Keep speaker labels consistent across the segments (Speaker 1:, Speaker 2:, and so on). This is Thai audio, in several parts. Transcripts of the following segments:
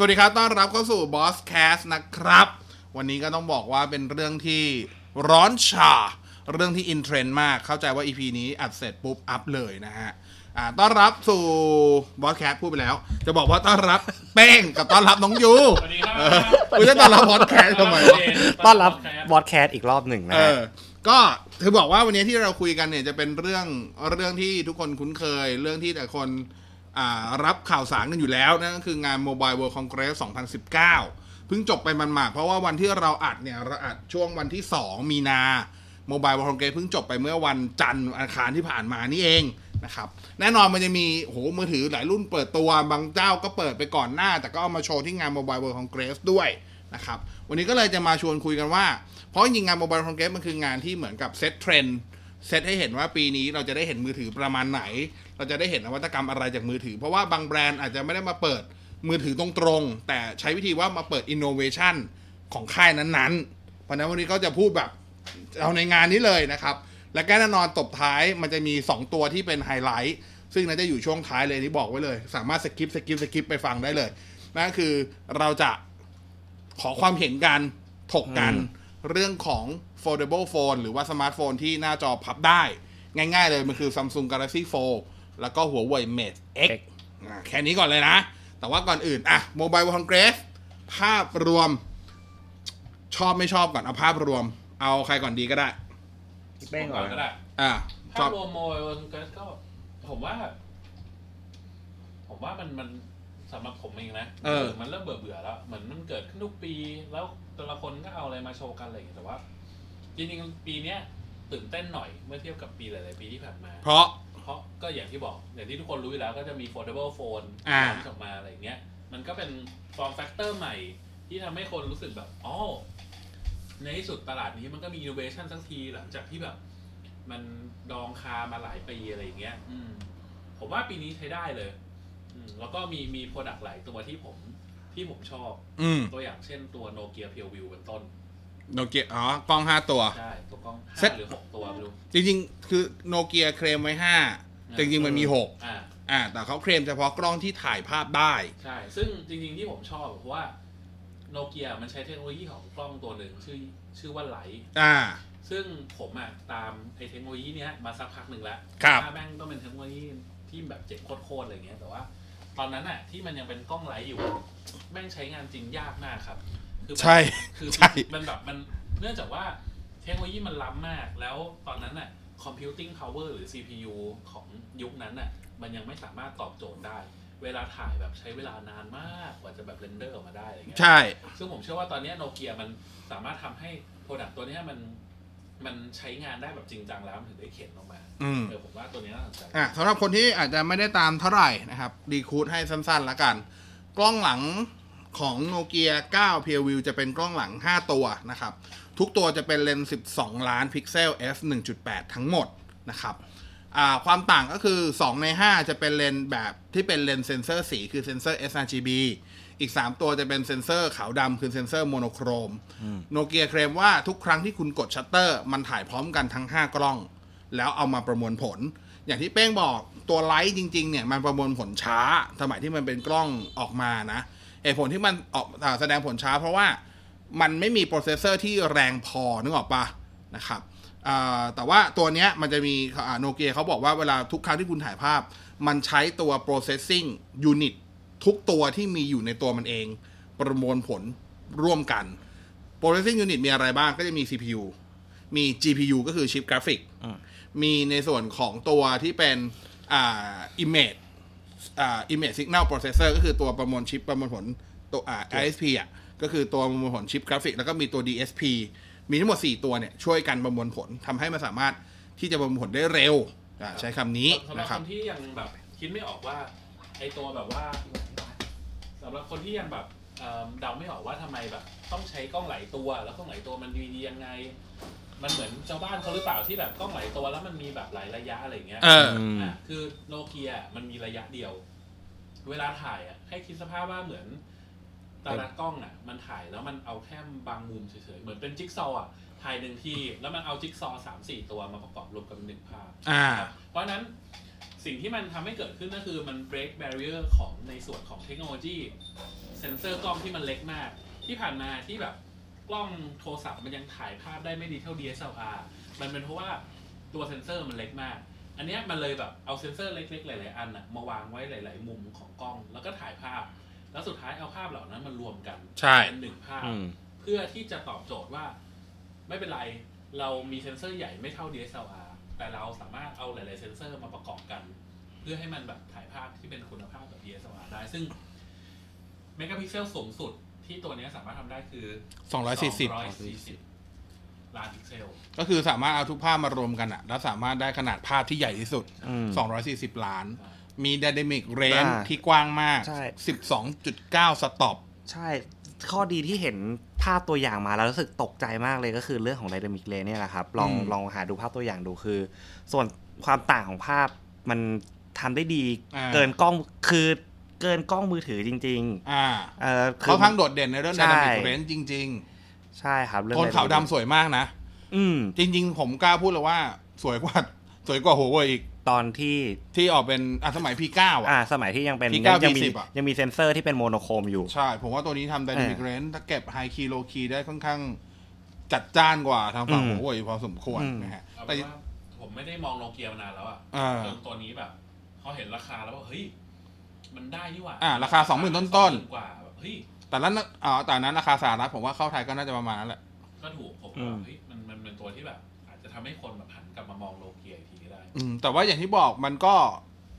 Speaker 1: วัสดีครับ ต้อนรับเข้าสู่ Boss Cast นะครับ วันนี้ก็ต้องบอกว่าเป็นเรื่องที่ร้อนชา เรื่องที่อินเทรนด์มาก เข้าใจว่า EP นี้อัดเสร็จปุ๊บ อัพเลยนะฮะ อ่า ต้อนรับสู่ Boss Cast พูดไปแล้ว จะบอกว่าต้อนรับเป้งกับต้อนรับน้องยู
Speaker 2: สวัสดีครับ
Speaker 1: เออคุณจะต้อนรับ Boss Cast ทำไมวะ
Speaker 3: ต้อนรับบอดแคสต์อีกรอบหนึ่งนะ
Speaker 1: เอ
Speaker 3: ฮะ
Speaker 1: อ ก็ถือบอกว่าวันนี้ที่เราคุยกันเนี่ยจะเป็นเรื่องเรื่องที่ทุกคนคุ้นเคย เรื่องที่แต่คนอ่ารับข่าวสารกันอยู่แล้วนั่นก็คืองาน Mobile World Congress 2019 เพิ่งจบไปมันหมากๆเพราะว่าวันที่เราอัดเนี่ย เราอัดช่วงวันที่ 2 มีนา Mobile World Congress เพิ่งจบไปเมื่อวันจันทร์อังคารที่ผ่านมานี่เองนะครับ แน่นอนมันจะมีโหมือถือหลายรุ่นเปิดตัวบางเจ้าก็เปิดไปก่อนหน้า แต่ก็เอามาโชว์ที่งาน Mobile World Congress ด้วย นะครับวันนี้ก็เลยจะมาชวนคุยกันว่า เพราะจริงๆงาน Mobile Congress มันคืองานที่เหมือนกับเซตเทรนด์เซตให้เห็นว่าปีนี้เราจะได้เห็นมือถือประมาณไหน เราจะได้เห็นนวัตกรรมอะไรจากมือถือ เพราะว่าบางแบรนด์อาจจะไม่ได้มาเปิดมือถือตรงๆ แต่ใช้วิธีว่ามาเปิดอินโนเวชันของค่ายนั้นๆ เพราะฉะนั้นวันนี้ก็จะพูดแบบ เอาในงานนี้เลยนะครับ และแก้แน่นอนตบท้ายมันจะมี 2 ตัวที่เป็นไฮไลท์ ซึ่งน่าจะอยู่ช่วงท้ายเลยนี่บอกไว้เลย สามารถสกิปสกิปสกิปไปฟังได้เลยนั่นก็คือเราจะขอความเห็นกัน ถกกัน เรื่องของ foldable phone หรือว่าสมาร์ทโฟนที่หน้าจอพับได้ ง่ายๆเลยมันคือ Samsung Galaxy Fold แล้วก็ Huawei Mate X อ่ะแค่นี้ก่อนเลยนะ แต่ว่าก่อนอื่นอ่ะ Mobile World Congress ภาพรวม ชอบไม่ชอบก่อนเอาภาพรวม เอาใครก่อนดีก็ได้
Speaker 2: เป้งก่อนก็ได้
Speaker 1: อ่าชอ
Speaker 2: ถ้า
Speaker 1: บ
Speaker 2: รวมโมเดลก็ผมว่า ผมว่ามันมันสำหรับผมเองนะมันเริ่มเบื่อเบื่อแล้ว เหมือนมันเกิดขึ้นทุกปี แล้วแต่ละคนก็เอาอะไรมาโชว์กันอะไรอย่างเงี้ยแต่ว่า จริงๆปีเนี้ยตื่นเต้นหน่อยเมื่อเทียบกับปีหลาย ๆ ปีที่ผ่านมา
Speaker 1: เพราะ
Speaker 2: เพราะก็อย่างที่บอก อย่างที่ทุกคนรู้อยู่แล้วก็จะมี foldable phone
Speaker 1: อ่า
Speaker 2: ออกมาอะไรอย่างเงี้ย มันก็เป็น form factor ใหม่ ที่ทำให้คนรู้สึกแบบอ๋อในที่สุดตลาดนี้มันก็มี innovation สักทีหลังจากที่แบบ มันดองคามาหลายปีอะไรอย่างเงี้ย อืม ผมว่าปีนี้ใช้ได้เลย อืม แล้วก็มีมี product หลายตัวที่ผมที่ผมชอบ
Speaker 1: อืม
Speaker 2: ตัวอย่างเช่นตัว Nokia p e e r View เป็นต้น
Speaker 1: โนเกียอ๋อกล้องห้าตัว
Speaker 2: ใช่ตัวกล้องห้า
Speaker 1: เซ็ต
Speaker 2: หรือหกตัวไม่รู้
Speaker 1: จริงๆ คือโนเกียเคลมไว้ห้าจริงๆมันมีหก
Speaker 2: อ่า
Speaker 1: อ่า แต่เขาเคลมเฉพาะกล้องที่ถ่ายภาพได้
Speaker 2: ใช่ ซึ่งจริงๆที่ผมชอบเพราะว่าโนเกียมันใช้เทคโนโลยีของกล้องตัวหนึ่งชื่อชื่อว่าไลท์
Speaker 1: อ่า
Speaker 2: ซึ่งผมอะตามไอเทคโนโลยีเนี้ยมาสักพักหนึ่งแล้ว
Speaker 1: ครับ
Speaker 2: ว่าแม่งต้องเป็นเทคโนโลยีที่แบบเจ๋งโคตรๆอะไรเงี้ย แต่ว่า ตอนนั้นอะที่มันยังเป็นกล้องไลท์อยู่ แม่งใช้งานจริงยากมากครับ คือแบบ
Speaker 1: ใช่
Speaker 2: คือ
Speaker 1: ใช่
Speaker 2: มันแบบมันเนื่องจากว่าเทคโนโลยีมันล้ำมาก แล้วตอนนั้นน่ะ computing power หรือ CPU ของยุคนั้นน่ะ มันยังไม่สามารถตอบโจทย์ได้ เวลาถ่ายแบบใช้เวลานานมากกว่าจะแบบเรนเดอร์ออกมาได้อะไรเงี้ย
Speaker 1: ใช่
Speaker 2: ซึ่งผมเชื่อว่าตอนเนี้โนเกียมันสามารถทำให้โปรดักต์ตัวเนี้ยมันมันใช้งานได้แบบจริงจังแล้วมันถึงได้เข็นออกมา
Speaker 1: อืม
Speaker 2: เออผมว่าตัวเนี้ยน่าสนใจ
Speaker 1: อ่ะสำหรับคนที่อาจจะไม่ได้ตามเท่าไหร่นะครับรีคูดให้สั้นๆละกัน กล้องหลังของโนเกีย9 p u r e v i e w จะเป็นกล้องหลัง 5 ตัวนะครับ ทุกตัวจะเป็นเลนส์12 ล้านพิกเซล f 1.8 ทั้งหมดนะครับอ่าความต่างก็คือ 2 ใน 5 จะเป็นเลนส์แบบที่เป็นเลนส์เซนเซอร์สีคือเซนเซอร์ sRGB อีก 3 ตัวจะเป็นเซนเซอร์ขาวดำคือเซนเซอร์โมโนโครมโนเกียเคลมว่าทุกครั้งที่คุณกดชัตเตอร์ มันถ่ายพร้อมกันทั้ง 5 กล้อง แล้วเอามาประมวลผล อย่างที่เป้งบอกตัวไลท์จริง ๆ เนี่ยมันประมวลผลช้า สมัยที่มันเป็นกล้องออกมานะเออผลที่มันออกอ่าแสดงผลช้าเพราะว่ามันไม่มีโปรเซสเซอร์ที่แรงพอนึกออกปะนะครับอ่าแต่ว่าตัวเนี้ยมันจะมีโนเกียเขาบอกว่าเวลาทุกครั้งที่คุณถ่ายภาพ มันใช้ตัว processing unit ทุกตัวที่มีอยู่ในตัวมันเอง ประมวลผลร่วมกัน processing unit มีอะไรบ้างก็จะมี CPU มี GPU ก็คือชิปกราฟิก มีในส่วนของตัวที่เป็นอ่า image อ่า image signal processor ก็คือตัวประมวลชิปประมวลผลตัวอ่า ISP อ่ะก็คือตัวประมวลผลชิปกราฟิก แล้วก็มีตัว DSP มีทั้งหมด 4 ตัวเนี่ยช่วยกันประมวลผลทำให้มันสามารถที่จะประมวลผลได้เร็วอ่าใช้คำนี้
Speaker 2: สำหรับ
Speaker 1: นะครั
Speaker 2: ค
Speaker 1: บ
Speaker 2: นที่ยังแบบคิดไม่ออกว่าไอตัวแบบว่า สำหรับคนที่ยังแบบเอิ่มเดาไม่ออกว่าทำไมแบบ ต้องใช้กล้องหลายตัว แล้วกล้องหลายตัวมันดีๆยังไง มันเหมือนชาวบ้านเขาหรือเปล่าที่แบบกล้องหลายตัวแล้วมันมีแบบหลายระยะอะไรอย่างเงี้ย
Speaker 1: เออ
Speaker 3: ม
Speaker 2: อ่ะคือโนเกียมันมีระยะเดียว เวลาถ่ายอ่ะให้คิดสภาพว่าเหมือนแต่ละกล้องอ่ะ มันถ่ายแล้วมันเอาแค่บางมุมเฉยๆเหมือนเป็นจิ๊กซอว์อ่ะถ่ายหนึ่งทีแล้วมันเอาจิ๊กซอว์สามสี่ตัวมาประกอบรวมกันเป็นหนึ่งภาพ
Speaker 1: อ่า
Speaker 2: เพราะฉะนั้น สิ่งที่มันทำให้เกิดขึ้นก็คือมัน break barrier ของในส่วนของเทคโนโลยี เซ็นเซอร์กล้องที่มันเล็กมาก ที่ผ่านมาที่แบบกล้องโทรศัพท์มันยังถ่ายภาพได้ไม่ดีเท่า DSLR มันเป็นเพราะว่าตัวเซ็นเซอร์มันเล็กมาก อันเนี้ยมันเลยแบบเอาเซ็นเซอร์เล็กๆ หลายๆ อันอะมาวางไว้หลาย ๆ มุมของกล้อง แล้วก็ถ่ายภาพ แล้วสุดท้ายเอาภาพเหล่านั้นมารวมกัน
Speaker 1: ใช่
Speaker 2: เป็นหนึ่งภาพ
Speaker 3: อืม
Speaker 2: เพื่อที่จะตอบโจทย์ว่าไม่เป็นไรเรามีเซ็นเซอร์ใหญ่ไม่เท่า DSLR แต่เราสามารถเอาหลาย ๆ เซ็นเซอร์มาประกอบกัน เพื่อให้มันแบบถ่ายภาพที่เป็นคุณภาพแบบ DSLR ได้ ซึ่งเมกะพิกเซลสูงสุดที่ตัวเนี้ยสามารถทำได้คือ
Speaker 1: สองร้อยสี่สิบ
Speaker 2: 240ล้านพิกเซล
Speaker 1: ก็คือสามารถเอาทุกภาพมารวมกันอะแล้วสามารถได้ขนาดภาพที่ใหญ่ที่สุด
Speaker 3: อืม
Speaker 1: 240 ล้าน
Speaker 2: ใช่
Speaker 1: มี dynamic range
Speaker 3: อ่า
Speaker 1: ที่กว้างมาก
Speaker 3: ใช่
Speaker 1: 12.9 สต็อป
Speaker 3: ใช่ ข้อดีที่เห็นภาพตัวอย่างมาแล้วรู้สึกตกใจมากเลยก็คือเรื่องของไดนามิกเลนเนี่ยแหละครับ ลอง
Speaker 1: อืม
Speaker 3: ลองหาดูภาพตัวอย่างดูคือ ส่วนความต่างของภาพมันทำได้ดีเกินกล้องคือเกินกล้องมือถือจริง
Speaker 1: อ่า
Speaker 3: ๆ เออคื
Speaker 1: เขาทั้างโดดเด่นในเรื่อง
Speaker 3: ใช่
Speaker 1: dynamic range จริง
Speaker 3: ใช่ครับเรื่
Speaker 1: ๆ
Speaker 3: อง
Speaker 1: โทน
Speaker 3: dynamic
Speaker 1: ขาวดำสวยมากนะ
Speaker 3: อืม
Speaker 1: จริง ๆ ผมกล้าพูดเลยว่าสวยกว่า สวยกว่าหัวเว่ยอีก
Speaker 3: ตอนที่
Speaker 1: ที่ออกเป็นอ่ะสมัย P9 อ่ะ
Speaker 3: อ่า สมัยที่ยังเป็น
Speaker 1: ที่
Speaker 3: ยั
Speaker 1: 9
Speaker 3: มี
Speaker 1: P10 อะ
Speaker 3: ยังมีเซนเซอร์ที่เป็นโมโนโครมอยู่
Speaker 1: ใช่ ผมว่าตัวนี้ทำ dynamic
Speaker 3: เออ
Speaker 1: range ถ้าเก็บ high key low key ได้ค่อนข้างจัดจ้านกว่าทางฝั่ง
Speaker 3: อืม
Speaker 1: หัวเว่ยพอสมควร
Speaker 3: อืม
Speaker 1: นะฮะ
Speaker 2: เอา
Speaker 1: แต่
Speaker 2: เป็นว่าผมไม่ได้มองโนเกียมานานแล้วอะ
Speaker 1: อ่า
Speaker 2: จนตัวนี้แบบพอเห็นราคาแล้วว่าเฮ้ยมันได้นี่หว่า
Speaker 1: อ่าราคา20,000ต้นๆ
Speaker 2: กว่าแบบเฮ้ย
Speaker 1: แต่ละนั้นอ่าแต่อันนั้นราคาสหรัฐผมว่าเข้าไทยก็น่าจะประมาณนั้นแหละ
Speaker 2: ก็ถูกผม
Speaker 3: อื
Speaker 2: ว่าม เฮ้ยมันมันเป็นตัวที่แบบ อาจจะทำให้คนแบบหันกลับมามองโลเกียอีกทีก็ได้
Speaker 1: อืมแต่ว่าอย่างที่บอกมันก็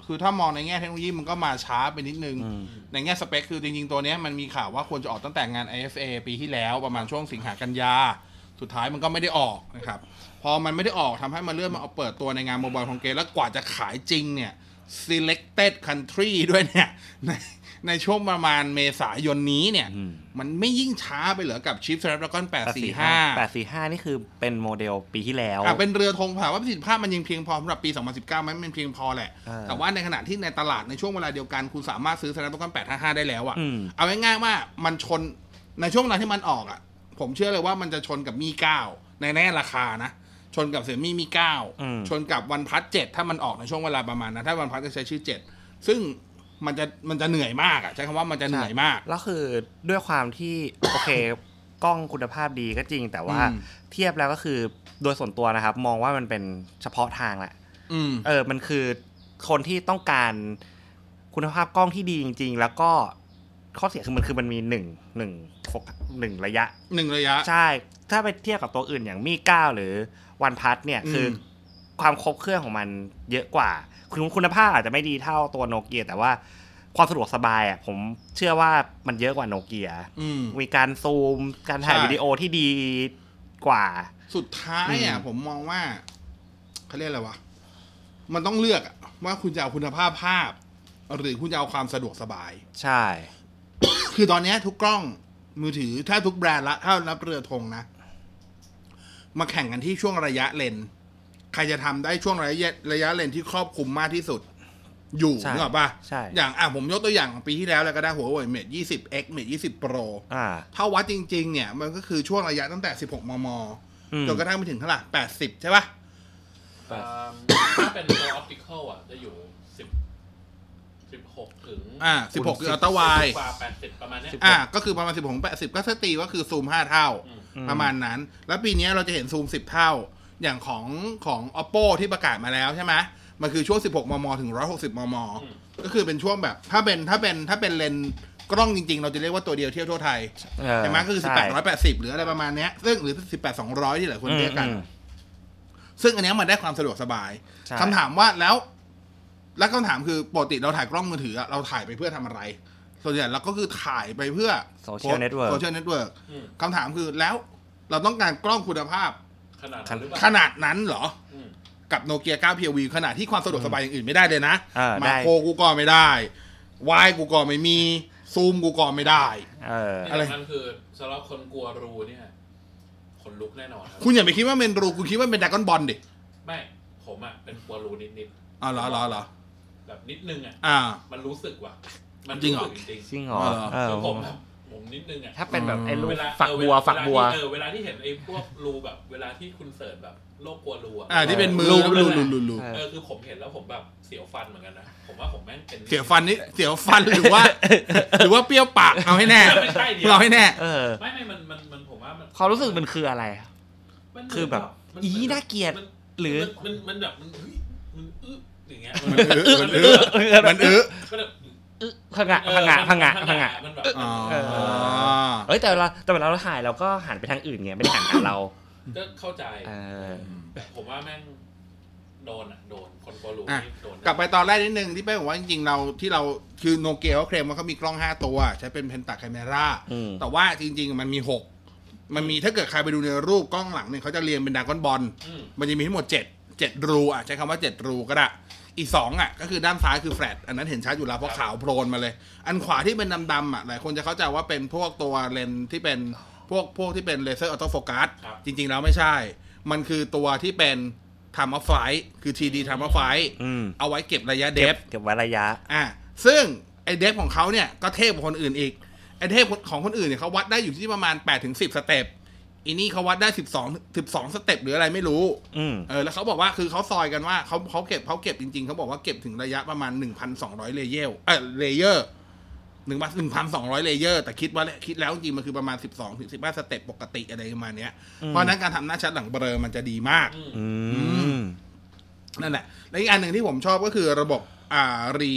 Speaker 1: คือถ้ามองในแง่เทคโนโลยีมันก็มาช้าไปนิดนึง
Speaker 3: อืม
Speaker 1: ในแง่สเปคคือจริง ๆ ตัวเนี้ยมันมีข่าวว่าควรจะออกตั้งแต่งาน IFA ปีที่แล้วประมาณช่วงสิงหากันยา สุดท้ายมันก็ไม่ได้ออกนะครับ พอมันไม่ได้ออกทำให้มันเลื่อนมาเอาเปิดตัวในงานโมบายคอนเกรสแล้วกว่าจะขายจริงเนี่ย selected country ด้วยเนี่ย ในในช่วงประมาณเมษายนนี้เนี่ย
Speaker 3: อืม
Speaker 1: มันไม่ยิ่งช้าไปเหรอกับชิป Snapdragon
Speaker 3: แปด
Speaker 1: 845
Speaker 3: สี่ห้านี่คือเป็นโมเดลปีที่แล้ว
Speaker 1: อ่ะเป็นเรือธงผ่าว่าประสิทธิภาพมันยังเพียงพอสำหรับปี 2019ไหมมันเพียงพอแหละ
Speaker 3: อ่า
Speaker 1: แต่ว่าในขณะที่ในตลาดในช่วงเวลาเดียวกันคุณสามารถซื้อ Snapdragon 855 ได้แล้วอ่ะ
Speaker 3: อืม
Speaker 1: เอาง่ายๆว่ามันชนในช่วงเวลาที่มันออกอะ่ะ ผมเชื่อเลยว่ามันจะชนกับมีเก้าในแน่ราคานะ ชนกับเสี่ยมี่มีเก้า
Speaker 3: อืม
Speaker 1: ชนกับวันพัทเจ็ดถ้ามันออกในช่วงเวลาประมาณนะถ้าวันพัทจะใช้ชื่อเจ็ดซึ่งมันจะมันจะเหนื่อยมากอะ่ะ ใช้คำว่ามันจะเหนื่อยมาก
Speaker 3: แล้วคือด้วยความที่ โอเค กล้องคุณภาพดีก็จริง แต่ว่า
Speaker 1: อืม
Speaker 3: เทียบแล้วก็คือโดยส่วนตัวนะครับ มองว่ามันเป็นเฉพาะทางแหละ
Speaker 1: อืม
Speaker 3: เออ มันคือคนที่ต้องการคุณภาพกล้องที่ดีจริง ๆ แล้วก็ข้อเสียคือมันคือมันมีหนึ่งหนึ่งโฟกัสหนึ่งระยะ
Speaker 1: หนึ่งระยะ
Speaker 3: ใช่ ถ้าไปเทียบกับตัวอื่นอย่างมีเก้าหรือวันพัทเนี่ย
Speaker 1: อืม
Speaker 3: คือความครบเครื่องของมันเยอะกว่า คุณคุณภาพอาจจะไม่ดีเท่าตัวโนเกีย แต่ว่าความสะดวกสบายอ่ะ ผมเชื่อว่ามันเยอะกว่าโนเกีย
Speaker 1: อืม
Speaker 3: มีการซูม การถ่าย
Speaker 1: ใช่
Speaker 3: วิดีโอที่ดีกว่า
Speaker 1: สุดท้ายอ่ะ
Speaker 3: อืม
Speaker 1: ผมมองว่าเขาเรียกอะไรวะ มันต้องเลือกอะว่าคุณจะเอาคุณภาพภาพ หรือคุณจะเอาความสะดวกสบาย
Speaker 3: ใช่
Speaker 1: คือตอนเนี้ยทุกกล้องมือถือถ้าทุกแบรนด์ละถ้านับเรือธงนะ มาแข่งกันที่ช่วงระยะเลนส์ใครจะทำได้ช่วงระยะระยะเลนส์ที่ครอบคลุมมากที่สุด อยู่
Speaker 3: ใช่
Speaker 1: นึกออกปะ
Speaker 3: ใช่
Speaker 1: อย่างอ่ะผมยกตัวอย่างของปีที่แล้วแล้วก็ได้หัวเว่ยเมทยี่สิบ X เมทยี่สิบ Pro
Speaker 3: อ่า
Speaker 1: ถ้าวัดจริง ๆ เนี่ย มันก็คือช่วงระยะตั้งแต่ 16 มม
Speaker 3: อืม
Speaker 1: จนกระทั่งไปถึงเท่าไหร่80 ใช่ปะ
Speaker 2: เอิ่มถ้าเป็นตัวออปติคอลอ่ะ จะอยู่สิบสิบหกถึง
Speaker 1: อ่า 16 คืออัลตร้าไว
Speaker 2: สิบกว่าแปดสิบประมาณเนี้ย
Speaker 1: อ่าก็คือประมาณ 16 80 ก็สตีก็คือซูม 5 เท่า
Speaker 2: อืม
Speaker 1: ประมาณนั้น แล้วปีนี้เราจะเห็นซูม 10 เท่า อย่างของของ oppo ที่ประกาศมาแล้วใช่ไหมมันคือช่วง 16 มม ถึง 160 มม ก็คือเป็นช่วงแบบ ถ้าเป็นถ้าเป็นถ้าเป็นเลนส์กล้องจริง ๆ เราจะเรียกว่าตัวเดียวเที่ยวทั่วไทย
Speaker 3: เออ
Speaker 1: ใช่ไหมก็คือ
Speaker 3: ใช่
Speaker 1: 1880 หรืออะไรประมาณเนี้ยซึ่งหรือ 18200 ที่หลายคนเรียกกัน
Speaker 3: อืม
Speaker 1: ซึ่งอันเนี้ยมันได้ความสะดวกสบาย
Speaker 3: ใช่
Speaker 1: คำถามว่าแล้ว แล้วคำถามคือปกติเราถ่ายกล้องมือถืออะเราถ่ายไปเพื่อทำอะไร ส่วนใหญ่เราก็คือถ่ายไปเพื่อ
Speaker 3: Social network
Speaker 1: โซเชียลเน็ตเวิร์ก
Speaker 2: อืม
Speaker 1: คำถามคือแล้วเราต้องการกล้องคุณภาพ
Speaker 2: ขนาดนั้นหรือเปล่า
Speaker 1: ขนาดนั้นเหรอ
Speaker 2: อืม
Speaker 1: กับโนเกีย9 PV ขนาดที่ความสะดวกสบายอย่างอื่นไม่ได้เลยนะ
Speaker 3: อ่าได้
Speaker 1: มาโครกูก็ไม่ได้วายกูก็ไม่มี ซูมกูก็ไม่ได้
Speaker 3: เออ
Speaker 1: อะไร
Speaker 2: ที่สำคัญคือสำหรับคนกลัวรูเนี่ยขนลุกแน่นอนครับ
Speaker 1: คุณอย่าไปคิดว่าเมนรูคุณคิดว่าเป็นดรากอนบอลดิ
Speaker 2: ไม่ผมอ่ะเป็นกลัวรูนิด
Speaker 1: อ๋อเหรอเหรอเหรอ
Speaker 2: ๆแบบนิดนึงอ่ะ
Speaker 1: อ่า
Speaker 2: มันรู้สึกว่ะ มัน
Speaker 1: จริงเหรอ
Speaker 2: สึกจริง
Speaker 3: จริงเหรอ
Speaker 1: เออ
Speaker 3: เออ
Speaker 2: คือผมแบบผม นิดนึงอ่ะ
Speaker 3: ถ้าเป็นแบบไอ้ลูก
Speaker 2: เวลา
Speaker 3: ฝักบัว
Speaker 2: เออ
Speaker 3: ฝักบัว
Speaker 2: เออเวลาที่เห็นไอ้พวกรูแบบ เวลาที่คุณเสิร์ชแบบโลกกลัวรูอ่ะ
Speaker 1: อ่าที่เป็นมือ
Speaker 3: รูป
Speaker 1: แล้วรูรูรูรู
Speaker 3: เออ
Speaker 2: เออคือผมเห็นแล้วผมแบบเสียวฟันเหมือนกันนะผมว่าผมแม่งเป็น
Speaker 1: เสียวฟันนี่เสียวฟันหรือว่า หรือว่าเปรี้ยวปากเอาให้แน่
Speaker 2: ไม่ใช่ดิ
Speaker 1: เอาให้แน่
Speaker 3: เออ
Speaker 2: ไม่ไม่มันมันมันผมว่ามัน
Speaker 3: ความรู้สึกมันคืออะไร
Speaker 2: มัน
Speaker 3: คือแบบ
Speaker 2: มัน
Speaker 3: อีน่าเกลียด
Speaker 2: มัน
Speaker 3: หรือ
Speaker 2: มันมันมันแบบมันเฮ้ยมันอึ๊ะอย่างเงี้ย
Speaker 1: มันอึะ
Speaker 2: มัน
Speaker 1: เอ
Speaker 2: อึ๊ะ
Speaker 1: อ มันเออ
Speaker 2: ก็แบบ
Speaker 3: อึ๊ะพังะพั
Speaker 2: เอ
Speaker 3: งะ
Speaker 2: อ
Speaker 3: พั
Speaker 2: มั
Speaker 3: งะ
Speaker 2: น
Speaker 3: พังะ
Speaker 2: มันแบบ
Speaker 1: อ๋อ
Speaker 3: เอ้ยแต่เวลาแต่เวลาเราถ่ายเราก็หันไปทางอื่นไงไม่ได้หันหาเรา
Speaker 2: ก็เข้าใจ
Speaker 3: เออ
Speaker 2: ผมว่าแม่งโดนอ่ะ โดน คนกลัวรู้นี่โดน
Speaker 1: กลับไปตอนแรกนิดนึงที่เป้บอกว่าจริงๆเราที่เราคือโนเกียเขาเคลมว่าเขามีกล้อง 5 ตัว ใช้เป็นเพนตา c a เมรา
Speaker 3: อืม
Speaker 1: แต่ว่าจริงๆมันมี 6 มันมีถ้าเกิดใครไปดูในรูปกล้องหลังเนี่ยเขาจะเรียงเป็นดรากอนบอล
Speaker 2: อืม
Speaker 1: มันจะมีทั้งหมด7 7รูอ่ะใช้คำว่า 7 รูก็ได้ อีก2อ่ะก็คือด้านซ้ายคือแฟลตอันนั้นเห็นชัดอยู่แล้วเพราะขาวโพลนมาเลย อันขวาที่เป็นดำๆอ่ะหลายคนจะเข้าใจว่าเป็นพวกตัวเลนส์ที่เป็นพวกพวกที่เป็นเลเซอร์ออโต้โฟกัสจริงๆแล้วไม่ใช่ มันคือตัวที่เป็นทำออฟไฟคือ TD ทำออฟไฟ
Speaker 3: อืม
Speaker 1: เอาไว้เก็บระยะเด
Speaker 3: เก็
Speaker 1: ฟ
Speaker 3: บเก็บไว้ระยะ
Speaker 1: อ่ะซึ่งไอเดฟของเขาเนี่ยก็เทพกว่าคนอื่นอีก ไอเทพของคนอื่นเนี่ยเขาวัดได้อยู่ที่ประมาณ8ปดถึงสิสเต็ปอีนี่เขาวัดได้ 12 12 สเต็ปหรืออะไรไม่รู้
Speaker 3: อืม
Speaker 1: เออแล้วเขาบอกว่าคือเขาซอยกันว่าเขาเขาเก็บเขาเก็บจริงๆ เขาบอกว่าเก็บถึงระยะประมาณ 1,200 เลเยอร์เออเลเยอร์หนึ่งพันหนึ่งพันสองร้อยเลเยอร์ แต่คิดว่าคิดแล้วจริงๆมันคือประมาณ 12ถึง15 สเต็ปปกติอะไรประมาณเนี้ยเพราะฉะนั้นการทำหน้าชัดหลังเบลอมันจะดีมาก
Speaker 2: อืม
Speaker 3: อืม
Speaker 1: นั่นแหละและอีกอันหนึ่งที่ผมชอบก็คือระบบอ่ารี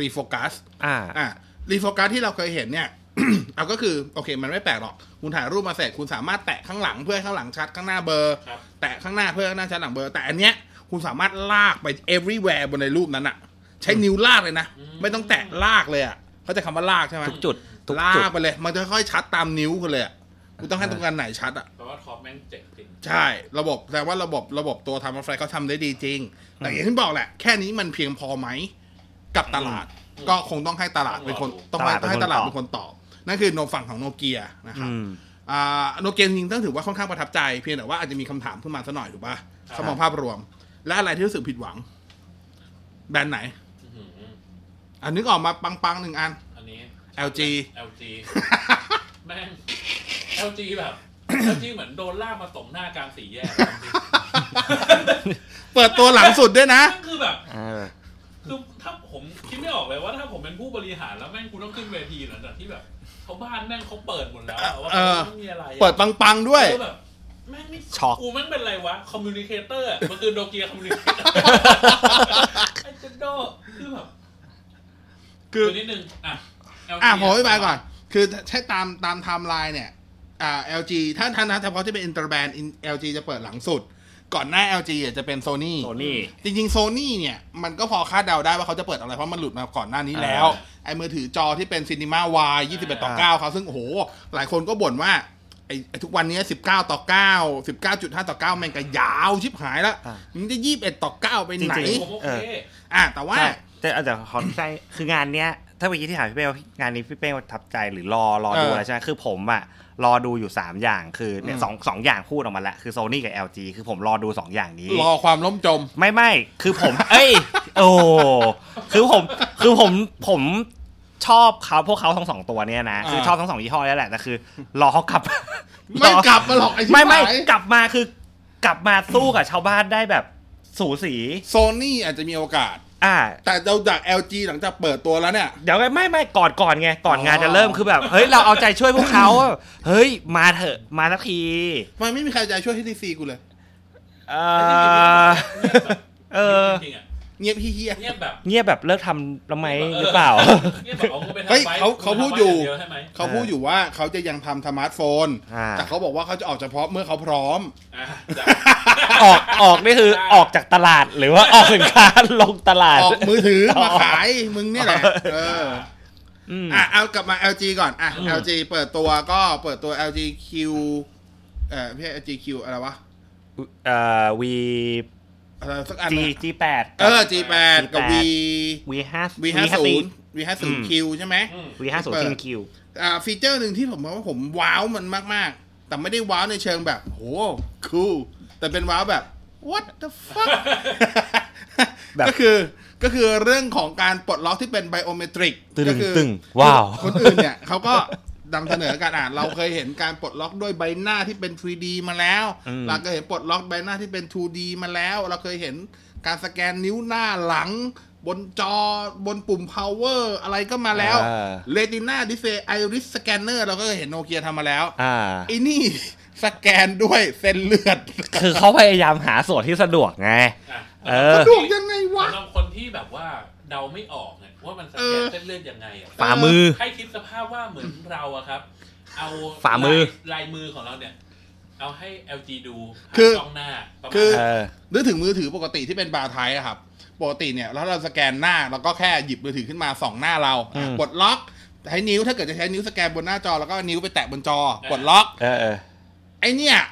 Speaker 1: รีโฟกัส
Speaker 3: อ่า
Speaker 1: อ่ะรีโฟกัสที่เราเคยเห็นเนี่ย เอาก็คือโอเค มันไม่แปลกหรอก คุณถ่ายรูปมาเสร็จคุณสามารถแตะข้างหลังเพื่อให้ข้างหลังชัดข้างหน้าเบลอร์
Speaker 2: ครับ
Speaker 1: แตะข้างหน้าเพื่อให้ข้างหน้าชัดหลังเบลอร์แต่อันเนี้ยคุณสามารถลากไป everywhere บนในรูปนั้นอะใช้นิ้วลากเลยนะ ไม่ต้องแตะลากเลยอะเขาใจะคำว่าลากใช่ไหม
Speaker 3: ทุกจุดทุก
Speaker 1: ลา
Speaker 3: จุด
Speaker 1: กไปเลย มันจะค่อยๆชัดตามนิ้วคุณเลยอะคุณต้องให้ตรงกันไหนชัดอะ
Speaker 2: แปลว่าท็อปแม่งเจ๋งจริง
Speaker 1: ใช่ ระบบแต่ว่าระบบระบบตัวทำรถไฟเขาทำได้ดีจริง แต่อย่างที่บอกแหละ แค่นี้มันเพียงพอไหม กับตลาด
Speaker 2: อืม
Speaker 1: ก็คงต้องให้ตลาดเป็นคน
Speaker 2: ต้
Speaker 1: ต้อ
Speaker 2: องง
Speaker 3: รอดู
Speaker 1: ให้ให้ตลาดเป็นคนตอบ นั่นคือโนฝั่งของโนเกียนะครับ
Speaker 3: อืม
Speaker 1: อ่าโนเกียจริงๆต้องถือว่าค่อนข้างประทับใจ เพียงแต่ว่าอาจจะมีคำถามขึ้นมาสักหน่อยถูกป่ะ
Speaker 2: ครับ
Speaker 1: สมองภาพรวม และอะไรที่รู้สึกผิดหวัง แบรนด์ไหน
Speaker 2: อื้อหือ
Speaker 1: อ่ะนึกออกมาปังๆหนึ่งอัน
Speaker 2: อันนี้
Speaker 1: LG
Speaker 2: LG แม่ง LG แบบ LG เหมือนโดนลากมาตบหน้ากลางสี่แยก
Speaker 1: เปิดตัวหลังสุดด้วยนะ
Speaker 2: นั่นคือแบบ
Speaker 3: เออ
Speaker 2: คือถ้าผมคิดไม่ออกเลยว่าถ้าผมเป็นผู้บริหารแล้วแม่งกูต้องขึ้นเวทีหลังจากที่แบบชาวบ้านแม่งเขาเปิดหมดแล้วอะว่า
Speaker 1: เออ
Speaker 2: ไม่มีอะไรอะ
Speaker 1: เปิดปังๆด้วย
Speaker 2: ก็แบบแม่งไม่
Speaker 3: ช็อก
Speaker 2: กูแม่งเป็นไรวะคอมมิวนิเคเตอร์มันคือโดเกียคอมมิวนิเค เตอร์ไอ้เจนโดคือแบบ
Speaker 1: คือ
Speaker 2: เดี๋ยวนิดนึงอ่ะ LG
Speaker 1: อ่ะผมอธิบายก่อน คือถ้าตามตามไทม์ไลน์เนี่ย อ่า LG ถ้าถ้านะเฉพาะที่เป็น อินเตอร์แบรนด์ LG จะเปิดหลังสุด ก่อนหน้า LG อ่ะจะเป็น Sony
Speaker 3: โซนี่
Speaker 1: จริงๆ Sony เนี่ย มันก็พอคาดเดาได้ว่าเขาจะเปิดอะไร เพราะมันหลุดมาก่อนหน้านี้แล้ว
Speaker 3: อ่
Speaker 1: ไอ้มือถือจอที่เป็น Cinema Y 21 ต่อ 9 เขาซึ่ง โอ้โห หลายคนก็บ่นว่า ไอ้ไอ้ทุกวันนี้ 19 ต่อ 9 19.5 ต่อ 9 แม่งก็ยาวชิบหายแล้ว
Speaker 3: อ่ะ
Speaker 1: มันจะ 21 ต่อ 9 ไปไหน
Speaker 3: จริง
Speaker 2: ผมโอเค
Speaker 1: อ่ะแต่ว่า
Speaker 3: ใช่แต่อาจจะขอใจคืองานเนี้ย ถ้าเมื่อกี้ที่ถามพี่เป้ว่างานนี้พี่เป้ประทับใจหรือรอรอดู
Speaker 1: เอออ
Speaker 3: อะไรใช่ไหมคือผมอะรอดูอยู่ 3 อย่างคือเนี่ย
Speaker 1: อืม
Speaker 3: สองสองอย่างพูดออกมาแล้วคือโซนี่กับ LG คือผมรอดู 2 อย่างนี้
Speaker 1: รอความล่มจม
Speaker 3: ไม่ไม่คือ ผม เอ้ย โอ้คือผมคือผมผมชอบเขาพวกเขาทั้งสองตัวเนี่ยนะ คือ
Speaker 1: อ่า
Speaker 3: ชอบทั้งสองยี่ห้อแล้วแหละแต่คือ รอเขากลับ
Speaker 1: ไม่กลับมาหรอกไอ้ชิบ
Speaker 3: ไม่ไม่
Speaker 1: หาย
Speaker 3: กลับมาคือกลับมาสู้กับชาวบ้านได้แบบสูสี
Speaker 1: โซนี่อาจจะมีโอกาส
Speaker 3: อ่า
Speaker 1: แต่เราจาก LG หลังจากเปิดตัวแล้วเนี่ย
Speaker 3: เดี๋ยวไงไม่ไม่ก่อนก่อนไงก่อนงาน
Speaker 1: อ๋อ
Speaker 3: จะเริ่มคือแบบ เฮ้ย เราเอาใจช่วยพวกเขาว่าเฮ้ย มาเถอะมาสักที
Speaker 1: มันไม่มีใครใจช่วย HTC กูเลย
Speaker 3: เออ
Speaker 2: เอ
Speaker 3: เอ
Speaker 2: อ
Speaker 3: อ
Speaker 2: จริงๆอะ
Speaker 1: เงียบพี่เฮีย
Speaker 2: เงียบแบบ
Speaker 3: เงียบแบบเลิกทำแล้วไหมหรือเปล่า
Speaker 2: เงียบแบบเอาก็ไปทำ
Speaker 1: เฮ้ย
Speaker 2: ไป
Speaker 1: เขาเขาพูดอยู่
Speaker 2: เวใช่ไหม
Speaker 1: เขาพูดอยู่ว่าเขาจะยังทำสมาร์ทโฟน
Speaker 3: อ่า
Speaker 1: แต่เขาบอกว่าเขาจะออกเฉพาะเมื่อเขาพร้อม
Speaker 2: อ่ะจ้ะ
Speaker 3: ออกออกนี่คือออกจากตลาดหรือว่าอ อกสินค้าลงตลาด
Speaker 1: ออกมือถือมาขายมึงเนี่ยแหละ เออ
Speaker 3: อืม
Speaker 1: อ่ะเอากลับมา LG ก่อน อ่ะ
Speaker 3: อืม
Speaker 1: LG เปิดตัวก็เปิดตัว LG Q เอ่อพี่ LG Q อะไรวะ
Speaker 3: เอ่อวี
Speaker 1: อะไรสักอัน
Speaker 3: จี
Speaker 1: น่ะ
Speaker 3: จีแปด
Speaker 1: เออ G8 กับ V
Speaker 3: วีห้า
Speaker 1: V ห้าศูนย์ V ห้าศูนย์ Q ใช่ไหม
Speaker 2: อืม
Speaker 3: วีห้าศูนย์ทีมคิว
Speaker 1: อ่าฟีเจอร์หนึ่งที่ผมว่าผมว้าวมันมาก ๆ แต่ไม่ได้ว้าวในเชิงแบบโหคูลแต่เป็นว้าวแบบ what the fuck
Speaker 3: แบบ
Speaker 1: ก็คือก็คือเรื่องของการปลดล็อกที่เป็นไบโอเมตริก
Speaker 3: ตึง
Speaker 1: ก็คือ
Speaker 3: ตึงว้าว
Speaker 1: คนอื่นเนี่ยเขาก็ นำเสนอกันอ่าน เราเคยเห็นการปลดล็อกด้วยใบหน้าที่เป็น 3D มาแล้ว
Speaker 3: อืม
Speaker 1: เราเคยเห็นปลดล็อกใบหน้าที่เป็น 2D มาแล้ว เราเคยเห็นการสแกนนิ้วหน้าหลัง บนจอบนปุ่ม power อะไรก็มาแล้ว
Speaker 3: อ่า
Speaker 1: เ e ติน่าดิเซไอริสสแกนเนอร์เราก็เคยเห็นโนเกียทำมาแล้ว
Speaker 3: อ่า
Speaker 1: ไอ้นี่สแกนด้วยเส้นเลือด
Speaker 3: คือเขาพยายามหาส่วนที่สะดวกไง
Speaker 2: อ่ะ
Speaker 3: เออ
Speaker 1: สะดวกยังไงวะ
Speaker 2: สำหรับคนที่แบบว่าเดาไม่ออกเนี่ยว่ามันสแกน
Speaker 1: เออ
Speaker 2: เส้นเลือดยังไงอ่ะ
Speaker 3: ฝ่ามือ
Speaker 2: ให้คิดสภาพว่าเหมือนเราอะครับ เอา
Speaker 3: ฝ่ามือ
Speaker 2: ลยลายมือของเราเนี่ย เอาให้ LG ดู
Speaker 1: คือ
Speaker 2: ผ่านกล้องหน้าประมาณ
Speaker 1: คือ
Speaker 3: เออ
Speaker 1: นึกถึงมือถือปกติที่เป็นบาร์ไทยอะครับ ปกติเนี่ยแล้วเราสแกนหน้าเราก็แค่หยิบมือถือขึ้นมาส่องหน้าเรา
Speaker 3: อืม
Speaker 1: ปลดล็อกใช้นิ้วถ้าเกิดจะใช้นิ้วสแกนบนหน้าจอแล้วก็นิ้วไปแตะบนจอปลดล็อก
Speaker 3: เออเออ
Speaker 1: ไอเนี่ย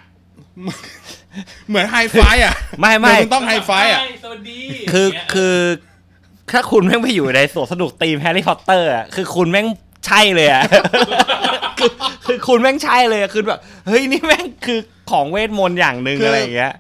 Speaker 1: เหมือนไฮไฟอ่ะ
Speaker 3: ไม่
Speaker 1: เหมือ
Speaker 3: ไม่
Speaker 1: นนต้องไฮไฟอ่ะ
Speaker 2: ใช่สวัสดี
Speaker 3: คือย่าง
Speaker 2: เงี้ย
Speaker 3: คือ ถ้าคุณแม่งไปอยู่ในสวนสนุกตีมแฮร์รี่พอตเตอร์อะคือคุณแม่งใช่เลยอะ คือคือคุณแม่งใช่เลยอะคือแบบเฮ้ยนี่แม่งคือของเวทมนต์อย่างหนึ่ง
Speaker 1: คืออ
Speaker 3: อะไรอย่างเงี้ย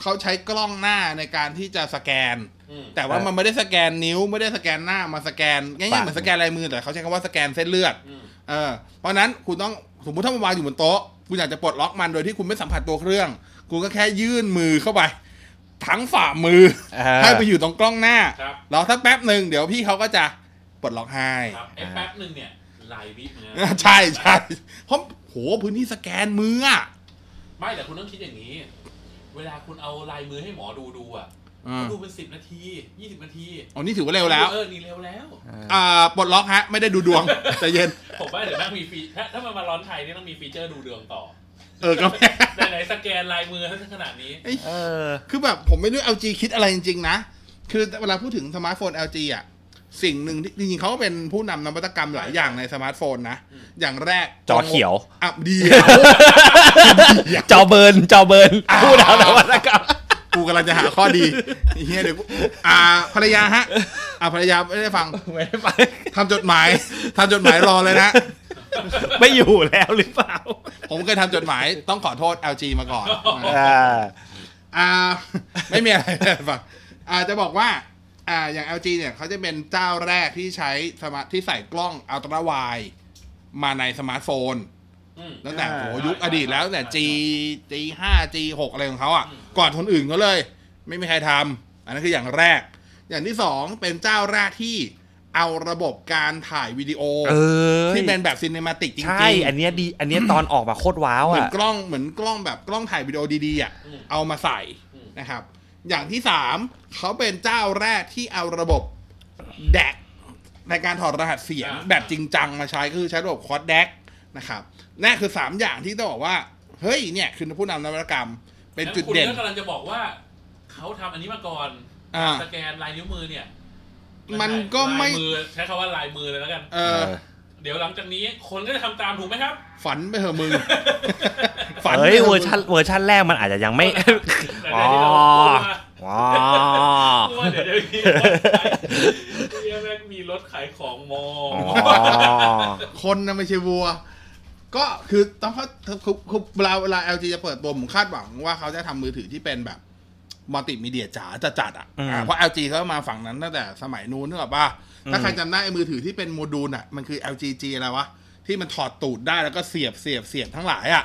Speaker 1: เขาใช้กล้องหน้าในการที่จะสแกน
Speaker 2: อืม
Speaker 1: แต่ว่า
Speaker 3: เออ
Speaker 1: มันไม่ได้สแกนนิ้วไม่ได้สแกนหน้ามาสแกนง่ายๆ
Speaker 3: ปาก
Speaker 1: เหมือนสแกนลายมือแต่เขาใช้คำว่าสแกนเส้นเลือด
Speaker 2: อืม
Speaker 1: เออเพราะฉะนั้นคุณต้องสมมติถ้ามันวางอยู่บนโต๊ะคุณอยากจะปลดล็อกมันโดยที่คุณไม่สัมผัสตัวเครื่อง คุณก็แค่ยื่นมือเข้าไป ทั้งฝ่ามือ
Speaker 3: เออ
Speaker 1: ให้ไปอยู่ตรงกล้องหน้า
Speaker 2: ครับ
Speaker 1: แล้วถ้าแป๊บหนึ่งเดี๋ยวพี่เขาก็จะปลดล็อกให้
Speaker 2: ครับไอ้แป๊บหนึ่งเนี่ยลายวิเหมือนกัน
Speaker 1: อ่ะใช่ใช่เพราะโหพื้นที่สแกนมืออะ
Speaker 2: ไม่แต่คุณต้องคิดอย่างนี้ เวลาคุณเอาลายมือให้หมอดูดูอ่ะ
Speaker 1: อ่า
Speaker 2: ก็ดูเป็นสิบนาทียี่สิบนาที
Speaker 1: อ๋อนี่ถือว่าเร็วแล้ว
Speaker 2: เออนี่เร็วแล้ว
Speaker 1: อ่าปลดล็อกฮะ ไม่ได้ดูดวง ใจเย็น
Speaker 2: ผมว่าเดี๋ยวต้องมีฟีถ้าถ้ามันมาร้อนไทยนี่ต้องมีฟีเจอร์ดูเดืองต่อ
Speaker 1: เออก็ไม่
Speaker 2: ไหนๆสแกนลายมือทั้งขนาดนี้
Speaker 3: เออ
Speaker 1: คือแบบผมไม่รู้ LG คิดอะไรจริง ๆ นะ คือเวลาพูดถึงสมาร์ทโฟน LG อ่ะ สิ่งหนึ่งที่จริงๆเขาก็เป็นผู้นำนวัตกรรมหลายอย่างในสมาร์ทโฟนนะ
Speaker 2: อืม
Speaker 1: อย่างแรก
Speaker 3: จอเขียว
Speaker 1: อ่ะเดียว
Speaker 3: จ อเบิร์นจอเบิร์นพูดเอาแล้วนกรรม
Speaker 1: กูกำลังจะหาข้อดีเฮียเดี๋ยวกูอ่าภรรยาฮะ อ่าภรรยาไม่ได้ฟัง
Speaker 3: ไม่ได้ไป
Speaker 1: ทำจดหมายทำจดหมายรอเลยนะ
Speaker 3: ไม่อยู่แล้วหรือเปล่า
Speaker 1: ผมเคยทำจดหมายต้องขอโทษ LG มาก่อน
Speaker 3: อ่า
Speaker 1: อ่า ไม่มีอะไร ฟังอ่าจะบอกว่า อ่าอย่าง LG เนี่ยเขาจะเป็นเจ้าแรกที่ใช้สมาร์ทที่ใส่กล้องอัลตร้าไวด์มาในสมาร์ทโฟน
Speaker 2: อืม
Speaker 1: ตั้งแต่
Speaker 3: อ่า
Speaker 1: โหยุคอดีตแล้วตั้งแต่ G G 5 G 6อะไรของเขาอ่ะ
Speaker 2: อืม
Speaker 1: ก่อนคนอื่นเขาเลย ไม่มีใครทำอันนั้นคืออย่างแรก อย่างที่สองเป็นเจ้าแรกที่เอาระบบการถ่ายวิดีโอ
Speaker 3: เออ
Speaker 1: ที่เป็นแบบซิน e มาติกจริง
Speaker 3: ใช่
Speaker 1: ๆ
Speaker 3: อันเนี้ยดี อันเนี้ยตอนออกมาโคตรว้าว
Speaker 1: เหมือน
Speaker 3: อ่ะ
Speaker 1: กล้องเหมือนกล้องแบบกล้องถ่ายวิดีโอดีๆอ่ะ
Speaker 2: อืม
Speaker 1: เอามาใส่
Speaker 2: อืม
Speaker 1: นะครับ อย่างที่สามเขาเป็นเจ้าแรกที่เอาระบบแดกในการถอดรหัสเสียง แบบจริงจังมาใช้คือใช้ระบบคอร์ดแดกนะครับนั่นคือสามอย่างที่ต้องบอกว่า เฮ้ยเนี่ยคือผู้นำนวัตกรรม เป็นจุดเด่น
Speaker 2: แล้วคุณก็กำลังจะบอกว่า เขาทำอันนี้มาก่อน
Speaker 1: อ่า
Speaker 2: สแกนลายนิ้วมือเนี่ย
Speaker 1: มันก็ไม่
Speaker 2: ลายมือใช้คำว่าลายมือเลยแล้วกัน
Speaker 1: เออ
Speaker 2: เดี๋ยวหลังจากนี้คนก็จะทำตามถูกไหมครับ
Speaker 1: ฝันไปเถอะ มึง
Speaker 3: เฮ้ย
Speaker 1: ไปถะมึง
Speaker 3: เวอร์ชันเวอร์ชันแรกมันอาจจะยังไม่
Speaker 2: แต่
Speaker 3: อ๋
Speaker 2: ใน
Speaker 3: อ
Speaker 2: ที่เรากลัว
Speaker 3: อ๋อก
Speaker 2: ลัวเดี๋ยวจะมีรถขายเรียกแม่งมีรถขายของมอ
Speaker 3: อ๋อ
Speaker 1: คนนะไม่ใช่วัว ก็คือต้องเขาคือคือเวลาเวลา LG จะเปิดตัวผมคาดหวังว่าเขาจะทำมือถือที่เป็นแบบมัลติมีเดียจ๋าจะจัดๆอ่ะ
Speaker 3: อืม
Speaker 1: อ่าเพราะ LG เขามาฝั่งนั้นตั้งแต่สมัยนู้นนึกออกป่ะถ้าใครจำได้ไอ้มือถือที่เป็นโมดูลอ่ะ มันคือ LG G อะไรวะ ที่มันถอดตูดได้แล้วก็เสียบเสียบเสียบทั้งหลายอ่ะ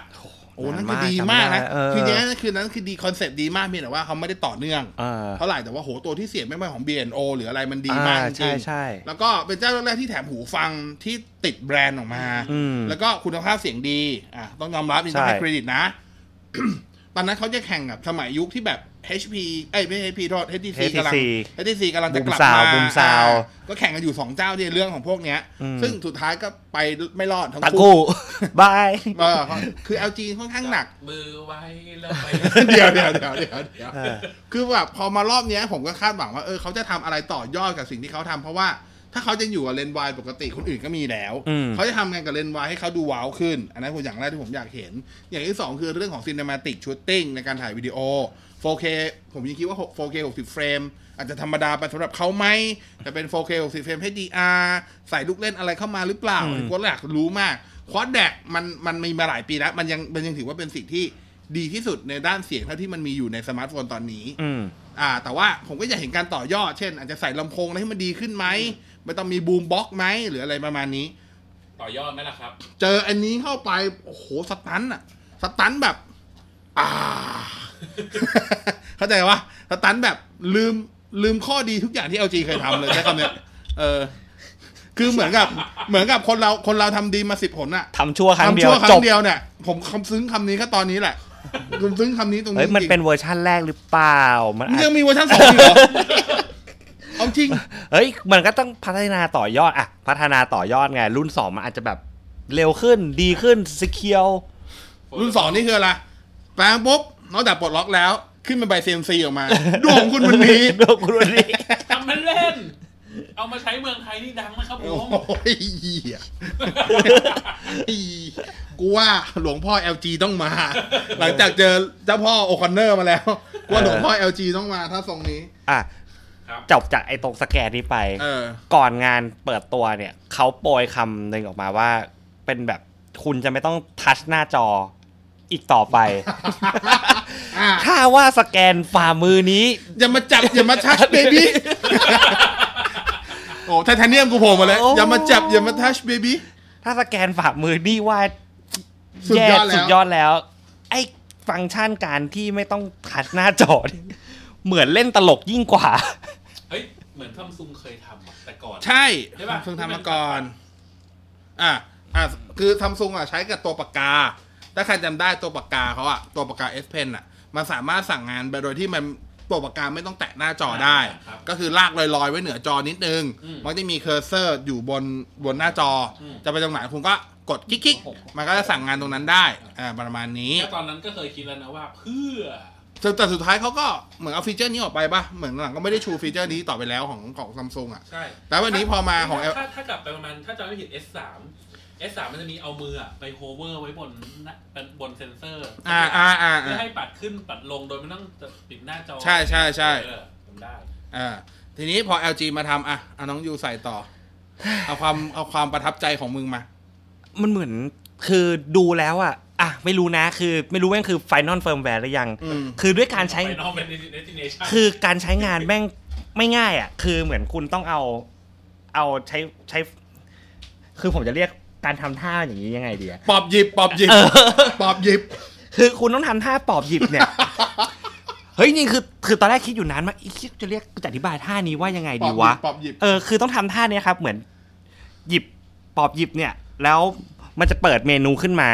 Speaker 1: โอ้นั่นคือดีมากนะ
Speaker 3: จำได้เออ
Speaker 1: คือเนี้ยนั่นคือนั้นคือดีคอนเซปต์ดีมากเพียงแต่ว่าเขาไม่ได้ต่อเนื่อง
Speaker 3: เออ
Speaker 1: เท่าไหร่แต่ว่าโหตัวที่เสียบไม่ไม่ของ B&O หรืออะไรมันดีมากจ
Speaker 3: อ่ใช่
Speaker 1: ริงๆ
Speaker 3: ใช่
Speaker 1: แล้วก็เป็นเจ้าแรกๆที่แถมหูฟังที่ติดแบรนด์ออกมา
Speaker 3: อืม
Speaker 1: แล้วก็คุณภาพเสียงดี อ่ะต้องยอมรับนี่ต้องให้
Speaker 3: ใช่
Speaker 1: เครดิตนะ ตอนนั้นเขาจะแข่งกับสมัยยุคที่แบบ HP เอ้ยไม่ใช่ HP โทษ HTC กำลัง
Speaker 3: HTC
Speaker 1: HTC กำลังจะกลับ
Speaker 3: บูมซาว
Speaker 1: มา
Speaker 3: ด์บูมซาวด์
Speaker 1: อ่ะก็แข่งกันอยู่สองเจ้าเนี่ยเรื่องของพวกเนี้ย
Speaker 3: อืม
Speaker 1: ซึ่งสุดท้ายก็ไปไม่รอดทั้ง
Speaker 3: ตะ
Speaker 1: คู่
Speaker 3: กู บาย
Speaker 1: เออคือ LG ค่อนข้างหนัก
Speaker 2: มือไว้แล้วไป
Speaker 1: เดี๋ยวเดี๋ยวเดี๋ยวเดี๋ยวเดี๋ยว
Speaker 3: เออ
Speaker 1: คือแบบพอมารอบเนี้ยผมก็คาดหวังว่าเออเขาจะทำอะไรต่อยอดกับสิ่งที่เขาทำเพราะว่าถ้าเขาจะอยู่กับเลนส์วายปกติคนอื่นก็มีแล้ว
Speaker 3: อืม
Speaker 1: เขาจะทำงานกับเลนส์วายให้เขาดูว้าวขึ้น อันนั้นคืออย่างแรกที่ผมอยากเห็น อย่างที่สองคือเรื่องของ cinematic shooting ในการถ่ายวิดีโอ 4K ผมยังคิดว่า 4K 60 เฟรม อาจจะธรรมดาไปสำหรับเขาไหมจะเป็น 4K 60 เฟรม HDR ใส่ลูกเล่นอะไรเข้ามาหรือเปล่าผมก็อยากรู้มากควอดแดกมันมันมีมาหลายปีแล้วมันยังมันยังถือว่าเป็นสิ่งที่ดีที่สุดในด้านเสียงเท่าที่มันมีอยู่ในสมาร์ทโฟนตอนนี้
Speaker 3: อืม
Speaker 1: อ่าแต่ว่าผมก็อยากเห็นการต่อยอด เช่น อาจจะใส่ลำโพงอะไรให้มันดีขึ้นไหม ไม่ต้องมีบูมบ็อกซ์ไหม หรืออะไรประมาณนี้
Speaker 2: ไป ต่อยอดไหมล่ะครับ
Speaker 1: เจออันนี้เข้าไป โอ้โหสตันอะสตันแบบ อ่า เข้าใจวะสตันแบบลืมลืมข้อดีทุกอย่างที่ LG เคยทำเลยใช้คำเนี้ยเออ คือเหมือนกับ เหมือนกับคนเราคนเราทำดีมาสิบผลอะ
Speaker 3: ทำชั่วครั้งเดี
Speaker 1: ทำ
Speaker 3: ยว
Speaker 1: ชั่วค
Speaker 3: จ
Speaker 1: รั้
Speaker 3: บ
Speaker 1: งเดียวเนี่ย ผมคำซึ้งคำนี้ก็ตอนนี้แหละผมซึ้งคำนี้ตรง
Speaker 3: เฮ้
Speaker 1: นี้
Speaker 3: ยมัน
Speaker 1: จริง
Speaker 3: เป็นเวอร์ชั่นแรกหรือเปล่า มัน
Speaker 1: มัน
Speaker 3: อาจ
Speaker 1: ยังมีเวอร์ชันสองอีกเหรอเอาจริง
Speaker 3: เฮ้ยมันก็ต้องพัฒนาต่อยอดอะพัฒนาต่อยอดไง รุ่นสองมันอาจจะแบบเร็วขึ้นดีขึ้นสเคียว
Speaker 1: รุ่นสองนี่คืออะไรแปลงปุ๊บนอกจากปลดล็อกแล้ว ขึ้นเป็นใบเซ c มซีออกมาดวงของคุณวันนี้
Speaker 3: ดวงคุณวันนี้
Speaker 2: ทำมันเล่น เอามาใช้เมืองไทยนี่ดังนะครับผ
Speaker 1: โอ้
Speaker 2: ม
Speaker 1: ยเหี้ยกูว่าหลวงพ่อ LG ต้องมา หลังจากเจอเจ้าพ่อโอคอนเนอร์มาแล้วกูว่าหลวงพ่อ LG ต้องมาถ้าทรงนี้
Speaker 3: อ่ะ
Speaker 2: ครับ
Speaker 3: จบจากไอ้ตรงสแกนนี้ไป
Speaker 1: เออ
Speaker 3: ก่อนงานเปิดตัวเนี่ย เขาโปรยคำหนึ่งออกมาว่า เป็นแบบคุณจะไม่ต้องทัชหน้าจออีกต่อ ไป
Speaker 1: อ่ะ
Speaker 3: ถ้าว่าสแกนฝ่ามือนี้
Speaker 1: อย่ามาจับ อย่ามาทัชเบบี้โอ้ไทเทเนียมกูโผล่มาเลย
Speaker 3: โอ้
Speaker 1: อย่ามาจับ อย่ามาทัชเบบี้
Speaker 3: ถ้าสแกนฝ่ามือนี่ว่า
Speaker 1: สุดยอดแล้ว
Speaker 3: สุดยอดแล้ว ไอ้ฟังก์ชันการที่ไม่ต้องทัชหน้าจอนี่เหมือนเล่นตลกยิ่งกว่า
Speaker 2: เฮ้ย เหมือนซัมซุงเคยทำอะแต่ก่อน
Speaker 1: ใช่
Speaker 2: ใช่ปะ
Speaker 1: ซัมซุงทำมาก่อน อ่ะ อ่ะ คือซัมซุงอ่ะใช้กับตัวปากกา ถ้าใครจำได้ตัวปากกาเขาอ่ะ ตัวปากกา S Pen อ่ะ มันสามารถสั่งงานไปโดยที่มันตัวปากกาไม่ต้องแตะหน้าจอได้
Speaker 2: ครับ
Speaker 1: ก็คือลากลอยๆ ไว้เหนือจอนิดนึง
Speaker 2: อืม
Speaker 1: มันจะมีเคอร์เซอร์อยู่บนบนหน้าจออ
Speaker 2: ม
Speaker 1: จะไปตรงไหนคุณก็กดคลิกๆ มันก็จะสั่งงานตรงนั้นได้ อ่า ประมาณนี้
Speaker 2: แค่ตอนนั้นก็เคยคิดแล้วนะว่าเพื่อ
Speaker 1: แต่แต่สุดท้ายเขาก็เหมือนเอาฟีเจอร์นี้ออกไปป่ะ เหมือนหลังก็ไม่ได้ชูฟีเจอร์นี้ต่อไปแล้วของของซัมซุงอ่ะ
Speaker 2: ใช่
Speaker 1: แล้ววันนี้พอมาของ L
Speaker 2: ถ้าถ้ากลับไปประมาณถ้าจำไม่ผิด S 3 S 3มันจะมีเอามืออะไปโฮเวอร์ไว้บนหน้าบนเซ็นเซอร์
Speaker 1: อ่าอ่าอ่า
Speaker 2: เพื่
Speaker 1: อ่า
Speaker 2: อให้ปัดขึ้นปัดลงโดยไม่ต้องปิดหน้าจอ
Speaker 1: ใช่ใช่ใช่
Speaker 2: เออจำได้
Speaker 1: อ่าทีนี้พอ LG มาทำอ่ะเอาน้องยูใส่ ต่อ เอาความเอาความประทับใจของมึงมา
Speaker 3: มันเหมือนคือดูแล้วอะอ่ะไม่รู้นะคือไม่รู้แม่งคือไฟนอลเฟิร์มแวร์หรือยัง
Speaker 1: อืม
Speaker 3: คือด้วยการใช้
Speaker 2: ไปนอกเป็น destination
Speaker 3: คือการใช้งานแม่งไม่ง่ายอ่ะ คือเหมือนคุณต้องเอา เอาใช้ใช้ คือผมจะเรียกการทำท่าอย่างนี้ยังไงดีอะ
Speaker 1: ปอบหยิบปอบหยิบ
Speaker 3: เออ
Speaker 1: ปอบหยิบ
Speaker 3: คือคุณต้องทำท่าปอบหยิบ เนี่ย เฮ้ยจริงๆคือคือตอนแรกคิดอยู่นานมากอีกจะเรียกจะอธิบายท่านี้ว่ายังไง
Speaker 1: ปอ
Speaker 3: ดี
Speaker 1: บหยิ
Speaker 3: วะ
Speaker 1: บปอบหยิบ
Speaker 3: เออคือต้องทำท่าเนี้ยครับ เหมือน หยิบปอบหยิบเนี่ย แล้วมันจะเปิดเมนูขึ้นมา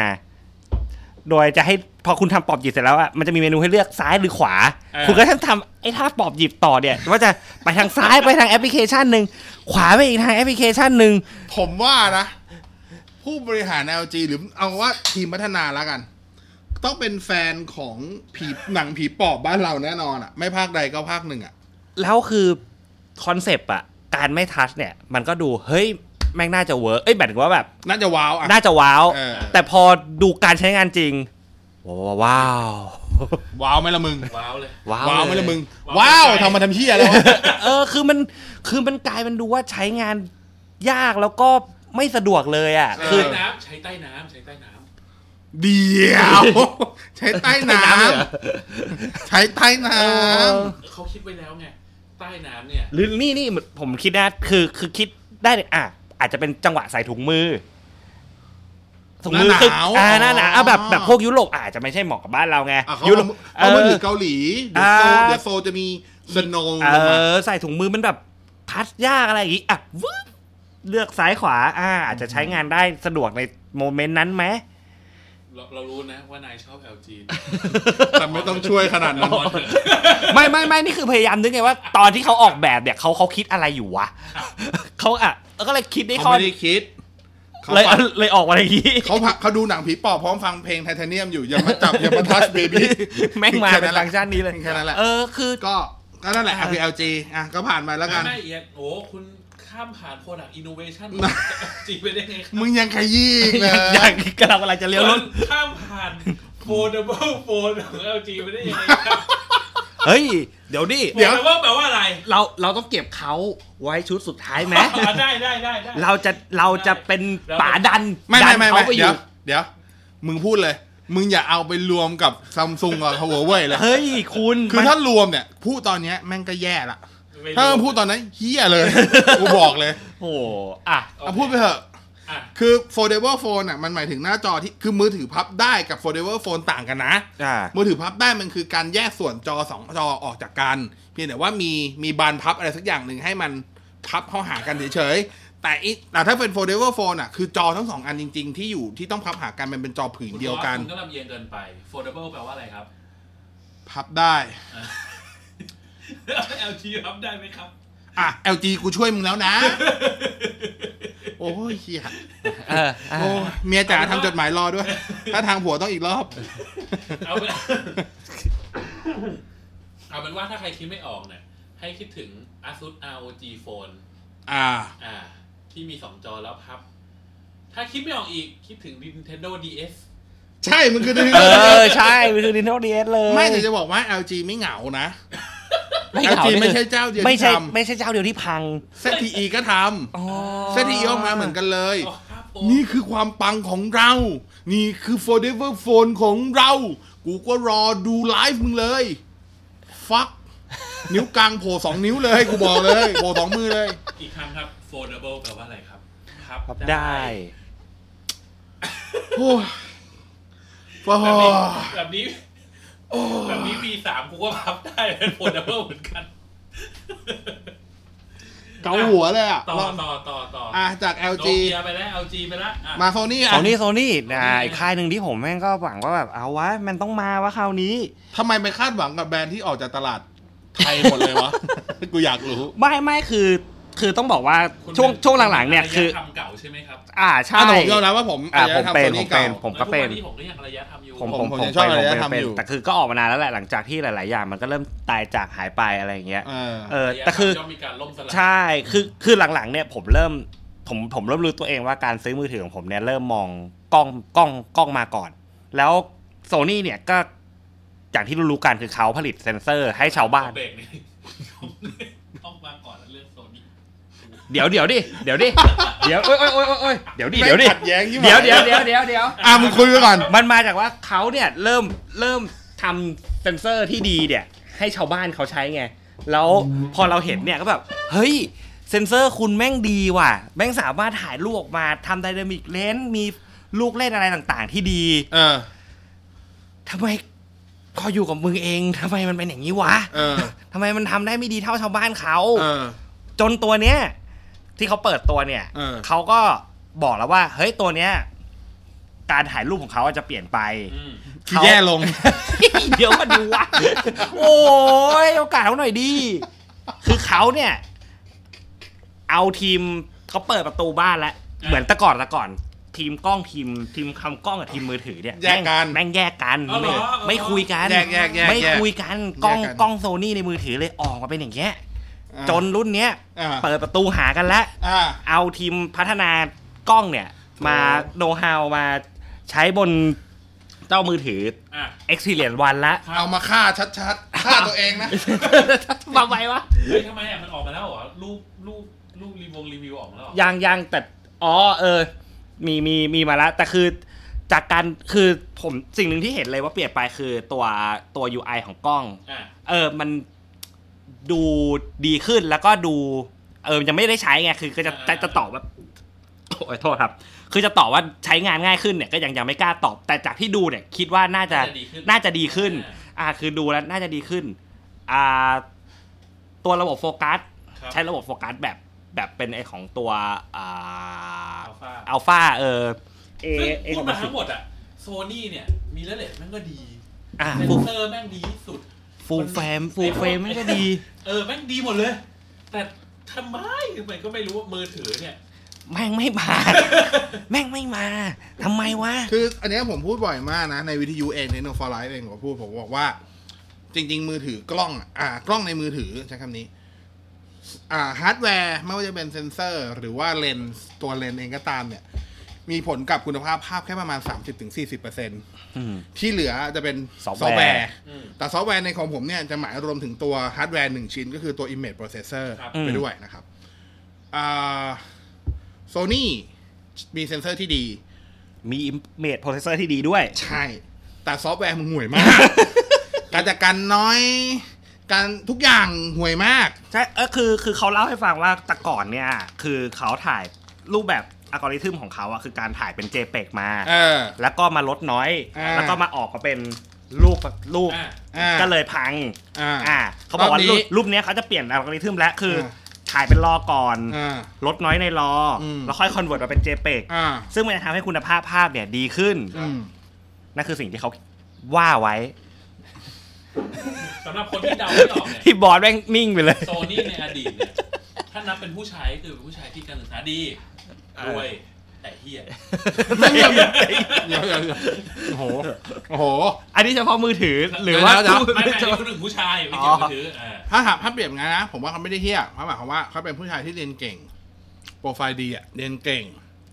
Speaker 3: โดยจะให้พอคุณทำปอบหยิบเสร็จแล้วอ่ะมันจะมีเมนูให้เลือกซ้ายหรือขวา
Speaker 1: เออ
Speaker 3: คุณก็ต้องทำไอ้ท่าปอบหยิบต่อเนี่ยว่าจะไปทางซ้ายไปทางแอปพลิเคชันหนึ่งขวาไปอีกทางแอปพลิเคชันหนึ่ง
Speaker 1: ผมว่านะ ผู้บริหาร LG หรือเอาว่าทีมพัฒนาแล้วกัน ต้องเป็นแฟนของผีหนังผีปอบบ้านเราแน่นอนอ่ะ ไม่ภาคใดก็ภาคหนึ่งอ่ะ
Speaker 3: แล้วคือคอนเซปต์อ่ะการไม่ทัชเนี่ย มันก็ดูเฮ้ยแม่งน่าจะเวิร์กเอ้ยแบบว่าแบบ
Speaker 1: น่าจะว้าวอ่ะ
Speaker 3: น่าจะว้าว
Speaker 1: เออ
Speaker 3: แต่พอดูการใช้งานจริง ว้าว
Speaker 1: ว้าวไหมละมึง
Speaker 2: ว้าวเลย
Speaker 3: ว้าว
Speaker 1: ว้าวไหม
Speaker 3: เลย
Speaker 1: ละมึง
Speaker 2: ว้า
Speaker 1: ว้าว ว
Speaker 2: ใจ
Speaker 1: ทำมาทำเชี่ยแล้วะ
Speaker 3: เออคือมันคือมันกลายมันดูว่าใช้งานยากแล้วก็ไม่สะดวกเลยอ่ะ
Speaker 1: เออ
Speaker 3: คือ
Speaker 2: ใช้ใต้น้ำใช้ใต้น้ำใช้ใต้น้ำ
Speaker 1: เดี๋ยวใช้ใต้น้
Speaker 3: ใต้น้ำเหรอ
Speaker 1: ำใช้ใต้น้
Speaker 3: เออ
Speaker 1: ำ
Speaker 2: เขาคิดไว้แล้วไงใต้น้ำเนี่ย
Speaker 3: หรือนี่นี่ผมคิดนะคือคือคิดได้เลยอ่ะอาจจะเป็นจังหวะใส่ถุงมือถุงมือ
Speaker 1: หน้าหนาว
Speaker 3: คืออ่าหน้าหนาวอ่ะแบบ
Speaker 1: อ๋อ
Speaker 3: แบบพวกยุโรปอาจจะไม่ใช่เหมาะกับบ้านเราไง
Speaker 1: อ่ะเขา
Speaker 3: ยุโรป
Speaker 1: เอามือถื
Speaker 3: เอ
Speaker 1: อ
Speaker 3: อ
Speaker 1: เกาหลี เดี๋ยวโซ
Speaker 3: อ่า
Speaker 1: เดี๋ยวโซจะมีสโนว์ล
Speaker 3: เอ
Speaker 1: งมา
Speaker 3: อใส่ถุงมือมันแบบทัดยากอะไรอย่างงี้อ่ะวึบเลือกซ้ายขวา อ่า อาจจะใช้งานได้สะดวกในโมเมนต์นั้นไหม
Speaker 2: เราเรารู้นะว่านายชอบ LG
Speaker 1: แต่ไม่ต้องช่วยขนาดนั้น
Speaker 2: นอนเถอะ
Speaker 3: ไม่ไม่ไม่นี่คือพยายามนึกไงว่า ตอนที่เขาออกแบบเนี่ยเขาเขาคิดอะไรอยู่วะ เขาอ่ะแล้วก็เลยคิดได้ข้
Speaker 1: เขา
Speaker 3: อ
Speaker 1: ไม่ได้คิด เขา
Speaker 3: เลย
Speaker 1: ฟัง
Speaker 3: เลยออกมาอย่างนี้
Speaker 1: เขาพักเขาดูหนังผีปอบพร้อมฟังเพลงไทเทเนียมอยู่ อย่ามาจับ อย่ามาทั ชเบบี้
Speaker 3: แม่งมา
Speaker 1: แค่
Speaker 3: เป็น
Speaker 1: นั้นแห
Speaker 3: ฟั
Speaker 1: ละ
Speaker 3: งก์ชันนี้เลย
Speaker 1: แค่นั้นแหละ
Speaker 3: เออคือ
Speaker 1: ก็ก็นั่นแหละ RPLG อ่ะก็ผ่านมาแล้วกัน
Speaker 2: แม่เอียดโอ้คุณข้ามผ่าน Product Innovation
Speaker 1: นะ
Speaker 2: จีไปได้ไงครับ
Speaker 1: มึงยังขยี้อีก
Speaker 3: อ
Speaker 1: เล
Speaker 3: ย่างอย ย่างกำลังกำลังจะเลี้ยวร
Speaker 2: คุ
Speaker 3: ถ
Speaker 2: ณข้ามผ่าน Foldable Phone ของ LG ไปได้ยังไงครับ
Speaker 3: เฮ้ย เดี๋ยวดิ
Speaker 1: เดี๋ยว
Speaker 2: Foldable แปลว่าอะไร
Speaker 3: เราเราต้องเก็บเขาไว้ชุดสุดท้าย ไหม
Speaker 2: อ่ะได้ได้ได้ได้
Speaker 3: เราจะเราจะเป็นป่าดัน
Speaker 1: ไม่
Speaker 3: ดั
Speaker 1: ไม่
Speaker 3: น
Speaker 1: ไม่
Speaker 3: เขา
Speaker 1: ไม่
Speaker 3: ไปอ
Speaker 1: เดี๋ย
Speaker 3: ยู่
Speaker 1: วเดี๋ยว มึงพูดเลย มึงอย่าเอาไปรวมกับซัมซุงกับ Huawei เลย
Speaker 3: เฮ้ยคุณ
Speaker 1: คือ
Speaker 3: มัน
Speaker 1: ถ้ารวมเนี่ยพูดตอนเนี้ยแม่งก็แย่ละ
Speaker 2: ไม่รู้
Speaker 1: ถ้าพูดตอนนั้นเฮี้ยเลย กูบอกเลย
Speaker 3: โอ้โหอ่ะ
Speaker 1: เอาพูดไปเถอะ
Speaker 2: อ่ะ
Speaker 1: คือ foldable phone อ่ะมันหมายถึงหน้าจอที่คือมือถือพับได้กับ foldable phone ต่างกันนะ
Speaker 3: อ่า
Speaker 1: มือถือพับได้มันคือการแยกส่วนจอสองจอออกจากกัน เพียงแต่ว่ามีมีบานพับอะไรสักอย่างหนึ่งให้มันพับเข้าหากันเฉยๆแต่อีแต่ถ้าเป็น foldable phone อ่ะคือจอทั้งสองอันจริง ๆ ที่อยู่ที่ต้องพับหากันมันเป็นจอผืนเดียวกัน
Speaker 2: คุณก็ลำเอียงเกินไป foldable แปลว่าอะไรครับ
Speaker 1: พับได้
Speaker 2: LG รับได้ไหมครับ
Speaker 1: อ่ะ LG กูช่วยมึงแล้วนะ โอ้ยเหี้ย
Speaker 3: เอออ่า
Speaker 1: โอ้ยเมียจ๋าทำจดหมายรอด้วย ถ้าทางผัวต้องอีกรอบ
Speaker 2: เอาเป็น เอาเป็นว่าถ้าใครคิดไม่ออกเนี่ยให้คิดถึง ASUS ROG Phone
Speaker 1: อ่า
Speaker 2: อ่า ที่มีสองจอแล้วพับ ถ้าคิดไม่ออกอีกคิดถึง Nintendo DS
Speaker 1: ใช่มึงคือ
Speaker 3: เออ ใช่มันคือ Nintendo DS เลย
Speaker 1: ไม่แต่จะบอกว่า LG ไม่เหงานะ
Speaker 3: ไม่เหงา
Speaker 1: LG
Speaker 3: นี่คือ
Speaker 1: ไม่ใช่เจ้าเดียว
Speaker 3: ไม่
Speaker 1: ที่
Speaker 3: ใช่
Speaker 1: ท
Speaker 3: ไม่ใช่เจ้าเดียวที่พัง
Speaker 1: ำ ZTE ก็ท
Speaker 3: อ๋อ
Speaker 1: ำ ZTE ออกมาเหมือนกันเลย
Speaker 2: อ๋อครับผม
Speaker 1: นี่คือความปังของเรา นี่คือ forever phone ของเรา กูก็รอดูไลฟ์มึงเลย ฟัก นิ้วกลางโผล่สองนิ้วเลย กูบอกเลยโผล่สองมือเลย
Speaker 2: อีกครั้งครับ foldable แปลว่าอะไรครับ พับ
Speaker 3: พับได้
Speaker 1: โอ้ยโอ้
Speaker 2: แบบนี้
Speaker 1: ย
Speaker 2: แบบนี้แบบนี้ V3 กูก็พับได้ เป็น foldable เหมือนกัน
Speaker 1: เกาหัวเลยอ่ะ
Speaker 2: ต่อ
Speaker 1: ลอง
Speaker 2: ต่อต่อต่อ
Speaker 1: อ่ะจาก
Speaker 2: โน
Speaker 1: LG
Speaker 2: เกียไปแล้ว LG ไปแล้วอ่ะ
Speaker 1: มาโซนี่อ่ะ
Speaker 3: โซนี่โซนี่นะ
Speaker 2: โซนี่
Speaker 3: อีกค่ายหนึ่งที่ผมแม่งก็หวังว่าแบบเอาวะ มันต้องมาวะคราวนี้
Speaker 1: ทำไมไปคาดหวังกับแบรนด์ที่ออกจากตลาดไทยหมดเล ยวะ กูอยากรู้
Speaker 3: ไม่ไม่คือ คือต้องบอกว่า
Speaker 2: คุณ
Speaker 3: ช่วง
Speaker 2: ป็
Speaker 3: ช่วงหลังๆเนี่ยคือ
Speaker 2: ระะทำเก่าใช่ไหมครับ
Speaker 3: อ่าใช่
Speaker 1: อ่ะแต่ผมยอมรับว่าผม
Speaker 3: อ่า
Speaker 1: จ
Speaker 3: ผ
Speaker 1: จะ
Speaker 3: ม
Speaker 1: ทำ
Speaker 3: เป็น
Speaker 1: โซ
Speaker 3: ผม
Speaker 1: ก่า
Speaker 3: เป็นผมก็เป็น
Speaker 2: แล้วทุวันี้ผมก็ยังระยะทำอยู่
Speaker 3: ผม
Speaker 1: ผ
Speaker 3: ผม ม
Speaker 1: ผ
Speaker 3: ผม ม
Speaker 1: ยังชอบ
Speaker 3: เป็น
Speaker 1: อะไร
Speaker 3: ผม
Speaker 1: ทำ
Speaker 3: เป็น
Speaker 1: อยู่
Speaker 3: แต่คือก็ออกมานานแล้วแหละหลังจากที่หลาย ๆ อย่าง มันก็เริ่มตายจากหายไปอะไรอย่างเงี้ย
Speaker 1: เออ
Speaker 3: เออ
Speaker 2: ระยะ
Speaker 3: แต่คือ
Speaker 2: ทำย่อมมีการล่มสลาย
Speaker 3: ใช่ คือ คือหลังๆ เนี่ย ผมเริ่ม ผม ผมเริ่มรู้ตัวเองว่าการซื้อมือถือของผมเนี่ย เริ่มมองกล้อง กล้อง กล้องมาก่อน แล้วโซนี่เนี่ยก็ อย่างที่รู้ๆกันคือเขาผลิตเซนเซอร์ให้ชาวบ้าน
Speaker 2: เบรกนี่ ต้องมาก่อนแล้วเรื่องโซนี่
Speaker 3: เดี๋ยวเดี๋ยวดิ เดี๋ยวดิ เดี๋ยว โอ๊ยโอ๊ยโอ๊ยโอ๊ยโอ๊ยเดี๋ยวดิ เดี๋ยวดิ
Speaker 1: ขัดแย้งยิ่ง
Speaker 3: เดี๋ยวเดี๋ยวเดี๋ยวเดี๋ยวเดี๋ยว
Speaker 1: อ่ะมึงคุยไปก่อน
Speaker 3: มันมาจากว่าเขาเนี่ยเริ่มเริ่มทำเซนเซอร์ที่ดีเนี่ย ให้ชาวบ้านเขาใช้ไง แล้วพอเราเห็นเนี่ยก็แบบ เฮ้ย เซนเซอร์คุณแม่งดีว่ะ แม่งสามารถถ่ายรูปออกมาทำไดนามิกเลนมีลูกเล่นอะไรต่างๆ ที่ดี
Speaker 1: เออ
Speaker 3: ทำไมพออยู่กับมึงเองทำไมมันเป็นอย่างนี้วะ
Speaker 1: เออ
Speaker 3: ทำไมมันทำได้ไม่ดีเท่าชาวบ้านเขา
Speaker 1: เออ
Speaker 3: จนตัวเนี้ยที่เขาเปิดตัวเนี่ย
Speaker 1: เออ
Speaker 3: เขาก็บอกแล้วว่า เฮ้ยตัวเนี้ยการถ่ายรูปของเขาอาจจะเปลี่ยนไป
Speaker 2: อืม
Speaker 1: คือแย่ลง
Speaker 3: เดี๋ยวมาดูวะ โอ้ยโอกาสเขาหน่อยดี คือเขาเนี่ย เอาทีมเขาเปิดประตูบ้านแล้ว เหมือนแต่ก่อนแต่ก่อน ทีมกล้องทีมทีมคำกล้องกับทีมมือถือเนี่ย
Speaker 1: แยกกัน
Speaker 3: แม่งแม่งแยกกัน
Speaker 2: เอาเหร
Speaker 3: ไม่
Speaker 2: อเอาเหรอ
Speaker 3: ไม่คุยกัน
Speaker 1: แยกแยกแยก
Speaker 3: ไม่
Speaker 1: แยก
Speaker 3: คุยกันกล้อง
Speaker 1: แยกกัน
Speaker 3: กล้องโซนี่ในมือถือเลยออกมาเป็นอย่างเงี้ย จนรุ่นเนี้ย
Speaker 1: อ่า
Speaker 3: เปิดประตูหากันแล้ว
Speaker 1: อ่า
Speaker 3: เอาทีมพัฒนากล้องเนี่ย มาโนฮาวมาใช้บนเจ้ามือถือ
Speaker 2: อ่ะ
Speaker 3: Experience วันละ
Speaker 1: เอามาฆ่าชัดๆ ฆ่าตัวเองนะ
Speaker 3: มาไว้วะ
Speaker 2: เฮ้ยทำไมอ่ะมันออกมาแล้วเหรอรูปรูปรูปรีวงรีวิวออกมาแล้วเหรอ
Speaker 3: ยังยังแต่อ๋อเออ มีมีมีมาแล้วแต่คือจากการคือผมสิ่งหนึ่งที่เห็นเลยว่าเปลี่ยนไปคือตัวตัว UI ของกล้อง
Speaker 2: อ่ะ
Speaker 3: เออมันดูดีขึ้นแล้วก็ดู เออยังไม่ได้ใช้ไงคือก็จะจะ
Speaker 2: อ่า
Speaker 3: จะตอบแบบ โอ้ยโทษครับ คือจะตอบว่าใช้งานง่ายขึ้นเนี่ยก็ยังยังไม่กล้าตอบ แต่จากที่ดูเนี่ย คิดว่าน่าจะ
Speaker 2: น่าจะดีขึ้น
Speaker 3: น่า
Speaker 2: อ่า
Speaker 3: จะดีขึ้นอ่า คือดูแล้วน่าจะดีขึ้น อ่า ตัวระบบโฟกัส
Speaker 2: ครับ
Speaker 3: ใช้ระบบโฟกัสแบบแบบเป็นไอของตัว อ่า
Speaker 2: อัลฟา
Speaker 3: อัลฟาเออเอ
Speaker 2: ซึ่ง
Speaker 3: เอ
Speaker 2: พู
Speaker 3: ข
Speaker 2: ด
Speaker 3: อง
Speaker 2: มา
Speaker 3: มัน
Speaker 2: ทั้งหมดอ่ะโซนี่เนี่ย มีเลเวลแม่งก็ดี
Speaker 3: อ่า
Speaker 2: เซนเซอร์แม่งดีที่สุด
Speaker 3: ฟูลเฟรมฟูลเฟรมมันก็ดี
Speaker 2: เออแม่งดีหมดเลย แต่ทำไมมันก็ไม่รู้ว่ามือถือเนี่ย
Speaker 3: แม่งไม่มา แม่งไม่มาทำไมวะ
Speaker 1: คืออันเนี้ยผมพูดบ่อยมากนะ ในวิทยุเองในโนฟอร์ไลฟ์เองผมพูดผมบอกว่า จริง ๆ มือถือกล้องอะอ่ากล้องในมือถือใช้คำนี้ อ่าฮาร์ดแวร์ไม่ว่าจะเป็นเซนเซอร์ หรือว่าเลนส์ตัวเลนส์เองก็ตามเนี่ย มีผลกับคุณภาพภาพแค่ประมาณ 30-40%ที่เหลือจะเป็น
Speaker 3: ซอฟต์แวร์
Speaker 1: ร์
Speaker 2: อืม
Speaker 1: แต่ซอฟต์แวร์ในของผมเนี่ยจะหมายรวมถึงตัวฮาร์ดแวร์หนึ่งชิ้นก็คือตัว Image Processor
Speaker 2: ครับ
Speaker 1: ไปด้วยนะครับโซนี่า Sony มีเซนเซอร์ที่ดี
Speaker 3: มีอิมเมจโปรเซสเซอร์ที่ดีด้วย
Speaker 1: ใช่ แต่ซอฟต์แวร์มึงห่วยมาก การจัดการน้อย การทุกอย่างห่วยมาก
Speaker 3: ใช่เออคือคือเขาเล่าให้ฟังว่าแต่ก่อนเนี่ย คือเขาถ่ายรูปแบบ อัลกอริทึมของเขาอะคือการถ่ายเป็น JPEG มา
Speaker 1: เออ
Speaker 3: แล้วก็มาลดน้อย
Speaker 1: อ่า
Speaker 3: แล้วก็มาออกมาเป็นรูปรูป
Speaker 2: อ่ะ
Speaker 1: อ่า
Speaker 3: ก็เลยพัง
Speaker 1: อ่า
Speaker 3: อ่าเขาบอกว่า
Speaker 1: อ
Speaker 3: ร
Speaker 1: บนี้
Speaker 3: รูปรูปเนี้ยเขาจะเปลี่ยนอัลกอริทึมแล้วคืออา ถ่ายเป็นรอก่อน
Speaker 1: อ่า
Speaker 3: ลดน้อยในรออ
Speaker 1: ม
Speaker 3: แล้วค่อยคอนเวิร์ตมาเป็น JPEG
Speaker 1: อ่า
Speaker 3: ซึ่งมันจะทำให้คุณภาพภาพเนี่ยดีขึ้น
Speaker 1: อืม
Speaker 3: นั่นคือสิ่งที่เขาว่า ไว้
Speaker 2: สำหรับคนที่เดาไม่ออกเนี่ย
Speaker 3: ที่บอสแม่งนิ่งไปเลย
Speaker 2: โซนี่ในอดีตเนี่ยถ้านับเป็นผู้ชายคือเป็นผู้ชายที่การศึกษาดีรวยแต่เฮีย
Speaker 1: ไม่เงียบ เดี๋ยวเดี๋ยวเดี๋ยวโอ้โหโอ้โห
Speaker 3: อันนี้เฉพาะมือถือหรือว่า
Speaker 1: เดี๋ยวเดี๋ยว
Speaker 2: ไม่ไม่นี่คือถึงผู้ชายไม่เกี่ยวกับถืออ่า
Speaker 1: ถ้าหากถ้าเปรียบงั้นนะ ผมว่าเขาไม่ได้เฮี้ยเขาหมายความว่าเขาเป็นผู้ชายที่เรียนเก่ง โปรไฟล์ดีอะเรียนเก่ง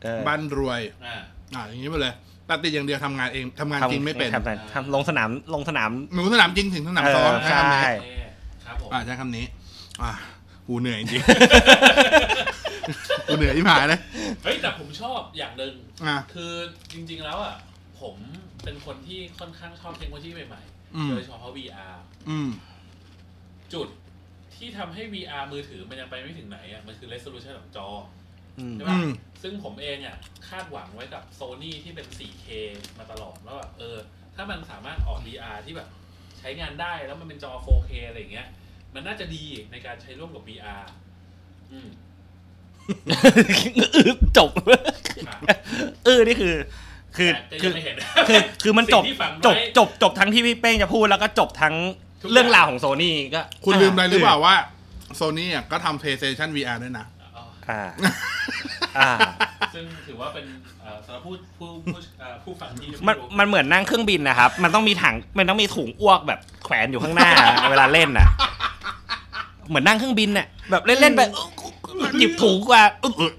Speaker 3: เออ
Speaker 1: บ้านรวย
Speaker 2: อ่า
Speaker 1: อ่าอย่างนี้ไปเลยแตัดติดอย่างเดียวทำงานเองทำงาน
Speaker 3: ทำ
Speaker 1: จริงไม่เป็น
Speaker 3: ทำทำทำลงสนามลงสนาม
Speaker 1: หนูสนามจริงถึงสนามซ้อม
Speaker 3: เออ
Speaker 1: ใช้คำนี้
Speaker 3: ใช่
Speaker 2: โอเคครับผม
Speaker 1: อ่าใช้คำนี้ อ่ากูเหนื่อยจริง กูเหนื่อยที่หายเลย
Speaker 2: เฮ้ยแต่ผมชอบอย่างหนึ่ง
Speaker 1: อ่า
Speaker 2: คือจริงๆแล้วอ่ะ ผมเป็นคนที่ค่อนข้างชอบเทคโนโลยีใหม่
Speaker 1: อืม
Speaker 2: ๆ โดยเฉพาะ VR
Speaker 1: อืม
Speaker 2: จุดที่ทำให้ VR มือถือมันยังไปไม่ถึงไหนอ่ะ มันคือ resolution ของจอ
Speaker 3: อืม
Speaker 2: ใช่
Speaker 1: อื
Speaker 2: ป่ะ
Speaker 1: ม
Speaker 2: ซึ่งผมเองอ่ะ คาดหวังไว้กับ Sony ที่เป็น 4K มาตลอดว่าแบบเออ ถ้ามันสามารถออก VR ที่แบบใช้งานได้แล้วมันเป็นจอ 4K อะไรอย่างเงี้ย มันน่าจะดีในการใช้ร่วมกับ VR อืม
Speaker 3: อือจบ
Speaker 2: อ่ะ
Speaker 3: เออนี่คือ คือ
Speaker 2: แต่
Speaker 3: คื
Speaker 2: ยั
Speaker 3: อง
Speaker 2: ไม่เห็น
Speaker 3: คือคือมันจบ
Speaker 2: สิ่งที่ฝังไว้
Speaker 3: จบจบจบทั้งที่พี่เป้งจะพูดแล้วก็จบทั้ง
Speaker 2: ทุกอย่าง
Speaker 3: เรื่องราวของโซนี่ก็
Speaker 1: คุณลืมอะไรหรือเปล่าว่าโซนี่ก็ทำ PlayStation VR ด้วยนะ
Speaker 2: อ๋อ
Speaker 3: อ่า อ่า
Speaker 2: ซึ่งถือว่าเป็นเอ่อสำหรับผู้ผู้ผู้เอ่อผู้ฟังที่
Speaker 3: มัน
Speaker 2: รู้
Speaker 3: มันเหมือนนั่งเครื่องบินนะครับ มันต้องมีถัง มันต้องมีถุงอ้วกแบบแขวนอยู่ข้างหน้า เวลาเล่นน่ะ เหมือนนั่งเครื่องบินน่ะ แบบเล่นๆไปเอ้าหยิบถุงกว่าอึ๊บอึ๊บ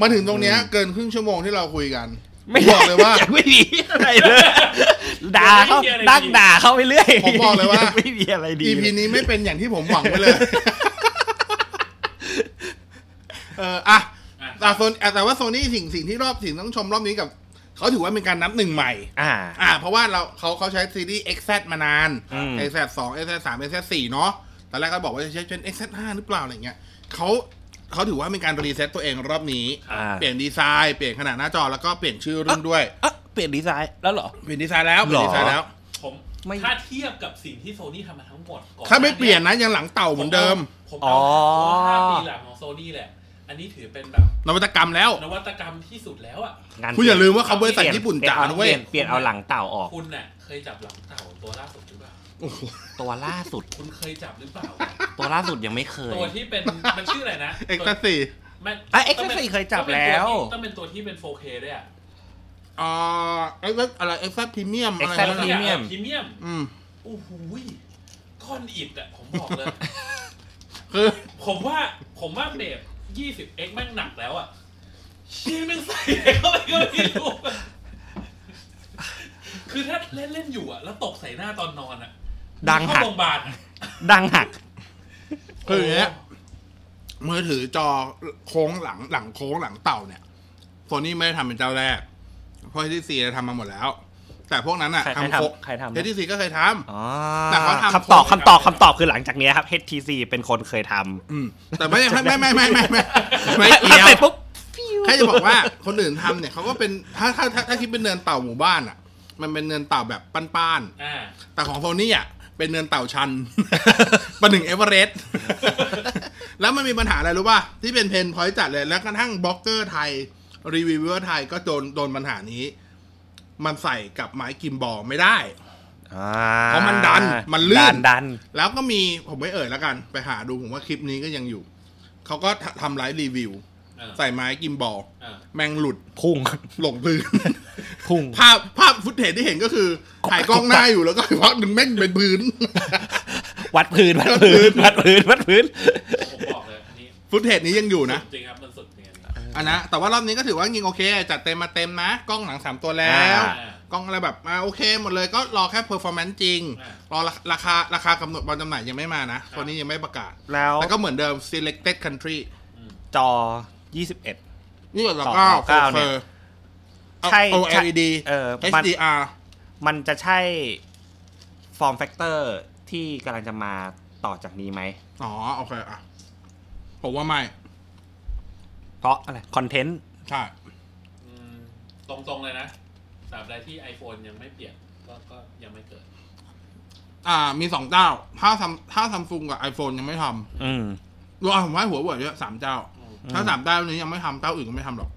Speaker 1: มาถึงตรงเนี้ยเกินครึ่งชั่วโมงที่เราคุยกัน
Speaker 3: ไม่
Speaker 1: บอกเลยว่า
Speaker 3: ไม่มีอะไร เลยด่าเขาดักด่าเขาไปเรื่อย
Speaker 1: ผมบอกเลยว่า
Speaker 3: ไม่มีอะไรดี
Speaker 1: EP นี้ไม่เป็นอย่างที่ผมหวังไว้เลย เอออ่ะ
Speaker 2: อ่ะ
Speaker 1: แต่โซนแต่ว่าโซนี่สิ่งสิ่งที่รอบสิ่งต้องชมรอบนี้กับ เขาถือว่าเป็นการนับหนึ่งใหม่
Speaker 3: อ่า
Speaker 1: อ่า เพราะว่าเราเขาเขาใช้ซีรีส์ XZ มานาน
Speaker 3: อืม
Speaker 1: XZ สอง XZ สาม XZ สี่เนาะตอนแรกก็บอกว่าจะใช้เป็น XZ ห้าหรือเปล่าอะไรเงี้ยเขาเขาถือว่าเป็นการรีเซ็ตตัวเองรอบนี้
Speaker 3: อ่า
Speaker 1: เปลี่ยนดีไซน์เปลี่ยนขนาดหน้าจอแล้วก็เปลี่ยนชื่อเรื่องด้วย
Speaker 3: อ่ะเปลี่ยนดีไซน์แล้วเหรอ
Speaker 1: เปลี่ยนดีไซน์แล้วเปลี่ยนดีไซน์แล้ว
Speaker 2: ผม
Speaker 3: ไม่
Speaker 2: ถ้าเทียบกับสิ่งที่โซนี่ทำมาทั้งหมดก่อน
Speaker 1: ถ้าไม่เปลี่ยนนะยังหลังเต่าเหมือนเดิม
Speaker 2: ผม
Speaker 3: อ๋
Speaker 2: เอา
Speaker 3: อ
Speaker 2: ผมเอาห้าปีหลังของโซนี่แหละ อันนี้ถือเป็นแบบ
Speaker 1: นวัตกรรมแล้ว
Speaker 2: นวัตกรรมที่สุดแล้วอ่ะ
Speaker 1: คุณอย่าลืมว่าเขาบริษัทญี่ปุ่นจ๋านะ
Speaker 3: เว้
Speaker 1: เว้
Speaker 3: ย
Speaker 1: ย
Speaker 3: นเปลี่ยนเอาหลังเต่าออก
Speaker 2: คุณน่ะเคยจับหลังเต่าตัวล่าสุดหรือเปล่า
Speaker 3: ตัวล่าสุด
Speaker 2: คุณเคยจับหรือเปล่า
Speaker 3: ตัวล่าสุดยังไม่เคย
Speaker 2: ตัวที่เป็นมันชื่ออะไรนะ
Speaker 1: เอ็กซ์
Speaker 2: ตัว
Speaker 1: ตาสี่
Speaker 2: มัน
Speaker 3: อ่ะ Extra
Speaker 2: ต้งป็น
Speaker 3: เคยจับแล้ว
Speaker 2: ต้องเป็นตัวที่เป็น 4K ด้วยอ่ะ
Speaker 1: อ่าเอ็กซ์อะไรเอ็กซ์พรีเมียมอะไร
Speaker 3: XZ
Speaker 1: นั่น
Speaker 3: พรี
Speaker 1: น่ะ
Speaker 3: เมียม
Speaker 2: พรีเมียม
Speaker 1: อืม
Speaker 2: โอ้โหก้อนอิดอ่ะผมบอกเลย
Speaker 1: คือ
Speaker 2: ผมว่าผมว่าเบฟยี่สิบเอ็กแม่งหนักแล้วอ่ะชี้ยแม่งใส่เข้าไปก็ไม่รู้อะ คือถ้าเล่นเล่นอยู่อ่ะ แล้วตกใส่หน้าตอนนอนอ่ะ
Speaker 3: ดัง
Speaker 2: เข้า
Speaker 3: หัก
Speaker 2: โรงพยาบาลอะ
Speaker 3: ดังหัก
Speaker 1: คืออย่างเงี้ย มือถือจอโค้งหลังหลังโค้งหลังเต่าเนี่ยโซนี่ไม่ได้ทำเป็นเจ้าแรก เพราะเอทีซีทำมาหมดแล้ว แต่พวกนั้นอะ
Speaker 3: ใครใคร
Speaker 1: ทำโค้ง
Speaker 3: ทำใครทำ
Speaker 1: เอทีซีก็เคยท
Speaker 3: อ๋อ
Speaker 1: แต่เขาทำ
Speaker 3: คำตอบคำตอบคำตอบคือหลังจากเนี้ยครับ HTC เป็นคนเคยท
Speaker 1: ำอืม แต่ไม่ไม่ไม่ไม่ไม่ไม่ไม่
Speaker 3: ำ
Speaker 1: ไม่เกี่ยว
Speaker 3: สร็จปุ๊บ
Speaker 1: แค่จะบอกว่าคนอื่นทำเนี่ยเขาก็เป็นถ้าถ้าถ้าถ้าคิดเป็นเนินเต่าหมู่บ้านอ่ะ มันเป็นเนินเต่าแบบป้าน
Speaker 2: อ่า
Speaker 1: ๆแต่ของโซนี่อ่ะเป็นเนินเต่าชัน ประหนึ่งเอเวอเรสต์ แล้วมันมีปัญหาอะไรรู้ป่ะ ที่เป็นเพนพอยต์จัดเลย แล้วกระทั่งบล็อกเกอร์ไทย รีวิวเวอร์ไทยก็โดนโดนปัญหานี้ มันใส่กับไม้กิมบอลไม่ได้
Speaker 3: อ่
Speaker 1: เพราะมันดันมันลื่น
Speaker 3: ดันดัน
Speaker 1: แล้วก็มีผมไม่เอ่ยแล้วกัน ไปหาดูผมว่าคลิปนี้ก็ยังอยู่เขาก็ทำไลฟ์รีวิว
Speaker 2: เออ
Speaker 1: ใส่ไม้กิมบอล
Speaker 2: เออ
Speaker 1: แมงหลุด
Speaker 3: พุ่ง
Speaker 1: หลงพื้น
Speaker 3: พุ่ง
Speaker 1: ภาพภาพฟุตเทจที่เห็นก็คือถ่ายกล้องหน้าอยู่แล้วก็ พักหนึ่งแม่งเป็นพื้น
Speaker 3: วัดพื้น วัดพื้น วัดพื้น วัดพื้น
Speaker 2: ผมบอกเลยอันนี้
Speaker 1: ฟุตเทจนี้ยังอยู่นะ
Speaker 2: สุดจริงครับมันสุดจริงอันนี้
Speaker 1: อันนะ แต่ว่ารอบนี้ก็ถือว่ายิงโอเค จัดเต็มมาเต็มนะ กล้องหลังสามตัวแล้
Speaker 3: อ่า
Speaker 1: ว กล้องอะไรแบบมาโอเคหมดเลยก็รอแค่เพอร์ฟอร์แมนซ์จริง รอราคาราคากำหนดวันจำหน่ายยังไม่มานะตอนนี้ยังไม่ประกาศ
Speaker 3: แล้ว
Speaker 1: แต่ก็เหมือนเดิม selected country
Speaker 2: อืม
Speaker 3: จอ 21
Speaker 1: นี่เหรอ
Speaker 3: ต่อ
Speaker 1: เก้า
Speaker 3: เก้าเนี่
Speaker 1: เฟอ
Speaker 3: ย
Speaker 1: ร์
Speaker 3: ใช่
Speaker 1: โอ
Speaker 3: ใช่
Speaker 1: LED
Speaker 3: เออมัน
Speaker 1: HDR
Speaker 3: มันจะใช่ form factor ที่กำลังจะมาต่อจากนี้ไหม
Speaker 1: อ๋อโอเคอ่ะผมว่าไม่
Speaker 3: เพราะอะไร คอนเทนต์
Speaker 1: ใช่
Speaker 2: ตรงๆเลยนะสามใดที่ iPhone ยังไม่เปลี่ยนก็ก็ยังไม่เกิด
Speaker 1: อ่า มีสองเจ้า ถ้าซัมถ้าซัมซุงกับ iPhone ยังไม่ท
Speaker 3: อืม
Speaker 1: ำรวมผมว่าหัวเว่ยเนี่ยสามเจ้า
Speaker 3: อืม
Speaker 1: ถ้าสามเจ้านี้ยังไม่ทำเจ้าอื่นก็ไม่ทำหรอก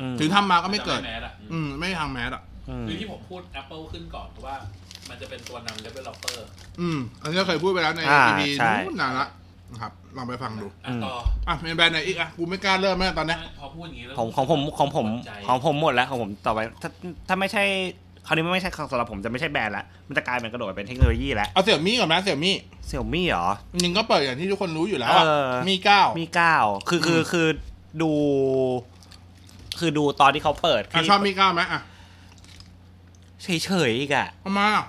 Speaker 3: อืม
Speaker 1: ถึงทำมาก็ไม่เกิด
Speaker 2: แมสอะ
Speaker 1: อืม ไม่ทางแมสอ่ะ
Speaker 3: อืม
Speaker 2: คือที่ผมพูด Apple ขึ้นก่อนเพราะว่า มันจะเป็นตัวนำ developer
Speaker 1: อืม อันนี้เคยพูดไปแล้วใน
Speaker 3: อ่า
Speaker 1: EP
Speaker 3: ใช่
Speaker 1: นู้นนานละนะครับ ลองไปฟังดู
Speaker 2: อ่ะต่อ
Speaker 1: อ่ะเป็นแบรนด์ไหนอีกอ่ะ กูไม่กล้าเริ่มแม่ตอนเนี้ย
Speaker 2: พอพูดอย่างนี้แล้ว
Speaker 3: ของของผมของผม
Speaker 2: ใจ
Speaker 3: ของผมหมดแล้วของผมต่อไปถ้าถ้าไม่ใช่คราวนี้ไม่ใช่สำหรับผมจะไม่ใช่แบรนด์ละมันจะกลายเป็นกระโดดไปเป็นเทคโนโลยีแล้ว
Speaker 1: เอาเสี่ยมี่ก่อนนะเสี่ยมี่
Speaker 3: เซี่ยมี่เหรอ
Speaker 1: ยิงก็เปิดอย่างที่ทุกคนรู้อยู่แล้วอะ
Speaker 3: เออ
Speaker 1: มีเก้า
Speaker 3: มีเก้าคือคือ
Speaker 1: อืม
Speaker 3: คือดู คือดูตอนที่เขาเปิด
Speaker 1: อ่ะ
Speaker 3: ที่
Speaker 1: ชอบมีเก้าไหมอ่ะ
Speaker 3: เฉยเฉยๆอีกอะ
Speaker 1: ทำไมอ่ะ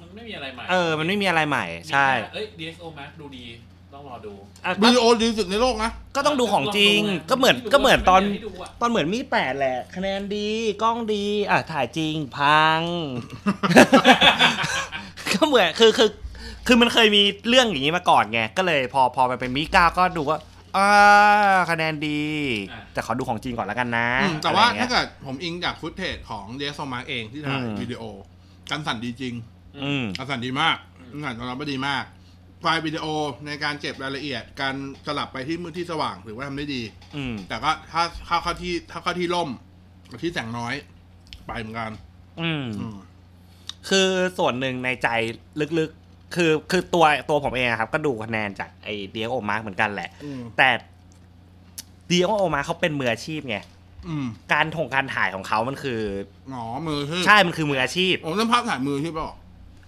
Speaker 2: มันไม่มีอะไรใหม่
Speaker 3: เออ มันไม่มีอะไรใหม่
Speaker 2: มี
Speaker 3: ใช่
Speaker 2: แค่เอ้ย DSO Max ดูดี ต้องรอดู
Speaker 3: อ่ะ
Speaker 1: วิดีโอดีสุดในโลกนะ
Speaker 3: ก็ต้องดูของจริง
Speaker 2: ลดูะ
Speaker 3: ก็เหมือนก็เหมือนตอน
Speaker 2: ไได้ดูะ
Speaker 3: ตอนเหมือนมีแปดแหละ คะแนนดี กล้องดี อ่ะ ถ่ายจริง พัง ก็เหมือนคือคือคือมันเคยมีเรื่องอย่างนี้มาก่อนไง ก็เลยพอพอมันเป็นมิก้าก็ดูว่าอ่าคะแนนดี แต่ขอดูของจริงก่อนแล้วกันนะ
Speaker 1: อืมแต่ว่า
Speaker 3: อะไรอย่งเงี้
Speaker 1: ถ้าย เกิดผมอิงจากฟุตเทจของเดซโซมาเองที่ถ่าย
Speaker 3: อืม
Speaker 1: วิดีโอ กันสั่นดีจริง
Speaker 3: อืม
Speaker 1: กันสั่นดีมากกันสั่นของเราก็ดีมาก ไฟล์วิดีโอในการเก็บรายละเอียด การสลับไปที่มืดที่สว่างถือว่าทำได้ดี
Speaker 3: อืม
Speaker 1: แต่ก็ถ้าเข้าเข้าที่ถ้าเข้าที่ร่มกับที่แสงน้อย ไปเหมือนกัน
Speaker 3: อืม
Speaker 1: อืม
Speaker 3: คือส่วนหนึ่งในใจลึกๆ คือคือตัวตัวผมเองอะครับ ก็ดูคะแนนจากไอเดียโอมาร์เหมือนกันแหละ
Speaker 1: อืม
Speaker 3: แต่เดียโอมาร์เขาเป็นมืออาชีพไง
Speaker 1: อืม
Speaker 3: การถงการถ่ายของเขามันคือ
Speaker 1: หนอมือคือ
Speaker 3: ใช่มันคือมืออาชีพ
Speaker 1: ผมเริ่มภาพถ่ายมือใช่ป่ะ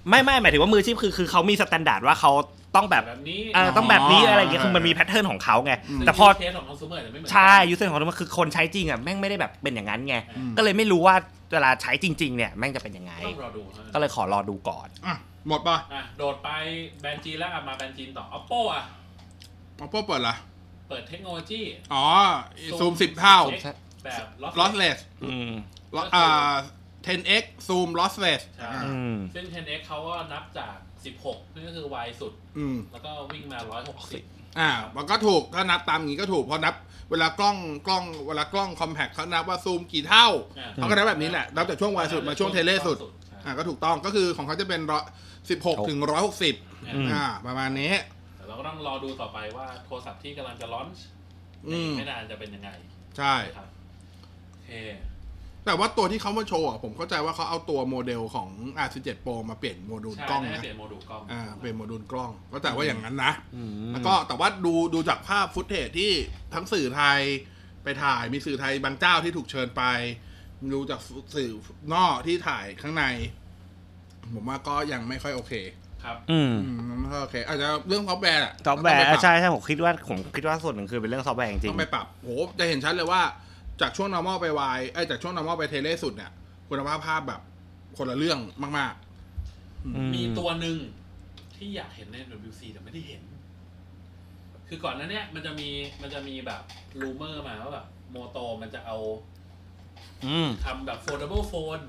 Speaker 3: ไม่ไม่หมายถึงว่ามืออาชีพคือคือเขามีสแตนดาร์ดว่าเขาต้องแบบ
Speaker 2: แบบนี้
Speaker 3: เออต้องแบบนี้
Speaker 1: อ๋ออ
Speaker 3: อะไรอย่างเงี้ยคือมันมีแพทเทิร์นของเขาไง
Speaker 1: อืม
Speaker 3: แต่พอ
Speaker 2: เคสของ consumer จะไม่เหมือนกัน
Speaker 3: ใช่ยูเซอร์ของมันคือคนใช้จริงอ่ะแม่งไม่ได้แบบเป็นอย่างนั้นไง
Speaker 1: อืม
Speaker 3: ก็เลยไม่รู้ว่าเวลาใช้จริง ๆ เนี่ยแม่งจะเป็นยังไง
Speaker 2: ต้องรอดู
Speaker 3: ก็เลยขอรอดูก่อน
Speaker 1: อ่ะหมดป่ะ
Speaker 2: อ่ะโดดไปแบรนด์จีนแล้วอ่ะมาแบรนด์จีนต่อ Oppo อ่ะ
Speaker 1: เอาพวกเปิดละ
Speaker 2: เปิดเทคโนโลยี
Speaker 1: อ๋อซูมสิบเท่า
Speaker 3: ใช่
Speaker 2: แบบ lossless
Speaker 1: lossless
Speaker 3: อืม
Speaker 1: อ่า 10x zoom lossless
Speaker 2: ใช่
Speaker 1: อ่า
Speaker 3: อืม
Speaker 2: ซึ่ง 10x เขาก็นับจาก 16 นั่นก็คือวัยสุด
Speaker 1: อืม
Speaker 2: แล้วก็วิ่งมา 160
Speaker 1: อ่า มันก็ถูก ถ้านับตามอย่างนี้ก็ถูก เพราะนับ เวลากล้อง กล้อง เวลากล้องคอมแพคเขานับว่าซูมกี่เท่า
Speaker 2: อ่า
Speaker 1: เขาก็นับแบบนี้แหละ นับจากช่วงวายสุดมาช่วงเทเลสุด อ่า ก็ถูกต้อง ก็คือของเขาจะเป็นร้อยสิบหกถึงร้อยหกสิบ
Speaker 3: อืม
Speaker 1: อ่า ประมาณนี้
Speaker 2: แต่เราก็ต้องรอดูต่อไปว่าโทรศัพท์ที่กำลังจะลอนช์
Speaker 1: อืม
Speaker 2: ไม่นานจะเป็นยังไง
Speaker 1: ใช่
Speaker 2: ครับโอเค
Speaker 1: แต่ว่าตัวที่เขามาโชว์อ่ะ ผมเข้าใจว่าเขาเอาตัวโมเดลของ R17 Pro มาเปลี่ยนโมดูล
Speaker 2: ใช่
Speaker 1: กล้อง
Speaker 2: น่าจะ
Speaker 1: นะ
Speaker 2: เปลี่ยนโมดูลกล้อง
Speaker 1: อ่า เปลี่ยนโมดูลกล้อง ก็แต่ว่าอย่างนั้นนะ
Speaker 3: อืม
Speaker 1: แล้วก็แต่ว่าดูดูจากภาพฟุตเทจที่ทั้งสื่อไทยไปถ่ายมีสื่อไทยบางเจ้าที่ถูกเชิญไป ดูจากสื่อนอกที่ถ่ายข้างใน ผมว่าก็ยังไม่ค่อยโอเค
Speaker 2: ครับ
Speaker 3: อืม
Speaker 1: อืมไม่ค่อยโอเค อาจจะเรื่องซอฟต์แวร์ะ
Speaker 3: ซอฟต์แวร์
Speaker 1: ต้งไปป
Speaker 3: ใช่ใช่ผมคิดว่าผมคิดว่าส่วนหนึ่งคือเป็นเรื่องซอฟต์แวร์จริ
Speaker 1: ต้
Speaker 3: ง
Speaker 1: องไปปรับโหจะเห็นชัดเลยว่าจากช่วง normal ไป Y ไอ้ยจากช่วง normal ไปเทเลสุดเนี่ย คุณภาพภาพแบบคนละเรื่องมาก
Speaker 3: ๆอื
Speaker 2: มีตัวหนึ่งที่อยากเห็นใน WC แต่ไม่ได้เห็น คือก่อนหนั้นเนี่ยมันจะมีมันจะมีแบบรูเมอร์มาว่าแบบโมโตมันจะเอา
Speaker 3: อืม
Speaker 2: ทำแบบ foldable phone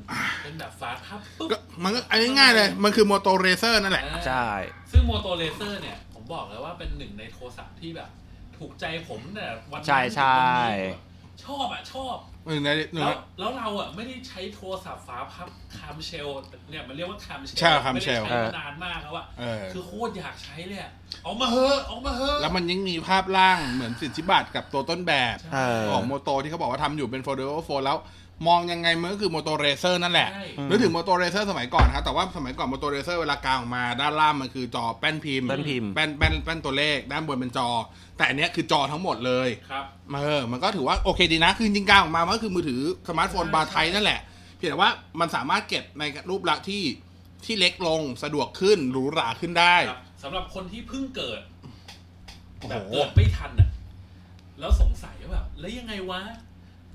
Speaker 2: เป็นแบบฝาพับปุ๊บ
Speaker 1: ๆ ก็มันก็อันนี้ง่ายเลย มันคือ Moto Razr นั่นแหละ
Speaker 3: ใช่
Speaker 2: ซึ่งโมโตเลเซอร์เนี่ย ผมบอกเลยว่าเป็นหนึ่งในโทรศัพท์ที่แบบ ถูกใจผมแต่วันนั้น
Speaker 3: ใช่ใช่
Speaker 2: ถึงวันนี้แบบชอบอ่ะ ชอบ
Speaker 1: หนึ่งในหนึ่ง
Speaker 2: แล้
Speaker 1: ใน
Speaker 2: วแล้วเราอ่ะ ไม่ได้ใช้โทรศัพท์ฝาพับคามเชลเนี่ยมันเรียกว่าคามเชล
Speaker 1: ใช่ clamshell
Speaker 2: ไม่ได้ใช้มานานมากแล้วอ่ะ
Speaker 1: เออ
Speaker 2: คือโคตรอยากใช้เลยอะออกมาเฮอะออกมาเฮอะ
Speaker 1: แล้วมันยังมีภาพล่างเหมือนสิทธิบัตรกับตัวต้นแบบ
Speaker 3: เออ
Speaker 1: ของโมโตที่เขาบอกว่าทำอยู่เป็นโฟลเดอร์โฟนแล้ว มองยังไงมันก็คือโมโตเรเซอร์นั่นแหละ
Speaker 2: ใช่
Speaker 3: อืม
Speaker 1: นึกถึงโมโตเรเซอร์สมัยก่อนนะครับแต่ว่าสมัยก่อนโมโตเรเซอร์เวลากางออกมาด้านล่างมันคือจอแป้นพิมพ์
Speaker 3: แป้นพิมพ์
Speaker 1: แป้นแป้นแป้นตัวเลข ด้านบนเป็นจอ แต่อันเนี้ยคือจอทั้งหมดเลย
Speaker 2: ครับ
Speaker 1: เออมันก็ถือว่าโอเคดีนะ คือจริงๆกางออกมามันก็คือมือถือสมาร์ทโฟนบาร์ไทยนั่นแหละเพียงแต่ว่ามันสามารถเก็บในรูปลักษณ์ที่ที่เล็กลงสะดวกขึ้นหรูหราขึ้นได้
Speaker 2: ครับสำหรับคนที่เพิ่งเกิด
Speaker 1: โอ้
Speaker 2: แบ
Speaker 1: โห
Speaker 2: บเกิดไม่ทันอ่ะ แล้วสงสัยว่าแบบแล้วยังไงวะ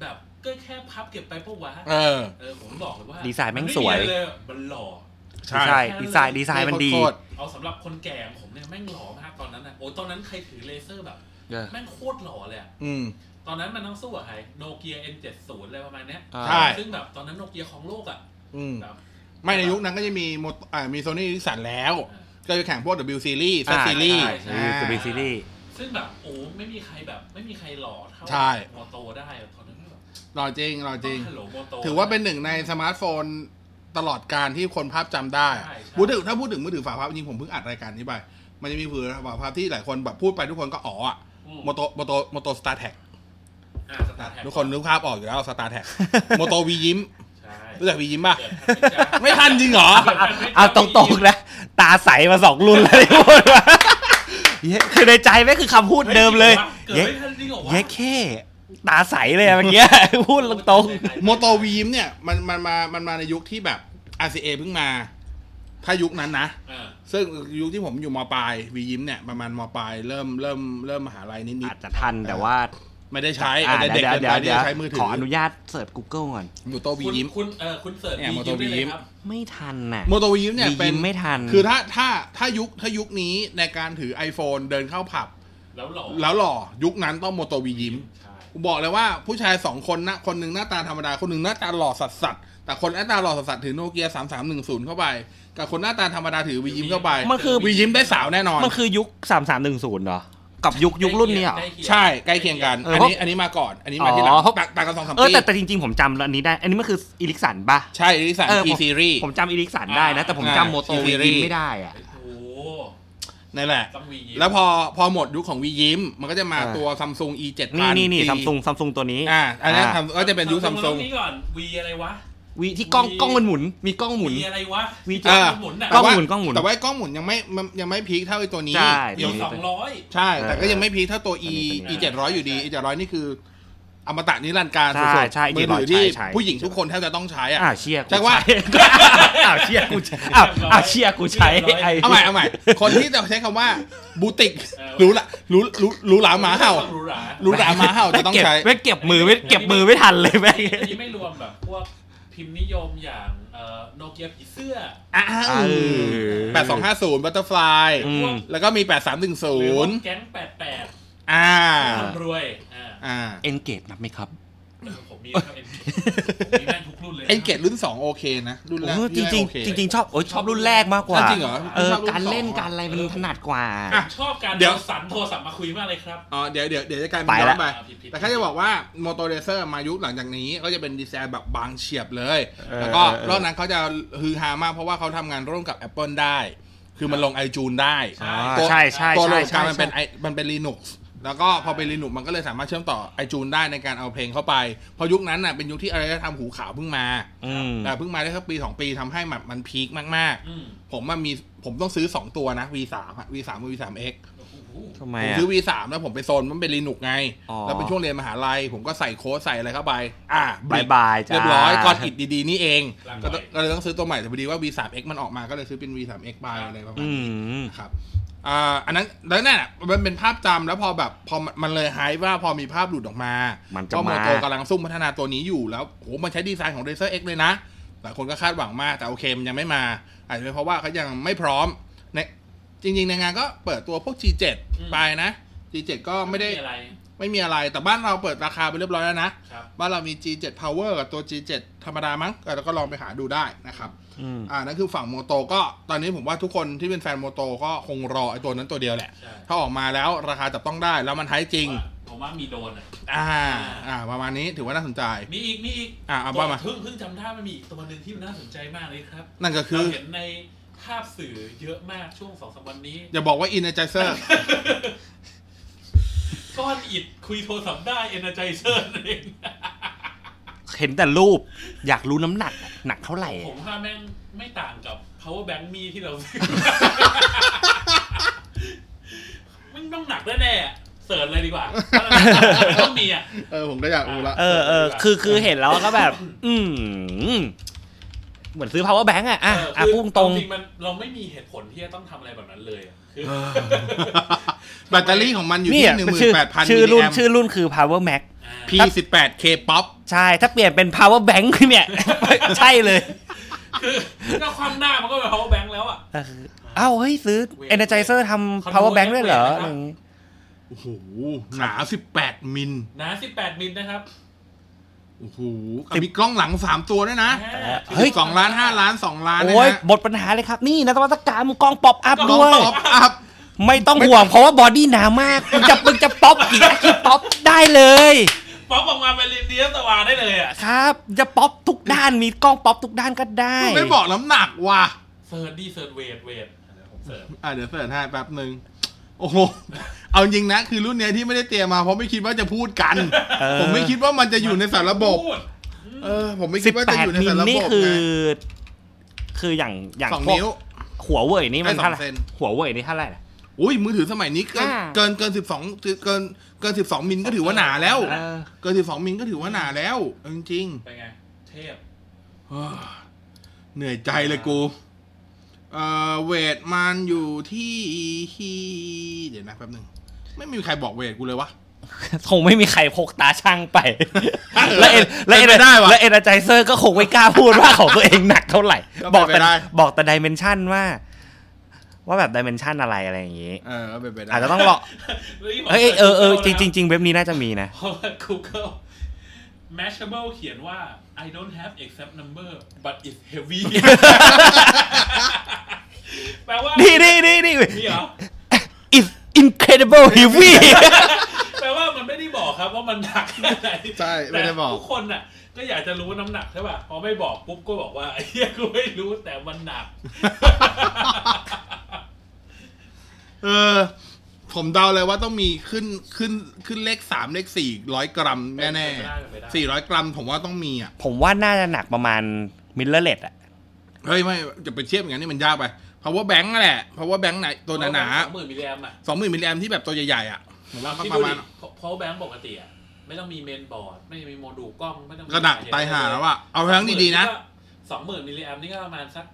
Speaker 2: แบบก็แค่พับเก็บไปปะวะ
Speaker 1: เออ
Speaker 2: เออผมบอกเลยว่า
Speaker 3: ดีไซน์แม่งสวย
Speaker 2: นไอะไรเลมันหล่อ
Speaker 1: ใช่
Speaker 3: ใช่ ดีไซน์ดีไซน์มันดี
Speaker 1: โคตร
Speaker 2: เอาสำหรับคนแก่ของผมเนี่ยแม่งหล่อมากตอนนั้นนะโอ้ตอนนั้นใครถือเลเซอร์แบบ
Speaker 3: เออ
Speaker 2: แม่งโคตรหล่อเลยอะ
Speaker 1: อืม
Speaker 2: ตอนนั้นมันต้องสู้กับใครโนเกีย N70 อะไรประมาณเนี้ย
Speaker 1: ใช่
Speaker 2: ซึ่งแบบตอนนั้นโนเกียของโลกอ่ะ
Speaker 1: อืม
Speaker 2: แบบ
Speaker 1: ไม่ในยุคนั้นก็จะมีโมโตอ่ามีโซนี่ดิสันแล้ว
Speaker 2: เออ
Speaker 1: ก็จะแข่งพวก W Series
Speaker 3: อ่า
Speaker 1: Z Series
Speaker 2: ใช่ใช่
Speaker 1: อ่า
Speaker 3: คือเป็นซีรีส์
Speaker 2: ซึ่งแบบโอ้ไม่มีใครแบบ ไม่มีใครหล่อเท่า
Speaker 1: ใช่
Speaker 2: โมโตได้อะตอนนั้นแบบ
Speaker 1: รอจริงรอจริง
Speaker 2: ฮัลโหลโมโต
Speaker 1: ถือว่าเป็นหนึ่งในสมาร์ทโฟนตลอดการที่คนภาพจำได้
Speaker 2: ใช่ใช่
Speaker 1: พูดถึงถ้าพูดถึงมือถือฝาภาพจริงผมเพิ่งอัดรายการนี้ไป มันจะมีผือฝาภาพที่หลายคนแบบพูดไปทุกคนก็อ๋ออะ
Speaker 2: อืม
Speaker 1: โมโตโมโตโมโตสตาร์แท็ก
Speaker 2: อ่ะสตาร์แท็
Speaker 1: ทุกคนนึกภาพออกอยู่แล้วสตาร์แท็ก โมโตวียิ้ม
Speaker 2: ใช่
Speaker 1: รู้จักวียิ้มป่ะ
Speaker 2: เกิดทันไหมจ๊ะ
Speaker 1: ไม่ทันจริงเหรอ
Speaker 3: เอาตรงๆนะ ตาใสมาสองรุ่นแล้วที่พูดว่าเย้คือในใจแม่งคือคำพูดเดิมเลย
Speaker 2: เกิด
Speaker 3: เย้
Speaker 2: ไม่ทันจริงเหรอวะ
Speaker 3: เย้แค่ตาใสเลยอะเมื่อกี้ พูดตรง
Speaker 1: โมโตวียิ้มเนี่ยมันมันมามันมาในยุคที่แบบ RCA เพิ่งมา ถ้ายุคนั้นนะ
Speaker 2: อ่า
Speaker 1: ซึ่งยุคที่ผมอยู่มปลายวียิ้มเนี่ยประมาณมปลายเริ่มเริ่มเริ่มมหาลัยนิด
Speaker 3: ๆ
Speaker 1: นิ
Speaker 3: อา
Speaker 1: ด
Speaker 3: จจะทันแต่ว่า
Speaker 1: ไม่ได้ใช้
Speaker 3: อ่ะ
Speaker 1: อาจจะเด็ก
Speaker 3: เดี๋ยว
Speaker 1: เกิน
Speaker 3: เดี๋ย
Speaker 1: ไปที่จะ
Speaker 3: วเดี๋ยว
Speaker 1: ใช้มือถื
Speaker 3: ข
Speaker 1: อ
Speaker 3: ออนุญาตเสิร์ช Google ก่อน
Speaker 1: โมโตวี
Speaker 2: คุณ
Speaker 1: ยิ้ม
Speaker 2: คุณเออคุณเสิร์ช
Speaker 1: เนี่ย
Speaker 2: วี
Speaker 1: โมโตวียิ้
Speaker 2: ยิ้มได้เลย
Speaker 1: ม
Speaker 2: ครับ
Speaker 3: ไม่ทันน่ะ
Speaker 1: โมโตวียิ้มเนี่ยเป็น
Speaker 3: วียิ้มไม่ทัน
Speaker 1: คือถ้าถ้าถ้ายุคถ้ายุคนี้ในการถือ iPhone เดินเข้าผับ
Speaker 2: แล้วหลอก
Speaker 1: แล้วหล่อยุคนั้นต้องโมโตวียิ้ม
Speaker 2: ใช่
Speaker 1: กูบอกเลยว่าผู้ชายสองคนนะคนหนึ่งหน้าตาธรรมดา คนหนึ่งหน้าตาหล่อสัสสัสๆแต่คนหน้าตาหล่อสัสสัสๆถือโนเกียสามสามหนึ่งศูนย์เข้าไป กับคนหน้าตาธรรมดาถือวียิ้มเข้าไป
Speaker 3: มันคือ
Speaker 1: วียิ้มได้สาวแน่นอน
Speaker 3: มันคือยุค 3310เหรอ กับยุคยุครุ่นนี้เหรอ
Speaker 1: ใช่ใกล้เคียงกัน
Speaker 3: เออ
Speaker 1: อัน
Speaker 3: เพราะ
Speaker 1: นี้อันนี้มาก่อน อันนี้มาที่หลัง
Speaker 3: อ๋อเพราะ
Speaker 1: ต่างต่างกันสองสาม
Speaker 3: เออ
Speaker 1: ปี
Speaker 3: แต่แต่จริงๆ ผมจำอันนี้ได้ อันนี้มันคืออีลิกสันป่ะ
Speaker 1: ใช่ลิสัน
Speaker 3: เออ
Speaker 1: T series
Speaker 3: ผมจำอีลิกสันได้นะ แต่ผม
Speaker 1: อ่า
Speaker 3: จำโมโต
Speaker 1: T
Speaker 3: วี
Speaker 1: series
Speaker 3: ดีไม่ได้อะ
Speaker 2: โอ้โห
Speaker 1: นั่นแหละ
Speaker 2: ต้องวียิ้ม
Speaker 1: แล้วพอพอหมดยุคของวียิ้ม มันก็จะมา
Speaker 3: อ่า
Speaker 1: ตัว Samsung E 7 0 0
Speaker 3: นี่นี่นี่
Speaker 1: T
Speaker 3: ซัมซุงซัมซุงตัวนี้
Speaker 1: อ่าอันนี้
Speaker 3: อ่า
Speaker 1: ทำก็จะเป็นยุค
Speaker 2: ต
Speaker 1: Samsung
Speaker 2: นี้ก่อนวีอะไรวะ
Speaker 3: วีที่กล้อง
Speaker 2: วี
Speaker 3: กล้องมันหมุน มีกล้องหมุน
Speaker 2: วีอะไรวะ
Speaker 3: วี
Speaker 2: ที่จะหมุนน่ะ
Speaker 3: กล้
Speaker 1: แต่
Speaker 3: อง
Speaker 1: ว่า
Speaker 3: หมุนกล้องหมุน
Speaker 1: แต่ว่าไอ้กล้องหมุนยังไม่มันยังไม่พีคเท่าไอ้ตัวนี้
Speaker 3: ใช่
Speaker 2: เดี๋ยวสองร้อย
Speaker 1: ใช่ แต่ก็ยังไม่พีคเท่าตัว E
Speaker 3: อันนี้
Speaker 1: E 700อยู่ดี E 700นี่คืออมตะนิรันดร์การ
Speaker 3: ใช่
Speaker 1: สุด
Speaker 3: ใช่
Speaker 1: ๆมือถือ
Speaker 3: E700
Speaker 1: ที่
Speaker 3: ใช่ใช่
Speaker 1: ผู้หญิงทุกคนแทบจะต้องใช้อ่ะ
Speaker 3: อ่าเชียกู
Speaker 1: ใช่ว่า
Speaker 3: อ้าวเชียกูใช้อ้าวอ้าวเชียกูใช้ไอ้
Speaker 1: เอาใหม่เอาใหม่คนที่จะใช้คำว่าบูติกหรู้ละหรู้หรู้หรู้หลาหมาเห่า
Speaker 2: หรูหรา
Speaker 1: หรูหราหมาเห่าจะต้องใช้
Speaker 3: ไม่เก็บมือไม่เก็บมือไม่ทันเลยแม่ง
Speaker 2: อันนี้ไม่รวมแบบพวกพิมพ์นิยมอย่างเอ่อโนเกียผีเสื้อ
Speaker 1: อ้า
Speaker 3: เอ
Speaker 1: ว
Speaker 3: อ
Speaker 1: แปดสองห้าศูนย์บัตเตอร์ฟลาย
Speaker 3: อืม
Speaker 1: แล้วก็มีแปดสามหนึ่งศู
Speaker 2: หรือพวน ก
Speaker 1: ย์
Speaker 2: แก๊งแปดแปด
Speaker 1: อ่า
Speaker 2: คนรวยอ่า
Speaker 1: อ่า
Speaker 3: เอนเกตนับไหมครับ
Speaker 2: ผมมีนะครับเอ็นผมมีแม่งทุกรุ่นเลยนะ
Speaker 1: เอ็นเกตรุ่นสองโอเคนะ รุ่นแรก
Speaker 3: โอ้จริงจริง
Speaker 1: โอเค
Speaker 3: ๆจริง ๆ ชอบโอ้ยชอบรุ่นแรกมากกว่า
Speaker 1: อ่ะจริงเหรอ
Speaker 3: เออ
Speaker 1: ชอบน
Speaker 3: การเล่น
Speaker 1: สอง
Speaker 3: การอะไรมันถนัดกว่า
Speaker 1: อ่ะ
Speaker 2: ชอบการ
Speaker 1: เดี๋ยว
Speaker 2: เอาสันโทรศัพท์มาคุยมากเลยครับ
Speaker 1: อ๋อเดี๋ยวเดี๋ยวเดี๋ยวจะกลายเป็น
Speaker 3: ไป
Speaker 1: ย้อ
Speaker 3: ละ
Speaker 1: นไป
Speaker 2: อ่าผิดผิด
Speaker 1: แต่แค่จะบอกว่าโมโตเรเซอร์มายุคหลังจากนี้ก็จะเป็นดีไซน์แบบบางเฉียบเลย
Speaker 3: เออ
Speaker 1: แล้วก็
Speaker 3: เออ
Speaker 1: รอบนั้นเขาจะฮือฮามากเพราะว่าเขาทำงานร่วมกับ Apple ได้ คือมันลง iTunes ได้
Speaker 2: ใช่
Speaker 3: อ่า
Speaker 1: ตัว
Speaker 3: ใช่ใช่
Speaker 1: ตัวโหลดกา
Speaker 3: ใช่ใช่
Speaker 1: รมันเป็น
Speaker 3: ใช่
Speaker 1: ไอมันเป็น Linux แล้วก็พอเป็น Linux มันก็เลยสามารถเชื่อมต่อ iTunes ได้ในการเอาเพลงเข้าไป พอยุคนั้นน่ะเป็นยุคที่อารยธรรมหูขาวเพิ่งมา
Speaker 3: อืม
Speaker 1: แต่เพิ่งมาได้สักปี 2 ปีทำให้แบบมันพีคมาก
Speaker 2: อืม
Speaker 1: ๆ ผมมันมีผมต้องซื้อ 2 ตัวนะ V3 อะ V3 กับ V3X
Speaker 2: โอ้โห
Speaker 3: ทำไม
Speaker 1: ผม
Speaker 3: อ่ะ
Speaker 1: ซื้อ V3 แล้วผมไปโซนมันเป็น Linux ไง
Speaker 3: อ๋อ
Speaker 1: แล้วเป็นช่วงเรียนมหาลัย ผมก็ใส่โค้ดใส่อะไรเข้าไป อ่ะ
Speaker 3: บายบายจ้า
Speaker 1: เรียบร้อยก้อนอิดดีๆนี่เอง
Speaker 2: รัง
Speaker 1: ก็
Speaker 2: ไว้
Speaker 1: ก็เลยต้องซื้อตัวใหม่แต่พอดีว่า V3X มันออกมาก็เลยซื้อเป็น V3X ไปอะไรประมาณ
Speaker 3: อื
Speaker 1: นี้
Speaker 3: ม
Speaker 1: ครับอ่าอันนั้นแล้วนั่นน่ะมันเป็นภาพจำแล้วพอแบบพอมันมันเลยหายว่าพอมีภาพหลุดออกมา
Speaker 3: มันจะ
Speaker 1: ก็โมโต
Speaker 3: มา
Speaker 1: กำลังซุ่มพัฒนาตัวนี้อยู่แล้วโหมันใช้ดีไซน์ของ r a z e r X เลยนะ หลายคนก็คาดหวังมาก แต่โอเคมันยังไม่มา อาจจะเป็นเพราะว่าเขายังไม่พร้อมในจริง ๆ ในงานก็เปิดตัวพวก G7
Speaker 2: อืม
Speaker 1: ไปนะ G7 ก็ไม่ได้
Speaker 2: อะไร
Speaker 1: ไม่มีอะไร แต่บ้านเราเปิดราคาไปเรียบร้อยแล้วนะ
Speaker 2: ครับ
Speaker 1: บ้านเรามี G7 Power กับตัว G7 ธรรมดามั้งเออแล้วก็ลองไปหาดูได้นะครับ
Speaker 3: อืม
Speaker 1: อ่านั่นคือฝั่งโมโตก็ตอนนี้ผมว่าทุกคนที่เป็นแฟนโมโตก็คงรอไอ้ตัวนั้นตัวเดียวแหละ
Speaker 2: ใช่
Speaker 1: ถ้าออกมาแล้วราคาจับต้องได้แล้วมันไฮจริง
Speaker 2: ผมว่ามีโดนอ่ะ
Speaker 1: อ่า
Speaker 2: อ่า
Speaker 1: อ่า ประมาณนี้ถือว่าน่าสนใจ
Speaker 2: มีอีก มีอีก
Speaker 1: อ่าเอาว่ามา
Speaker 2: เพิ่งเพิ่งจำได้มันมีอีกตัวหนึ่งที่มันน่าสนใจมากเลยครับ
Speaker 1: นั่นก็คื
Speaker 2: เรา
Speaker 1: อ
Speaker 2: เห็นในภาพสื่อเยอะมากช่วงสองสามวันนี้
Speaker 1: อย่าบอกว่าอินเจเซอร์
Speaker 2: ก้อนอิดคุยโทรศัพท์ได้เอเนอร์ไจเซอร์เอง
Speaker 3: เห็นแต่รูปอยากรู้น้ำหนักอะหนักเท่าไหร่
Speaker 2: ผ
Speaker 3: อะ
Speaker 2: มว่าแม่งไม่ต่างกับ power bank มีที่ เราซื้อมันต้องหนักแน่ๆอะเสิร์ชเลยดีกว่าต้องมีอ่ะ
Speaker 1: เออ ผมก็อยากรู้ละ
Speaker 3: เออเออคือคือเห็นแล้วก็แบบ อืมเหมือนซื้อ power bank อ่ะอ่ะอ่ะ
Speaker 2: เคื
Speaker 3: พุ่งตรง
Speaker 2: จริงๆมันเราไม่มีเหตุผลที่จะต้องทำอะไรแบบนั้นเลยอะคือ
Speaker 1: แบตเตอรี่ของมันอยู่
Speaker 3: เนี่
Speaker 1: ที่
Speaker 3: ย
Speaker 1: หนึ่งห
Speaker 3: เป็น
Speaker 1: มื่
Speaker 3: ชื่อน
Speaker 1: แปดพัน
Speaker 3: ชื่อ
Speaker 1: มิลลิ
Speaker 3: รุ่น
Speaker 1: แอม
Speaker 3: ชื่อรุ่นคือ power max
Speaker 1: พีสิบแปดเคป๊อป
Speaker 3: ใช่ ถ้าเปลี่ยนเป็น power bank เนี่ย ใช่เลย
Speaker 2: คือ ถ้าความหน้ามันก็เป็น power bank แล้วอ่ะ
Speaker 3: เออเอ้าเฮ้ย ซื้อ energizer ทำ power bank ด้วยเหรออะไรอย่างงี้
Speaker 1: โอ้โห หนาสิบแปดมิล
Speaker 2: หนา 18 มิลนะครับ
Speaker 1: โอ้โหมีกล้องหลังสามตัวด้วยนะ
Speaker 2: เฮ้ย
Speaker 1: สองล้านห้าล้านสองล้านนะ
Speaker 3: โอ้ย
Speaker 1: ฮะ
Speaker 3: บทปัญหาเลยครับ นี่นวัตกรรมกล้องป๊อปอัพ
Speaker 1: กล้อง
Speaker 3: ด้วย
Speaker 1: ป๊อปอัพ
Speaker 3: ไม่ต้องห่วงเพราะว่าบอดี้หนามากมึงจะมึงจะป๊อปกี่อาทิตย์ป๊อปได้เลย
Speaker 2: ป๊อปออกมาเป็นลินเดียสตะวาได้เลยอ่ะ
Speaker 3: ครับ จะป๊อปทุกด้านมีกล้องป๊อปทุกด้านก็ได้
Speaker 1: มึงไม่บอกน้ำหนักว่ะ
Speaker 2: เซิร์ชดีเซิร์ชเวทเวทเดี๋ยวผมเสิร์ช
Speaker 1: อ่ะเดี๋ยวเสิร์ชให้แป๊บหนึ่งโอ้โห เอาจริงนะ คือรุ่นเนี้ยที่ไม่ได้เตรียมมาเพราะไม่คิดว่าจะพูดกัน
Speaker 3: เออ
Speaker 1: ผมไม่คิดว่ามันจะอยู่ในสารระบบ
Speaker 2: พูด
Speaker 1: เออ ผมไม่
Speaker 3: สิ
Speaker 1: คิ
Speaker 3: บ
Speaker 1: ดว่า
Speaker 3: แป
Speaker 1: จะ
Speaker 3: ด
Speaker 1: อยู่ในสา
Speaker 3: มิล
Speaker 1: รระ
Speaker 3: นี่
Speaker 1: บบ
Speaker 3: คือ
Speaker 1: ไง
Speaker 3: คืออย่างอย่าง
Speaker 1: สอง
Speaker 3: พวก
Speaker 1: นิ้ว
Speaker 3: หัวเว่ยนี่มัน
Speaker 1: ได้สอง
Speaker 3: เท่าไหร่
Speaker 1: เซน
Speaker 3: หัวเว่ยนี่เท่าไหร่นะ
Speaker 1: อุ้ยมือถือสมัยนี้เกิน
Speaker 3: อ่า
Speaker 1: เกินเกินสิบสองเกินเกินสิบสองมิลก็ถือว่าหนาแล้ว
Speaker 3: เออ
Speaker 1: เกินสิบสองมิลก็ถือว่าหนาแล้วเอาจริง
Speaker 2: เป็นไง เทพ
Speaker 1: ๆเฮ้อเหนื่อยใจเลยกู เออเวทมันอยู่ที่ที่เดี๋ยวนะแป๊บหนึ่งไม่มีใครบอกเวทกูเลยวะ
Speaker 3: คงไม่มีใครพกตาช่างไป และเอ็นและเอ็น
Speaker 1: เป็นไปได้วะ
Speaker 3: และเอ็นไจเซอร์ก็คงไม่กล้าพูดว่าของตัวเองหนักเท่าไหร่
Speaker 1: ก็
Speaker 3: บอก
Speaker 1: เป็นไป
Speaker 3: แต่
Speaker 1: ได้
Speaker 3: บอกแต่ดิเมนชันว่า ว่าแบบดิเมนชันอะไรอะไรอย่างนี้
Speaker 1: เออเอาเป็นไปได้
Speaker 3: อาจจะต้องรอเอ้ยเออเออจริงจริงจริงเว็บนี้น่าจะมีนะ
Speaker 2: เพราะว่า Google Mashable เขียนว่า I don't have exact number but it's heavy แปลว่า
Speaker 3: นี่นี่นี่นี่
Speaker 2: มีเหรอ
Speaker 3: is incredible heavy
Speaker 2: แปลว่ามันไม่ได้บอกครับว่ามันหนักแค่ไหน
Speaker 1: ใช่ไม่ได้บอก
Speaker 2: แต่ทุกคนน่ะ ก็อยากจะรู้น้ำหนักใช่ป่ะพอไม่บอกปุ๊บก็บอกว่าไอ้ เหี้ยกูไม่รู้แต่มันหนัก
Speaker 1: เออ ผมเดาเลยว่าต้องมีขึ้นขึ้นขึ้นเลขสามเลขสี่ร้อยกรัมแน่
Speaker 2: เป็
Speaker 1: แน่
Speaker 2: นไปได้เป็นไปได้
Speaker 1: สี่ร้อยกรัม ผมว่าต้องมีอ่ะ
Speaker 3: ผมว่าน่าจะหนักประมาณมิลเลเลตอะ
Speaker 1: เฮ้ย ไม่จะไปเทียบอย่างนั้นนี่มันยากไป เพราะว่าแบงค์นั่นแหละ เพราะว่าแบงค์ไหนตัวหนา
Speaker 2: สองหมื่นมิลลิแอมอ่ะ
Speaker 1: ๆสองหมื่นมิลลิแอมที่แบบตัวใหญ่ๆอ่ะผมว่าก็
Speaker 2: ที่
Speaker 1: ป
Speaker 2: ดู
Speaker 1: ระมาณ
Speaker 2: ดิเพราะแบงค์ปกติอ่ะไม่ต้องมีเมนบอร์ด ไม่มีโมดูลกล้อง ไม่ต้องมี
Speaker 1: กระดักตายห่าแล้วอ่ะเอาแบงค์ดีๆนะ
Speaker 2: สองหมื่นมิลลิแอมนี่ก็ประมาณสัก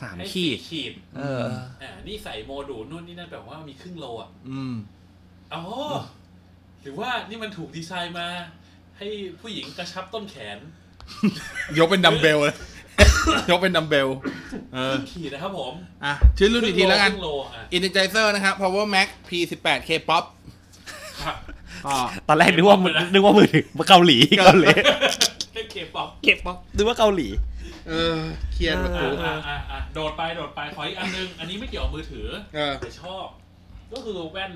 Speaker 3: สาม
Speaker 2: ให้
Speaker 3: ขีด
Speaker 2: ขีด
Speaker 3: เออ
Speaker 2: อ่านี่ใส่โมดูลนู่นนี่นั่นแปลว่ามีครึ่งโลอ่ะ
Speaker 1: อืม
Speaker 2: อ๋อ หรือว่านี่มันถูกดีไซน์มา ให้ผู้หญิงกระชับต้นแขน
Speaker 1: ยกเป็นดัมเบล เลย ยกเป็นดัมเบล เอ
Speaker 2: ค
Speaker 1: อ
Speaker 2: รึ่งขีดนะครับผม
Speaker 1: อ่ะ ชื่อรุ่นอีกทีแล้วกัน
Speaker 2: ครึ่งโลอ่ะ
Speaker 1: Energizer นะครับ Power Max P18 K-pop
Speaker 2: ครับ
Speaker 1: ก็
Speaker 3: ตอนแรกนึกว่า
Speaker 2: เก็บป๊อปเลยนะ
Speaker 3: นึกว่ามือถือเกาหลีเกาหลี
Speaker 2: เล่นเคป๊อป
Speaker 3: เก็บป๊อปนึกว่าเกาหลี
Speaker 1: เออเครียดประ
Speaker 2: อ่
Speaker 1: ตู
Speaker 2: ะอ่ะอ่ะโดดไปโดดไปขออีกอันนึง อันนี้ไม่เกี่ยวกับมือถือ
Speaker 1: เออ
Speaker 2: แต่ชอบ ก็คือแว่น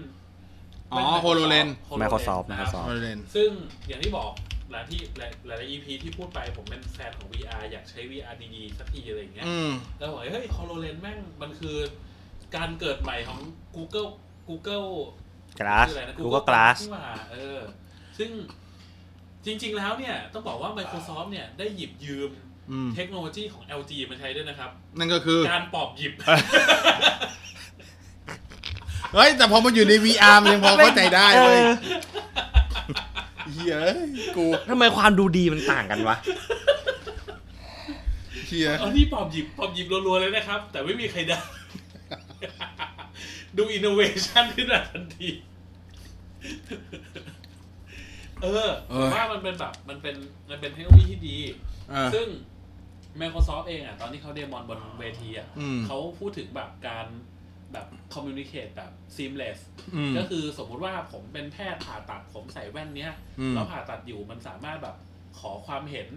Speaker 1: อ๋อ HoloLens
Speaker 2: HoloLens
Speaker 3: Microsoft
Speaker 2: นะครั
Speaker 3: Microsoft
Speaker 1: เอาเล่น
Speaker 2: ซึ่งอย่างที่บอกหลายที่หลายหลาย EP ที่พูดไปผมเป็นแฟนของ VR อยากใช้ VR ดีๆสักทีอะไรอย่างเงี้ย
Speaker 1: อืม
Speaker 2: แล้วบอกเฮ้ย HoloLens แม่งมันคือการเกิดใหม่ของ Google Google
Speaker 3: กราส
Speaker 2: ชื่ออะไรนะ
Speaker 3: กูก็กรา
Speaker 2: Glass
Speaker 3: ส
Speaker 2: นี่หว่าเออ ซึ่งจริง ๆ แล้วเนี่ย ต้องบอกว่า Microsoft เนี่ย ได้หยิบยืม
Speaker 1: อืม
Speaker 2: เทคโนโลยีของ LG มาใช้ด้วยนะครับ
Speaker 1: นั่นก็คือ
Speaker 2: การปอบหยิบ
Speaker 1: เฮ้ย แต่พอมันอยู่ใน VR มันยังพอเข้าใจได้
Speaker 3: เอ
Speaker 1: เว้ย
Speaker 3: อ
Speaker 1: เฮียเอ้ยกู
Speaker 3: ทำไมความดูดีมันต่างกันวะ
Speaker 1: เฮีย
Speaker 2: เอานี่ปอบหยิบปอบหยิบรัวๆเลยนะครับ แต่ไม่มีใครได้ ดูอินโนเวชันขึ้นมาทันที เออผมว่ามันเป็นแบบมันเป็นมันเป็นเทคโนโลยีที่ดี
Speaker 1: เออ
Speaker 2: ซึ่ง Microsoft เองอ่ะ ตอนที่เขาเดโมอนบนเวทีอ่ะ
Speaker 1: อืม
Speaker 2: เขาพูดถึงแบบการแบบคอมมิวนิเคตแบบ seamless
Speaker 1: อืม
Speaker 2: ก็คือสมมุติว่าผมเป็นแพทย์ผ่าตัดผมใส่แว่นเนี้ย
Speaker 1: อืม
Speaker 2: แล้วผ่าตัดอยู่มันสามารถแบบขอความเห็น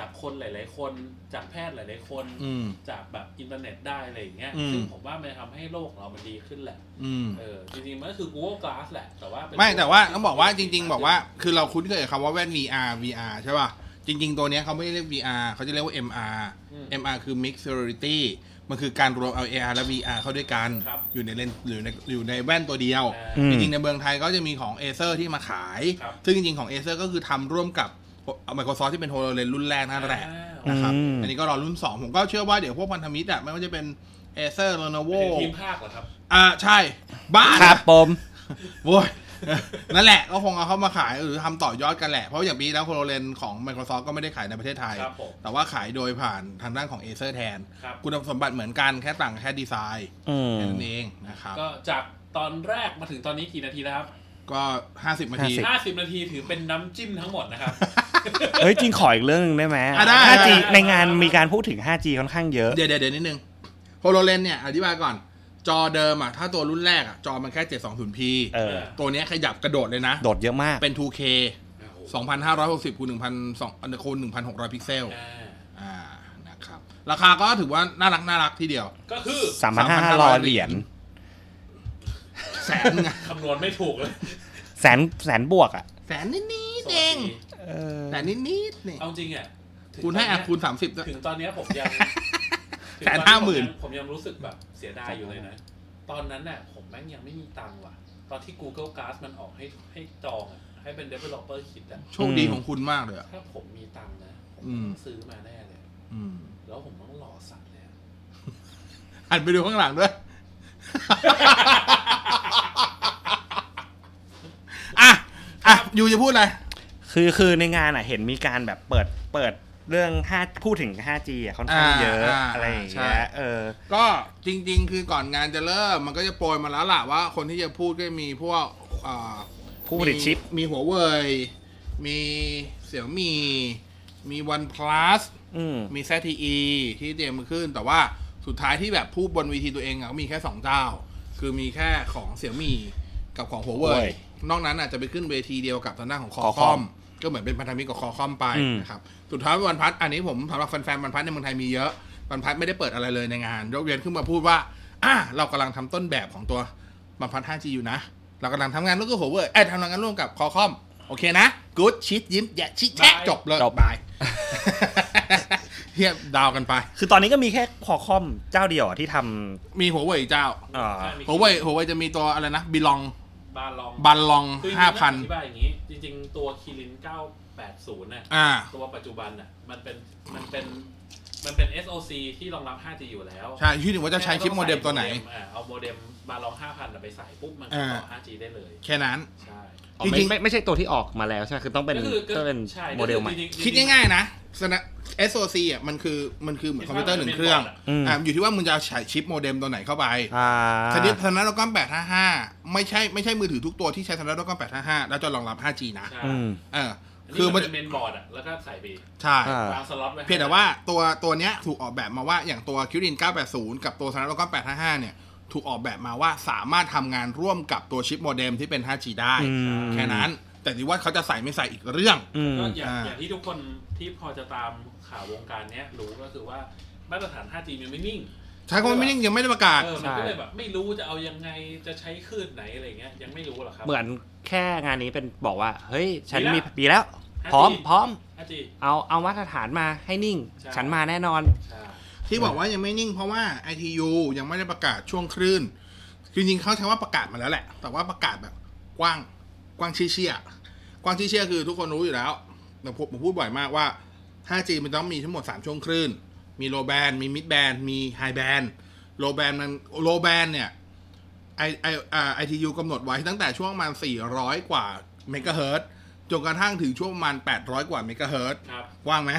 Speaker 2: จากคนหลาย ๆ คน จากแพทย์หลาย ๆ คน
Speaker 1: อืม
Speaker 2: จากแบบอินเทอร์เน็ตได้อะไรอย่างเงี้ย
Speaker 1: อืม
Speaker 2: ซึ่งผมว่ามันทำให้โลกเรามันดีขึ้นแหละ
Speaker 1: อืม
Speaker 2: เออจริงๆมันก็คือ Google Glass แหละ แต่ว่าเป็น
Speaker 1: ไม่แต่ว่าต้องบอกว่าจริง ๆ บอกว่าคือเราคุ้นเคยกับคำว่าแว่น VR VR ใช่ป่ะ จริง ๆ ตัวเนี้ยเขาไม่ได้เรียก VR เขาจะเรียกว่า MR
Speaker 2: อืม
Speaker 1: MR คือ Mixed Reality มันคือการรวมเอา AR และ VR เข้าด้วยกัน
Speaker 2: ครับ
Speaker 1: อยู่ในเลนส์อยู่ในอยู่ในแว่นตัวเดียว
Speaker 2: อ่า
Speaker 3: อืม
Speaker 1: จริงๆ ในเมืองไทยก็จะมีของ a อเซอร์ที่มาขาย
Speaker 2: ครับ
Speaker 1: ซึ่งจริงๆ ของ a อเซอร์ก็คือทำร่วมกับ Microsoft ที่เป็น HoloLens รุ่นแรกนั่นแหละ
Speaker 2: อ่า
Speaker 1: นะครับ
Speaker 3: อืม
Speaker 1: อันนี้ก็รอรุ่น 2 ผมก็เชื่อว่าเดี๋ยวพวกพันธมิตรอะไม่ว่าจะเป็น a อเซอร์
Speaker 2: เป็
Speaker 1: Lenovo
Speaker 2: นทีมภาคเหรอครับ
Speaker 1: อ่าใช่ บ้า
Speaker 3: ครับผม
Speaker 1: โว้ย นั่นแหละก็คงเอาเข้ามาขายหรือทำต่อยอดกันแหละ เพราะอย่างปีแล้ว HoloLens ของ Microsoft ก็ไม่ได้ขายในประเทศไทย
Speaker 2: ครับผม
Speaker 1: แต่ว่าขายโดยผ่านทางด้านของ a อเซอร์แทน
Speaker 2: ครับ
Speaker 1: คุณสมบัติเหมือนกันแค่ต่างแค่ดีไซน์
Speaker 3: อืม
Speaker 1: แค่นั้นเองนะครับ
Speaker 2: ก็จากตอนแรกมาถึงตอนนี้กี่นาทีแล้วครับ
Speaker 1: ก็50นาที
Speaker 3: สิบ
Speaker 2: 50 นาทีถือเป็นน้ำจิ้มทั้งหมดนะครับ
Speaker 3: เฮ้ยจริงขออีกเรื่องหนึงได้ไหม
Speaker 1: อ่ะได้
Speaker 3: 5G
Speaker 2: ได้
Speaker 3: ในงานมีการพูดถึง 5G ค่อนข้างเยอะ
Speaker 1: เดี๋ยวเดี๋ยวเดี๋ยวนิดนึง HoloLens เนี่ย อธิบายก่อน จอเดิมอ่ะ ถ้าตัวรุ่นแรกอ่ะ จอมันแค่ 720p
Speaker 3: เออ
Speaker 1: ตัวเนี้ยขยับกระโดดเลยนะ
Speaker 3: โดดเยอะมาก
Speaker 1: เป็น 2K 2,560คูณ1,200คูณ1,600 พิกเซล
Speaker 2: อ่า
Speaker 1: อ่า นะครับ ราคาก็ถือว่าน่ารักน่ารักทีเดียว
Speaker 2: ก็คือ
Speaker 3: 3,500 เหรียญ
Speaker 1: แสนนึงอะ
Speaker 2: คำนวณไม่ถูกเลย
Speaker 3: แสนแสนบวกอ่ะ
Speaker 1: แสนนิด เอง
Speaker 3: เออ
Speaker 1: แต่นิดนิดๆนี่
Speaker 2: เอาจริงอ่ะถึง
Speaker 1: คูณให้
Speaker 2: ต
Speaker 1: อ่ะ
Speaker 2: นเนี้ย
Speaker 1: คูณสามสิบ
Speaker 2: ถึงตอนเนี้ยผมยังถึง
Speaker 1: แสน
Speaker 2: ตอ
Speaker 1: ห้าหมื่น
Speaker 2: ผยังผมยังรู้สึกแบบเสียดายอยู่เลยนะ ตอนนั้นน่ะผมแม่งยังไม่มีตังค์ว่ะ ตอนที่ Google Glass มันออกให้ให้จองอ่ะให้เป็น developer คิดอ่ะ
Speaker 1: โชคดีของคุณมากเลยอะ
Speaker 2: ถ้าผมมีตังค์นะ ผม
Speaker 1: อืม
Speaker 2: ซื้อมาแน่เลย
Speaker 1: อืม
Speaker 2: แล้วผมต้องหล่อสัตว์เลยอะ
Speaker 1: หันไปดูข้างหลังด้วย อ่ะ อ่ะ อยู่จะพูดอะไร
Speaker 3: คือคือในงานอ่ะเห็นมีการแบบเปิดเปิดเรื่อง5พูดถึง 5G อ่ะค่อนข้างเยอะ
Speaker 1: อ่าอ่า
Speaker 3: อะไรอย่าง
Speaker 1: ใช่
Speaker 3: เงี้ยเออ
Speaker 1: ก็จริง ๆ คือก่อนงานจะเริ่ม มันก็จะโปรยมาแล้วล่ะว่าคนที่จะพูดก็มีพวกอ่า
Speaker 3: ผู้ผลิตชิป
Speaker 1: มีมีหัวเว่ยมีเสี่ยมี มีวันพลัส
Speaker 3: อืม
Speaker 1: มีแซทีอีที่เตรียมมาขึ้น แต่ว่าสุดท้ายที่แบบพูดบนเวีทีตัวเองอะก็มีแค่สองเจ้า คือมีแค่ของเสี่ยมีกับของหัวเว่ย
Speaker 3: Huawei
Speaker 1: นอกนั้นอาจจะไปขึ้นเวทีเดียวกับทางด้านของคอคอม
Speaker 3: Qualcomm
Speaker 1: ก็เหมือนเป็นพันธมิตรกับคอคอมไป
Speaker 3: อืม
Speaker 1: นะครับ สุดท้ายวันพัดอันนี้ผมสำหรับแฟนๆวันพัดในเมืองไทยมีเยอะวันพัดไม่ได้เปิดอะไรเลยในงานยกเวียนขึ้นมาพูดว่าอ่ะเรากำลังทำต้นแบบของตัววันพัด 5G อยู่นะ เรากำลังทำงานร่วมกับหัวเว่ยเอ้ยทำงานร่วมกับคอคอมโอเคนะกู๊ดชิดยิ้มแยะชิดแชะจบเลย
Speaker 3: จบ
Speaker 1: บาย เฮียดาวกันไป
Speaker 3: คือตอนนี้ก็มีแค่พอคอมเจ้าเดียวอ่ะที่ท
Speaker 1: มีหัวเว่ยเจ้า
Speaker 3: อ่า
Speaker 2: ถ้ามี
Speaker 1: หัวเว่ยหัวเว่ยจะมีตัวอะไรนะบิลอง
Speaker 2: บาลอง
Speaker 1: บันลอง
Speaker 2: คือ
Speaker 1: ห้าพัน
Speaker 2: อธิบายอย่างนี้ จริง ๆ ตัวคิริน980น่ะ
Speaker 1: อ่า
Speaker 2: ตัวปัจจุบันน่ะ มันเป็น มันเป็น มันเป็น SOC ที่รองรับ 5G อยู่แล้ว
Speaker 1: ใช่ชื่อถึงว่าจะใช้ชิปโมเดมตัวไหน
Speaker 2: อ่ะเอาโมเด็มบาลอง 5,000น่ะไปใส่ปุ๊บ มันก็
Speaker 1: อ่า
Speaker 2: ต่อ 5G ได้เลย
Speaker 1: แค่นั้น
Speaker 2: ใช่
Speaker 3: ำอ๋อ
Speaker 1: จริงๆ
Speaker 3: ไม่ไม่ไม่ใช่ตัวที่ออกมาแล้วใช่ไหมคือต้องเป็น
Speaker 2: ก็คือก็
Speaker 3: ต้องเป็น
Speaker 2: ใช่
Speaker 3: โมเดลใหม่
Speaker 2: ก็อจริๆ
Speaker 1: คิดง่ายๆนะสนะ SOC อ่ะมันคือมันคือเหมือนคอมพิวเตอร์หนึ่งเครื่อง
Speaker 3: อืม
Speaker 1: อ่าอยู่ที่ว่ามึงจะใช้ชิปโมเดมตัวไหนเข้าไป
Speaker 3: อ่า
Speaker 1: สนิทสนะดอทคอม855 ไม่ใช่ไม่ใช่มือถือทุกตัวที่ใช้สนะดอทคอม855 แล้วจะรองรับ 5G นะ
Speaker 2: ใช่
Speaker 3: อืม
Speaker 1: เออ
Speaker 2: คื
Speaker 1: คืออ
Speaker 2: มั
Speaker 1: มัน น
Speaker 2: เป็นเมนบอร์ดอ่ะ แล้วก็ใส่ไป
Speaker 1: ใช่
Speaker 3: อ่า
Speaker 2: วางสล็อตไว้ให้
Speaker 1: เพียงแต่ว่าตัวตัวเนี้ยถูกออกแบบมาว่าอย่างตัวคิวริน 980 กับตัวซานาโลกอน855 เนี่ย ถูกออกแบบมาว่าสามารถทำงานร่วมกับตัวชิปโมเด็มที่เป็น 5G ได้
Speaker 3: อืม
Speaker 1: แค่นั้น แต่ที่ว่าเขาจะใส่ไม่ใส่อีกเรื่อง
Speaker 3: อืม
Speaker 2: ก็อย่าง
Speaker 1: อ่า
Speaker 2: อย่างที่ทุกคนที่พอจะตามข่าววงการเนี้ยรู้ก็คือว่ามาตรฐาน 5G มันไม่นิ่ง
Speaker 1: ใช้คำว่าไม่นิ่งยังไม่ได้ประกาศ
Speaker 2: เออมันก็เลย
Speaker 3: ใช่
Speaker 2: แบบไม่รู้จะเอายังไงจะใช้คลื่นไหนอะไรเงี้ยยังไม่รู้หรอกครับ
Speaker 3: เหมือนแค่งานนี้เป็นบอกว่า เฮ้ย ฉัน
Speaker 2: มี
Speaker 3: มี
Speaker 2: ละ
Speaker 3: ปีแล้ว
Speaker 2: 5G
Speaker 3: พร้อมพร้อม
Speaker 2: 5G
Speaker 3: เอาเอามาตรฐานมาให้นิ่ง
Speaker 2: ใช่
Speaker 3: ฉันมาแน่นอน
Speaker 2: ใช่
Speaker 1: ที่บอกว่ายังไม่นิ่งเพราะว่า ITU ยังไม่ได้ประกาศช่วงคลื่นคือจริงๆเขาใช้ว่าประกาศมาแล้วแหละ แต่ว่าประกาศแบบกว้างกว้างชี้เชี่ยๆกว้างชี้เชี่ยๆคือทุกคนรู้อยู่แล้วแต่ผมผมพูดบ่อยมากว่า 5G มันต้องมีทั้งหมด 3 ช่วงคลื่น มีโลแบนมีมิดแบนมีไฮแบนโลแบนมันโลแบนเนี่ยไอไอไอทียูกำหนดไว้ตั้งแต่ช่วงประมาณ 400 กว่าเมกะเฮิรตซ์จนกระทั่งถึงช่วงประมาณ 800 กว่าเมกะเฮิรตซ์
Speaker 2: ครับ
Speaker 1: กว้างไหม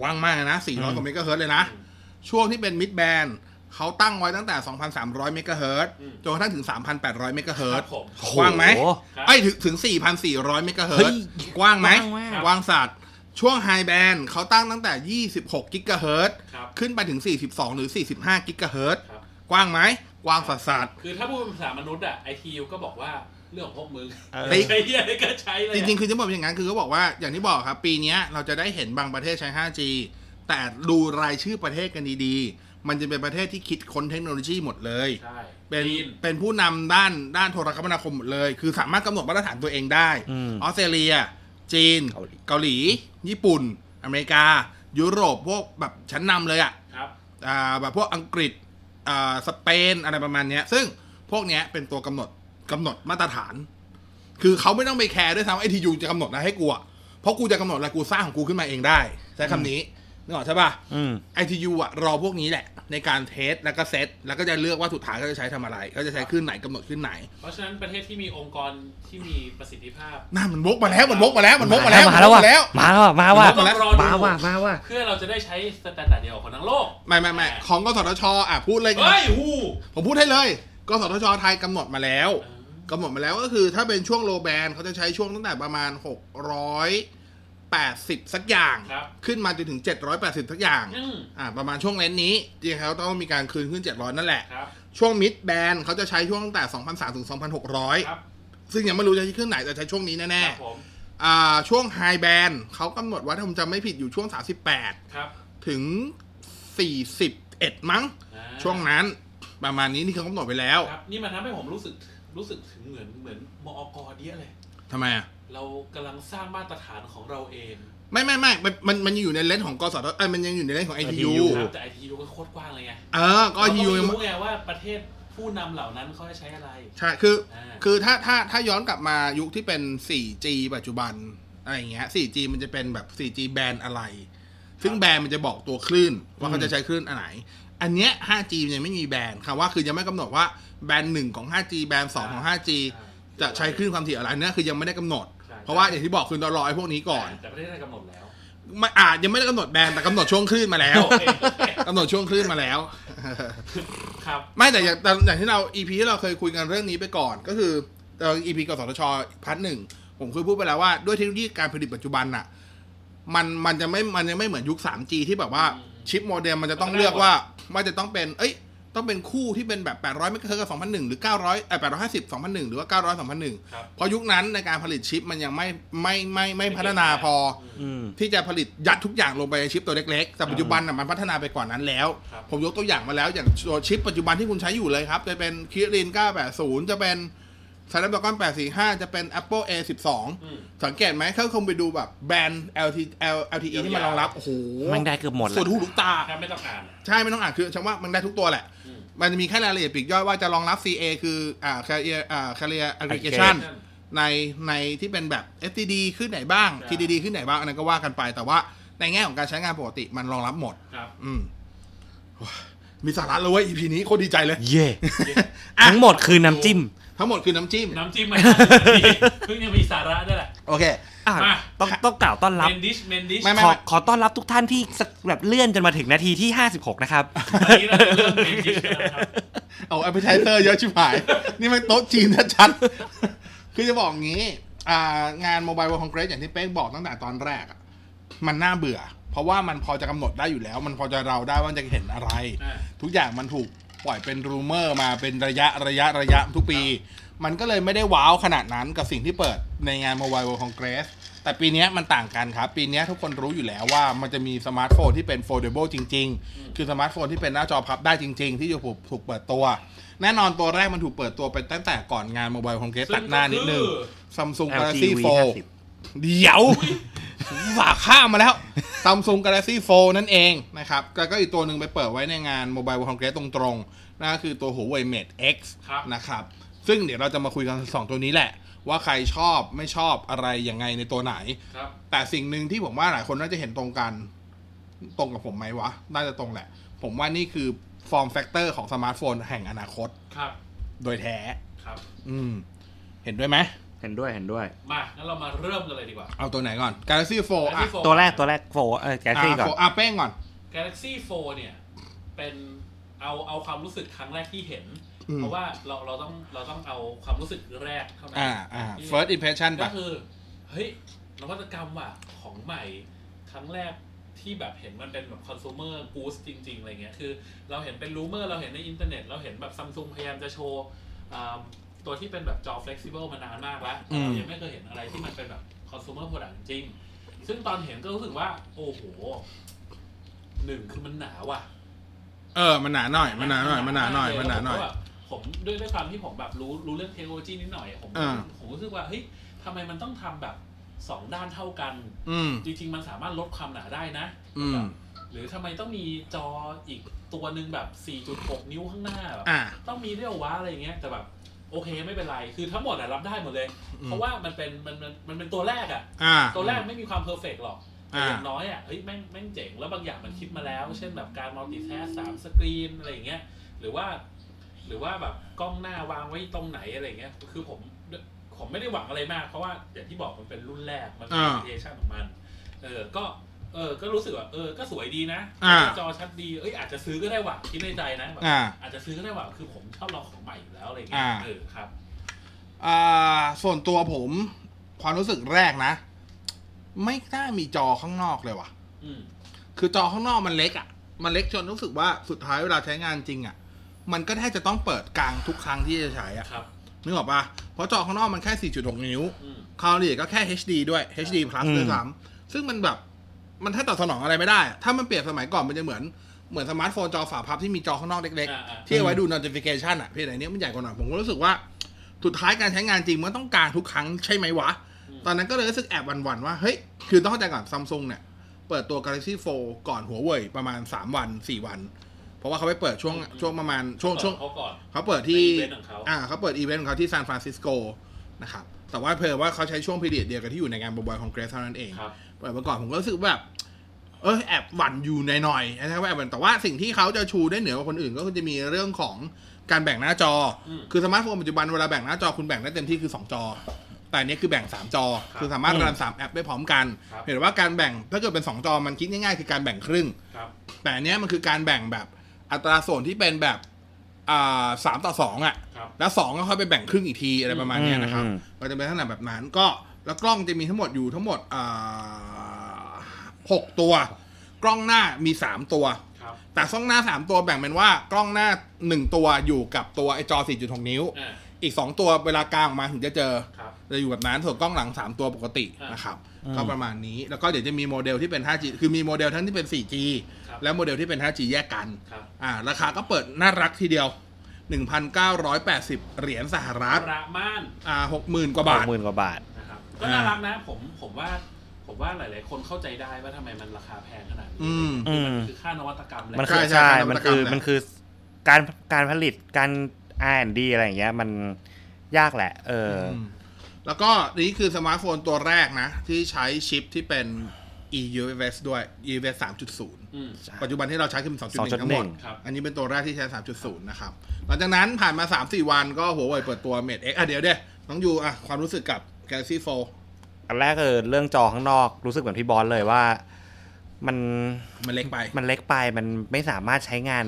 Speaker 1: กว้างมากนะ 400 กว่าเมกะเฮิรตซ์เลยนะ
Speaker 2: อืม
Speaker 1: ช่วงที่เป็นมิดแบนเขาตั้งไว้ตั้งแต่ 2,300 เมกะเฮิรตซ์
Speaker 2: อืม
Speaker 1: จนกระทั่งถึง 3,800 เมกะเฮิรตซ์
Speaker 2: ครับผม
Speaker 1: กว้างไหม
Speaker 3: โอ้โห
Speaker 1: ไอ้ยถึงถึง 4,400 เมกะเฮิร
Speaker 3: เฮ้
Speaker 1: ต
Speaker 3: ย
Speaker 1: ซ์กว้างไหม
Speaker 3: กว้างมาก
Speaker 1: กว้างสัตว์ ช่วงไฮแบนเขาตั้งตั้งแต่ 26 กิกะเฮิรตซ์
Speaker 2: ครับ
Speaker 1: ขึ้นไปถึง 42 หรือ 45 กิกะเฮิรตซ์
Speaker 2: ครับ
Speaker 1: กว้างไหมกว้างสัตว์สัตว์
Speaker 2: คือถ้าพูดเป็นภาษามนุษย์อ่ะ ITU ก็บอกว่าเรื่องของพวกมึง
Speaker 3: เออ
Speaker 2: ใช้เหี้ยอะไรก็ใช้เลย
Speaker 1: จ
Speaker 2: อะ
Speaker 1: ริงๆ คือจะบอกอย่างนั้น คือเขาบอกว่าอย่างที่บอกครับ ปีเนี้ยเราจะได้เห็นบางประเทศใช้ 5G แต่ดูรายชื่อประเทศกันดีๆ มันจะเป็นประเทศที่คิดค้นเทคโนโลยีหมดเลย
Speaker 2: ใช่
Speaker 1: เป็น
Speaker 2: จีน
Speaker 1: เป็นผู้นำด้านด้านโทรคมนาคมหมดเลย คือสามารถกำหนดมาตรฐานตัวเองได้
Speaker 3: อืม
Speaker 1: ออสเตรเลีย จีน
Speaker 3: เกาหลี
Speaker 1: เกาหลี ญี่ปุ่น อเมริกา ยุโรปพวกแบบชั้นนำเลยอะ
Speaker 2: ครับ
Speaker 1: อ่ะแบบพวกอังกฤษอ่าสเปนอะไรประมาณเนี้ย ซึ่งพวกเนี้ยเป็นตัวกำหนดกำหนดมาตรฐาน คือเขาไม่ต้องไปแคร์ด้วยซ้ำไอทียูจะกำหนดนะให้กูอะเพราะกูจะกำหนดอะไรกูสร้างของกูขึ้นมาเองได้ใช้คำนี้นึกออกใช่ปะ
Speaker 3: อืม
Speaker 1: ไอทียูอะรอพวกนี้แหละ ในการเทสแล้วก็เซตแล้วก็จะเลือกว่าสุดท้ายเขาจะใช้ทำอะไรเขาจะใช้ขึ้นไหนกำหนดขึ้นไหน
Speaker 2: เพราะฉะนั้นประเทศที่มีองค์กรที่มีประสิทธิภาพ
Speaker 1: น่ามันบกมาแล้วมันบกมาแล้วมันบกมาแล้ว
Speaker 3: มาแล้ว
Speaker 1: มันบ
Speaker 3: ว่ะ
Speaker 1: กมาแล้ว
Speaker 3: มาแล้ว
Speaker 2: ผมรอดู
Speaker 3: ว่ะมาว่ะมาว่ะมาว่ะ
Speaker 2: เพื่อเราจะได้ใช้สแตนดาร์ดเดียวกับคนทั้งโลก
Speaker 1: ไม่ไม่ไม่ของกสทชอ่ะพูดเลยกัน
Speaker 2: เฮ้ยหู
Speaker 1: ผมพูดให้เลยกสทชไทยกำหนดมาแล้วกำหนดมาแล้วก็คือถ้าเป็นช่วงโลแบนเขาจะใช้ช่วงตั้งแต่ประมาณ 680 สักอย่าง
Speaker 2: ครับ
Speaker 1: ขึ้นมาจนถึง 780 สักอย่าง
Speaker 2: อืม
Speaker 1: อ่าประมาณช่วงเลนส์นี้ที่เขาต้องมีการคืนขึ้น 700 นั่นแหละ
Speaker 2: ครับ
Speaker 1: ช่วงมิดแบนเขาจะใช้ช่วงตั้งแต่2,300ถึง2,600
Speaker 2: ครับ
Speaker 1: ซึ่งยังไม่รู้จะใช้ขึ้นไหนแต่ใช้ช่วงนี้
Speaker 2: ค
Speaker 1: แน่
Speaker 2: รับผม
Speaker 1: ๆอ่าช่วงไฮแบนเขากำหนดไว้ถ้าผมจำไม่ผิดอยู่ช่วง
Speaker 2: ครับ
Speaker 1: 38 ถึง 41 มั้ง
Speaker 2: อ่า
Speaker 1: ช่วงนั้น ประมาณนี้นี่เขากำหนดไปแล้ว
Speaker 2: ครับนี่มันทำให้ผมรู้สึกรู้สึกถึงเหมือนเหมือนมอกเดียเลย
Speaker 1: ทำไมอ่ะ
Speaker 2: เรากำลังสร้างมาตรฐานของเราเอง
Speaker 1: ไม่ไม่ไม่มันมันมันยังอยู่ในเลนส์ของกสทเอ้ยมันยังอยู่ในเลนส์ของ ITU
Speaker 2: ครับแต่ไอทียูก็โคตรกว้างเลยไง
Speaker 1: เออก็
Speaker 2: เราไม่
Speaker 1: ITU ยัง
Speaker 2: รู้ไงว่าประเทศผู้นำเหล่านั้นเขาจะใช้อะไร
Speaker 1: ใช่คือ
Speaker 2: อ่า
Speaker 1: คือถ้าถ้าถ้าย้อนกลับมายุคที่เป็น 4G ปัจจุบันอะไรอย่างเงี้ย 4G มันจะเป็นแบบ 4G แบรนด์อะไร ซึ่งแบรนด์มันจะบอกตัวคลื่น ว่าเขาจะใช้คลื่นอันไหน อันเนี้ย 5G มันยังไม่มีแบรนด์ค่ะว่าคือยังไม่กำหนดว่าแบรนด์หนึ่งของ 5G แบรนด์สองของ 5G จะใช้คลื่นความถี่อะไรเนี่ยคือยังไม่ได้กำหนด
Speaker 2: ใช่
Speaker 1: เพราะว่าอย่างที่บอกคือเรารอไอ้พวกนี้ก่อน
Speaker 2: แต่ประเทศไทยกำหนดแล้ว
Speaker 1: ไม่อาจยังไม่ได้กำหนดแบรนด์แต่กำหนดช่วงคลื่นมา แล้วกำหนดช่วงคลื่นมาแล้ว
Speaker 2: ครับ
Speaker 1: ไม่แต่อย่างแต่อย่างที่เรา EP ที่เราเคยคุยกันเรื่องนี้ไปก่อน ก็คือตอน EP กสทชพาร์ทหนึ่งผมเคยพูดไปแล้วว่าด้วยเทคโนโลยีการผลิตปัจจุบันน่ะ มันมันจะไม่มันยังไม่เหมือนยุค 3G ที่แบบว่า
Speaker 2: อืม
Speaker 1: ชิปโมเดมมันจะต้อง
Speaker 2: มันได้
Speaker 1: เลือกว่าว่าจะต้องเป็น เอ้ย ต้องเป็นคู่ที่เป็นแบบ 800 ไม่เกินกับ2001 หรือ 900เอ่อ850 2001 หรือว่า 900 2001
Speaker 2: ครับ
Speaker 1: เพราะยุคนั้นในการผลิตชิปมันยังไม่ไม่ไม่ไม่พัฒนาพอ
Speaker 3: อืม
Speaker 1: ที่จะผลิตยัดทุกอย่างลงไปในชิปตัวเล็กๆ แต่ปัจจุบันน่ะมันพัฒนาไปกว่านั้นแล้ว
Speaker 2: ครับ
Speaker 1: ผมยกตัวอย่างมาแล้วอย่างตัวชิปปัจจุบันที่คุณใช้อยู่เลยครับ จะเป็นคิริน980 จะเป็น Snapdragon 845 จะเป็น Apple A12
Speaker 2: อืม
Speaker 1: สังเกตไหมเขาคงไปดูแบบแบรนด์ LT L LTE ที่มันรองรับ โอ้โห
Speaker 3: แม่งได้เกือบหมดแห
Speaker 1: ส่ว
Speaker 3: ละ
Speaker 1: นหูลูกตา
Speaker 2: ถ้าไม่ต้องอ่านอะ
Speaker 1: ใช่ไม่ต้องอ่านคือฉันว่ามันได้ทุกตัวแหละ
Speaker 2: อืม
Speaker 1: มันจะมีแค่รายละเอียดปลีกย่อยว่าจะรองรับ CA คืออ่า carrier อ่า carrier aggregation
Speaker 2: นั่น
Speaker 1: ในในที่เป็นแบบ FTD ขึ้นไหนบ้าง
Speaker 2: ใช่
Speaker 1: TDD ขึ้นไหนบ้าง อันนั้นก็ว่ากันไป แต่ว่าในแง่ของการใช้งานปกติมันรองรับหมด
Speaker 2: ครับ
Speaker 1: อืม ว้ามีสาระเลยเว้ย EP นี้โคตรดีใจเลย
Speaker 3: เย่
Speaker 2: เย้
Speaker 3: ทั้งหมดคือน้ำจิ้ม
Speaker 1: ทั้งหมดคือน้ำจิ้ม
Speaker 2: น้ำจิ้มไหมเพิ่งยังมีสาระด้วยแหละ
Speaker 1: โอเค
Speaker 3: อ่ะ
Speaker 2: มา
Speaker 3: ต้องต้องกล่าวต้อนรับ
Speaker 2: เมนดิช เมนดิช
Speaker 1: ไม่ไม่
Speaker 3: ขอขอต้อนรับทุกท่านที่สแบบเลื่อนจนมาถึงนาทีที่ 56 นะครับ
Speaker 2: ตอนนี้เราจะเริ่มเมนดิชกันแล้วนะครับ
Speaker 1: เอาแอปเปอร์ไทเซอร์เยอะชิบหาย นี่มันโต๊ะจีนชัดๆ คือจะบอกงี้ อ่างานโมบาย World Congress อย่างที่เป๊กบอกตั้งแต่ตอนแรกอะมันน่าเบื่อ เพราะว่ามันพอจะกำหนดได้อยู่แล้ว มันพอจะเราได้ว่าจะเห็นอะไร
Speaker 2: อ่า
Speaker 1: ทุกอย่างมันถูกปล่อยเป็นรูเมอร์มาเป็นระยะระยะระยะทุกปี มันก็เลยไม่ได้ว้าวขนาดนั้นกับสิ่งที่เปิดในงาน Mobile World Congress แต่ปีเนี้ยมันต่างกันครับ ปีเนี้ยทุกคนรู้อยู่แล้วว่ามันจะมีสมาร์ทโฟนที่เป็น foldable จริง ๆ คือสมาร์ทโฟนที่เป็นหน้าจอพับได้จริง ๆ ที่จะถูกเปิดตัว แน่นอนตัวแรกมันถูกเปิดตัวไปตั้งแต่ก่อนงาน Mobile World Congress
Speaker 2: ซึ่ง
Speaker 1: ตัดหน้านิดนึง
Speaker 2: ก็คือ
Speaker 1: Samsung
Speaker 3: LG
Speaker 1: Galaxy
Speaker 3: V
Speaker 1: 4
Speaker 3: 50
Speaker 1: เดี๋ยวฝากข้ามมาแล้ว Samsung Galaxy Fold นั่นเองนะครับแล้วก็อีกตัวหนึ่งไปเปิดไว้ในงาน Mobile World Congress ตรงๆนั่นก็คือตัว Huawei Mate X
Speaker 2: ครับ
Speaker 1: นะครับ ซึ่งเดี๋ยวเราจะมาคุยกัน 2 ตัวนี้แหละ ว่าใครชอบไม่ชอบอะไรยังไงในตัวไหน
Speaker 2: ครับ
Speaker 1: แต่สิ่งหนึ่งที่ผมว่าหลายคนน่าจะเห็นตรงกัน ตรงกับผมไหมวะ น่าจะตรงแหละ ผมว่านี่คือ form factor ของสมาร์ทโฟนแห่งอนาคต
Speaker 2: ครับ
Speaker 1: โดยแท้
Speaker 2: ครับ
Speaker 1: อืม เห็นด้วยไหม
Speaker 3: เห็นด้วยเห็นด้วย
Speaker 2: มา งั้นเรามาเริ่มกันเลยดีกว่า
Speaker 1: เอาตัวไหนก่อน Galaxy Fold อ่ะ
Speaker 2: Galaxy Fold
Speaker 3: ตัวแรกตัวแรกโฟเออแกซี่ก่อน
Speaker 1: อ่ะ Fold อ่ะเป้งก่อน
Speaker 2: Galaxy 4 เนี่ย เป็นเอาเอาความรู้สึกครั้งแรกที่เห็น
Speaker 1: อืม
Speaker 2: เพราะว่าเราเราต้องเราต้องเอาความรู้สึกแรกเท่านั้น
Speaker 1: อ่าอ่า
Speaker 2: ที่
Speaker 1: first impression
Speaker 2: ก็
Speaker 1: ปะ
Speaker 2: คือ เฮ้ย นวัตกรรมว่ะ ของใหม่ครั้งแรกที่แบบเห็นมันเป็นแบบคอน sumer goods จริง ๆ อะไรเงี้ย คือ เราเห็นเป็นรูเมอร์เราเห็นในอินเทอร์เน็ต เราเห็นแบบซัมซุงพยายามจะโชว์อ่าตัวที่เป็นแบบจอ flexible มานานมากแล้ว
Speaker 1: อื
Speaker 2: แต่
Speaker 1: ม
Speaker 2: เรายังไม่เคยเห็นอะไรที่มันเป็นแบบคอน sumer product จริง ซึ่งตอนเห็นก็รู้สึกว่า โอ้โหหนึ่งคือมันหนาว่ะ
Speaker 1: เออ มันหนาหน่อย มันหนาหน่อย มันหนาหน่อย มันหนาหน่อย
Speaker 2: แล้วผมก็แบบผมด้วยด้วยความที่ผมแบบรู้รู้เรื่องเทคโนโลยีนิดหน่อย ผม
Speaker 1: อ่า
Speaker 2: ผมรู้สึกว่าเฮ้ยทำไมมันต้องทำแบบสองด้านเท่ากัน
Speaker 1: อืม
Speaker 2: จริงๆ มันสามารถลดความหนาได้นะ
Speaker 1: อืม
Speaker 2: หรือทำไมต้องมีจออีกตัวหนึ่งแบบ 4.6 นิ้วข้างหน้าแบบ
Speaker 1: อ่า
Speaker 2: ต้องมีเรียวว้าอะไรอย่างเงี้ยแต่แบบ โอเคไม่เป็นไรคือทั้งหมดอะรับได้หมดเลย
Speaker 1: อืม
Speaker 2: เพราะว่ามันเป็นมันมันมันเป็นตัวแรกอะ
Speaker 1: อ่า
Speaker 2: ตัวแรกไม่มีความเพอร์เฟกต์หรอก แต่
Speaker 1: อ่า
Speaker 2: อย่างน้อยอ่ะ เฮ้ยแม่งแม่งเจ๋ง แล้วบางอย่างมันคิดมาแล้ว เช่นแบบการมัลติแทสสามสกรีนอะไรอย่างเงี้ย หรือว่า หรือว่าแบบกล้องหน้าวางไว้ตรงไหนอะไรอย่างเงี้ย คือผม ผมไม่ได้หวังอะไรมาก เพราะว่าอย่างที่บอกมันเป็นรุ่นแรก มันเป็น
Speaker 1: อ่า
Speaker 2: เอชั่นของมัน เออ ก็ เออ ก็รู้สึกว่า เออ ก็สวยดีนะ
Speaker 1: อ่า
Speaker 2: จอชัดดี เอ้ย อาจจะซื้อก็ได้ว่ะ คิดในใจนะแบบ
Speaker 1: อ่า
Speaker 2: อาจจะซื้อก็ได้ว่ะ คือผมชอบลองของใหม่อยู่แล้วอะไรอย่างเงี้ย
Speaker 1: อ่า
Speaker 2: เออ ครับ
Speaker 1: อ่า ส่วนตัวผม ความรู้สึกแรกนะ ไม่น่ามีจอข้างนอกเลยว่ะ
Speaker 2: อืม
Speaker 1: คือจอข้างนอกมันเล็กอ่ะ มันเล็กจนรู้สึกว่าสุดท้ายเวลาใช้งานจริงอ่ะ มันก็แทบจะต้องเปิดกลางทุกครั้งที่จะใช้อ่ะ
Speaker 2: ครับ
Speaker 1: นึกออกปะเพราะจอข้างนอกมันแค่ 4.6 นิ้ว
Speaker 2: อืม
Speaker 1: คาลเรียก็แค่ HD ด้วย HD Plus
Speaker 3: อืม
Speaker 1: ด้วยซ้ำซึ่งมันแบบ มันถ้าตอบสนองอะไรไม่ได้อะถ้ามันเปรียบสมัยก่อนมันจะเหมือน เหมือนสมาร์ทโฟนจอฝาพับที่มีจอข้างนอกเล็ก
Speaker 2: อ่า
Speaker 1: ๆ
Speaker 2: ๆ
Speaker 1: ที่เอาไว้ดู notification อ่ะเพียงแต่อันเนี้ยมันใหญ่กว่าหน่อย ผมก็รู้สึกว่า สุดท้ายการใช้งานจริงมันต้องการทุกครั้งใช่ไหมวะ
Speaker 2: อืม
Speaker 1: ตอนนั้นก็เลยรู้สึกแอบหวัน ๆ ว่า เฮ้ย คือต้องเข้าใจก่อนซัมซุงเนี่ย เปิดตัว Galaxy Fold ก่อนหัวเว่ยประมาณ 3 วัน 4 วัน เพราะว่าเขาไปเปิดช่วงช่วงประมาณช่วงช่วง
Speaker 2: เขาก่อน
Speaker 1: เขาเปิดที่
Speaker 2: เป็นอีเวนต์ของเขา
Speaker 1: อ่าเขาเปิดอีเวนต์ของเขาที่ซานฟรานซิสโกนะครับ แต่ว่าเพอว่าเขาใช้ช่วงพีเรียดเดียวกับที่อยู่ในงานบอยของเกรสเท่านั้นเอง
Speaker 2: ครับ
Speaker 1: เปิดมาก่อนผมก็รู้สึกแบบ เออแอบหวั่นอยู่หน่อยๆนะครับว่าแอบหวั่นแต่ว่าสิ่งที่เขาจะชูได้เหนือกว่าคนอื่นก็คือจะมีเรื่องของการแบ่งหน้าจออ
Speaker 2: ม
Speaker 1: คือสมาร์ทโฟนปัจจุบันเวลาแบ่งหน้าจอคุณแบ่งได้เต็มที่คือ 2 จอ แต่อันนี้คือแบ่ง 3 จอ
Speaker 2: ครับ
Speaker 1: คือสามารถ
Speaker 3: อืม
Speaker 1: รันสามแอปได้พร้อมกัน
Speaker 2: ครับ
Speaker 1: เห็นว่าการแบ่งถ้าเกิดเป็นสองจอมันคิดง่ายๆคือการแบ่งครึ่ง
Speaker 2: ครับ
Speaker 1: แต่อันเนี้ยมันคือการแบ่งแบบอัตราส่วนที่เป็นแบบอ่าสามต่อสองอ่ะ
Speaker 2: ครับ
Speaker 1: แล้วสองก็ค่อยไปแบ่งครึ่งอีกทีอะไรประมาณเนี้ยนะครับ
Speaker 3: อืม
Speaker 1: ก็จะเป็นลักษณะแบบนั้นก็แล้วกล้องจะมีทั้งหมดอยู่ทั้งหมดอ่าหกตัว กล้องหน้ามีสามตัว
Speaker 2: ครับ
Speaker 1: แต่กล้องหน้าสามตัวแบ่งเป็นว่ากล้องหน้าหนึ่งตัวอยู่กับตัวไอจอสี่จุดหกนิ้ว
Speaker 2: อ่า
Speaker 1: อีกสองตัวเวลากลางออกมาถึงจะเจอ
Speaker 2: ครับ
Speaker 1: จะอยู่แบบนั้นส่วนกล้องหลัง 3 ตัวปกติ
Speaker 2: อ่าน
Speaker 1: นะครับ
Speaker 3: อืม
Speaker 1: ก็ประมาณนี้แล้วก็เดี๋ยวจะมีโมเดลที่เป็น 5G คือมีโมเดลทั้งที่เป็น 4G
Speaker 2: ครับ
Speaker 1: และโมเดลที่เป็น 5G แยกกัน
Speaker 2: ครับ
Speaker 1: อ่า ราคาก็เปิดน่ารักทีเดียว 1,980 เหรียญสหรัฐ
Speaker 2: ประมาณ
Speaker 1: อ่า60,000 กว่าบาท
Speaker 3: หมื่นกว่าบาท
Speaker 2: นะครับก็น่ารักนะผมผมว่าผมว่าหลาย ๆ คนเข้าใจได้ว่าทำไมมันราคาแพงขนาดนี้
Speaker 1: อืม
Speaker 2: คือมันคือค่านวัตกรรมแหละ
Speaker 3: มัน
Speaker 1: ใช่
Speaker 3: คือ
Speaker 1: ใช่
Speaker 3: ใช่
Speaker 1: ใช่
Speaker 3: มันคือ
Speaker 1: นวัตกรรมแหละ
Speaker 3: มันคือการการผลิตการ R&D อะไรอย่างเงี้ย มันยากแหละ เอออ
Speaker 1: มแล้วก็นี่คือสมาร์ทโฟนตัวแรกนะ ที่ใช้ชิปที่เป็น EUFS ด้วย EUFS 3.0
Speaker 2: อืม
Speaker 1: ปัจจุบันที่เราใช้คือเป็น2.1 ทั้งหมด
Speaker 3: 2.1
Speaker 2: ครับ
Speaker 1: อันนี้เป็นตัวแรกที่ใช้ 3.0 นะครับ หลังจากนั้นผ่านมา 3-4 วันก็หัวเว่ยเปิดตัว Mate X อ่ะเดี๋ยวเดี๋ยวน้องยูอ่ะความรู้สึกกับ Galaxy Fold
Speaker 3: อันแรกคือเรื่องจอข้างนอกรู้สึกเหมือนพี่บอสเลยว่า มัน
Speaker 1: มันเล็กไป
Speaker 3: มันเล็กไปมันไม่สามารถใช้งาน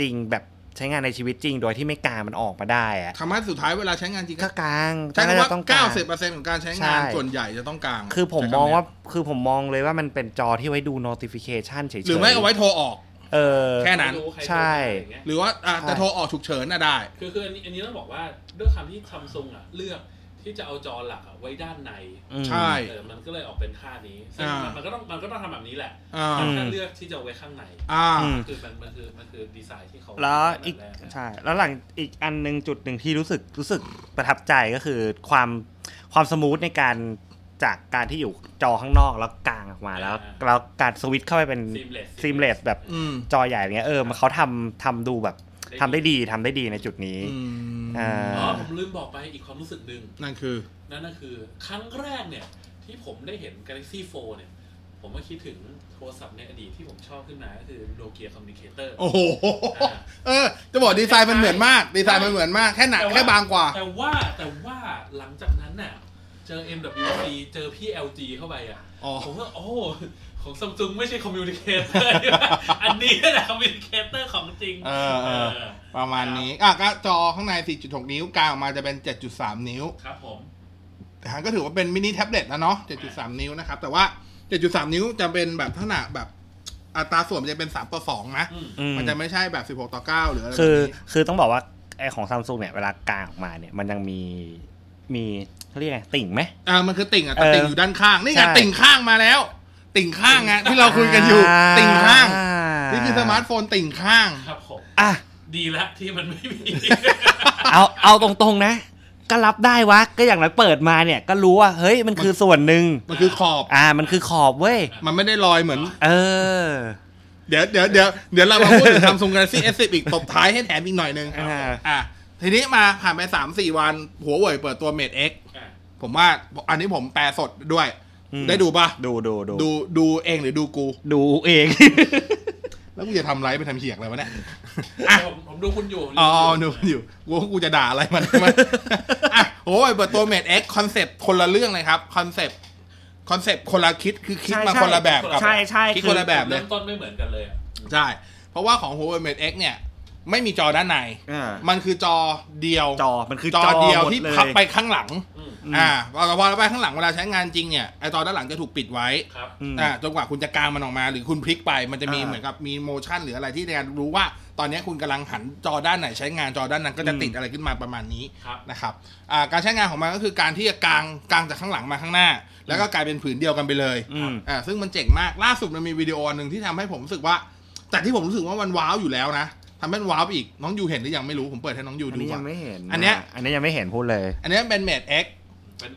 Speaker 3: จริงแบบใช้งานในชีวิตจริง โดยที่ไม่กลางมันออกมาได้อะ
Speaker 1: ทำให้สุดท้ายเวลาใช้งานจริงก็
Speaker 3: ก็กลาง
Speaker 1: ใช้
Speaker 3: ก็
Speaker 1: คำ
Speaker 3: จะ
Speaker 1: ว่า
Speaker 3: ต้องกลาง
Speaker 1: 90%ของการใช้งาน
Speaker 3: ใช่
Speaker 1: ส่วนใหญ่จะต้องกลาง
Speaker 3: คือผม
Speaker 1: ใช้คำ
Speaker 3: มอง
Speaker 1: นี้
Speaker 3: ว่าคือผมมองเลยว่ามันเป็นจอที่ไว้ดู notification เฉยๆ
Speaker 1: หรือไม่เอาไว้โทรออก
Speaker 3: เออ
Speaker 1: แค่นั้น
Speaker 2: ไม่รู้ใคร
Speaker 3: ใช่
Speaker 2: เป็นอะไรอย่างเงี้ย
Speaker 1: หรือว่าอ่ะแต่
Speaker 3: ใช่
Speaker 1: โทรออกฉุกเฉินน่ะได้
Speaker 2: คือคืออันนี้อันนี้ต้องบอกว่าด้วยคำที่ซัมซุงอ่ะเลือกที่จะเอาจอหลักอะไว้ด้านใน
Speaker 3: อืม
Speaker 1: ใช่
Speaker 2: เออมันก็เลยออกเป็นท่านี้ซึ่งมัน
Speaker 1: อ่ามั
Speaker 2: มันก็ต้องมันก็ต้องทำแบบนี้แหละ
Speaker 1: อ่า
Speaker 2: มัน
Speaker 3: ม
Speaker 2: แค่เลือกที่จะเอาไว้ข้างใน
Speaker 1: อ่า
Speaker 3: อืม
Speaker 2: คือมันมันคือมันคือดีไซน์ที่เขา
Speaker 3: แล้วอีก
Speaker 2: ตั้งแต่แร
Speaker 3: ใช่ แล้วหลังอีกอันหนึ่งจุดหนึ่งที่รู้สึกรู้สึกประทับใจก็คือความความสมูทในการจากการที่อยู่จอข้างนอกแล้วกลางออกมาแล้วแล้วการสวิตช์เข้าไปเป็น
Speaker 2: ซีมเลส
Speaker 3: seamless แบบ
Speaker 1: อืม
Speaker 3: จอใหญ่อย่างเงี้ยเออมันเขาทำทำดูแบบทำได้ดีทำได้ดีในจุดนี้
Speaker 1: อืม
Speaker 3: อ่า
Speaker 2: อ๋อผมลืมบอกไปอีกความรู้สึกหนึ่ง
Speaker 1: นั่นคือ
Speaker 2: นั่นก็คือครั้งแรกเนี่ย ที่ผมได้เห็น Galaxy 4 เนี่ย ผมก็คิดถึงโทรศัพท์ในอดีตที่ผมชอบขึ้นมาก็คือ Nokia Communicator
Speaker 1: โอ้โห เออ จะบอกดีไซน์มันเหมือนมากดีไซน์มันเหมือนมากแค่หนัก
Speaker 2: แต่ว่
Speaker 1: แค่บางกว่า
Speaker 2: แต่ว่าแต่ว่าหลังจากนั้นน่ะ เจอ MWC เจอ PLG เข้าไปอ่ะ
Speaker 1: อ๋อ
Speaker 2: ผมว่าโอ้ ของซัมซุงไม่ใช่คอมมิวนิเคเตอร์ อันนี้แหละคอมมิวนิเคเตอร์ของจริง
Speaker 1: เออเออ
Speaker 2: เออ
Speaker 1: ประมาณนี้ อ่ะก็จอข้างใน 4.6 นิ้ว กลางออกมาจะเป็น 7.3 นิ้ว
Speaker 2: ครับผม
Speaker 1: แต่ก็ถือว่าเป็นมินิแท็บเล็ตนะเนาะ 7.3 นิ้วนะครับ แต่ว่า 7.3 นิ้วจะเป็นแบบขนาดแบบอัตราส่วนมันจะเป็น 3 ต่อ 2 นะ
Speaker 2: อืม
Speaker 3: อืม
Speaker 1: มันจะไม่ใช่แบบ 16 ต่อ 9 หรืออะไรแบบ
Speaker 3: คือ
Speaker 1: นี้
Speaker 3: คือต้องบอกว่าไอของซัมซุงเนี่ยเวลากลางออกมาเนี่ยมันยังมีมีเขาเรียกไงติ่งไหม
Speaker 1: อ่ามันคือติ่งอ่ะ
Speaker 3: เอ
Speaker 1: แต่
Speaker 3: อ
Speaker 1: ติ่งอยู่ด้านข้าง นี่ไง
Speaker 3: ใช่
Speaker 1: ติ่งข้างมาแล้ว ติ่งข้างไงที่เราคุยกันอยู่ ติ่งข้าง
Speaker 3: อ่
Speaker 1: นี่คือสมาร์ทโฟนติ่งข้าง
Speaker 2: ครับผม
Speaker 3: อ่ะ
Speaker 2: ดีละที่มันไม่มี
Speaker 3: เอาเอาตรงๆนะ ก็รับได้วะ ก็อย่างน้อยเปิดมาเนี่ย ก็รู้ว่า เฮ้ยมันคือส่วนหนึ่ง
Speaker 1: มันคือขอบ
Speaker 3: อ่ามันคือขอบเว้ย
Speaker 1: มันไม่ได้ลอยเหมือน
Speaker 3: เออ
Speaker 1: เดี๋ยวเดี๋ยวเดี๋ยวเดี๋ยวเรามาพูดถึง Samsung Galaxy S10 อีกตบท้ายให้แถมอีกหน่อยนึง
Speaker 3: อ่า
Speaker 1: อ่ะทีนี้มาผ่านไป 3-4 วัน หัวเว่ยเปิดตัว Mate X
Speaker 2: อ่ะ
Speaker 1: ผมว่าอันนี้ผมแปลสดด้วย
Speaker 3: อืม
Speaker 1: ได้ดูปะ
Speaker 3: ดูดูดู
Speaker 1: ดูดูเองหรือดูกู
Speaker 3: ดูเอง
Speaker 1: แล้วกูจะทำไรไปทำเหียกอะไรวะเนี่ย
Speaker 2: ผมผมดูคุณอยู่ผม
Speaker 1: อ๋อดู
Speaker 2: ดูคุณ
Speaker 1: อยู่กูว่ากูจะด่าอะไรมัน มาอ่ะหัวเว่ยเปิดตัว Mate X คอนเซปต์คนละเรื่องเลยครับคอนเซปต์คอนเซปต์คนละคิดคือคิด
Speaker 3: ใช่
Speaker 1: มา
Speaker 3: ใช่
Speaker 1: คนละแบบกับ
Speaker 3: ใช่ใช่
Speaker 1: คิด
Speaker 3: คื
Speaker 1: ค
Speaker 3: อน
Speaker 1: ละแบบเลย
Speaker 2: เริ่มต้นไม่เหมือนกันเลยอ่ะ
Speaker 1: ใช่เพราะว่าของ Huawei Mate X เนี่ย ไม่มีจอด้านใน
Speaker 3: อ่า
Speaker 1: มันคือจอเดียว
Speaker 3: จอมันคือ
Speaker 1: จอเดียว
Speaker 3: หม
Speaker 1: ที่
Speaker 3: ล
Speaker 1: พับไปข้างหลัง
Speaker 2: อืม
Speaker 1: อ่าพอพอเราไปข้างหลังเวลาใช้งานจริงเนี่ย ไอจอด้านหลังจะถูกปิดไว้
Speaker 2: ครับ
Speaker 3: อืม
Speaker 1: อ่า จนกว่าคุณจะกางมันออกมา หรือคุณพลิกไป มันจะมี
Speaker 3: อ่า
Speaker 1: เหมือนกับมีโมชั่นหรืออะไรที่ในการรู้ว่า ตอนนี้คุณกำลังหันจอด้านไหนใช้งานจอด้านนั้นก็จะ
Speaker 3: อืม
Speaker 1: ติดอะไรขึ้นมาประมาณนี้
Speaker 2: ครับ
Speaker 1: นะครับ อ่า การใช้งานของมันก็คือการที่จะกางกางจากข้างหลังมาข้างหน้า แล้วก็กลายเป็นผืนเดียวกันไปเลย
Speaker 3: อืม
Speaker 1: อ่า ซึ่งมันเจ๋งมาก ล่าสุดมันมีวิดีโออันหนึ่งที่ทำให้ผมรู้สึกว่า แต่ที่ผมรู้สึกว่ามันว้าวอยู่แล้วนะทำให้มันว้าวไปอีก น้องยูเห็นหรือยังไม่รู้ ผมเปิดให้น้องยู
Speaker 3: อัน
Speaker 1: ดู
Speaker 3: นี้ยั
Speaker 1: ก่อน
Speaker 3: งไม่เห็น
Speaker 1: อันเนี้ย
Speaker 3: ะอันนี้ยังไม่เห็นพูดเลย
Speaker 1: อันนี้มันเป็น Mate X
Speaker 2: เป็น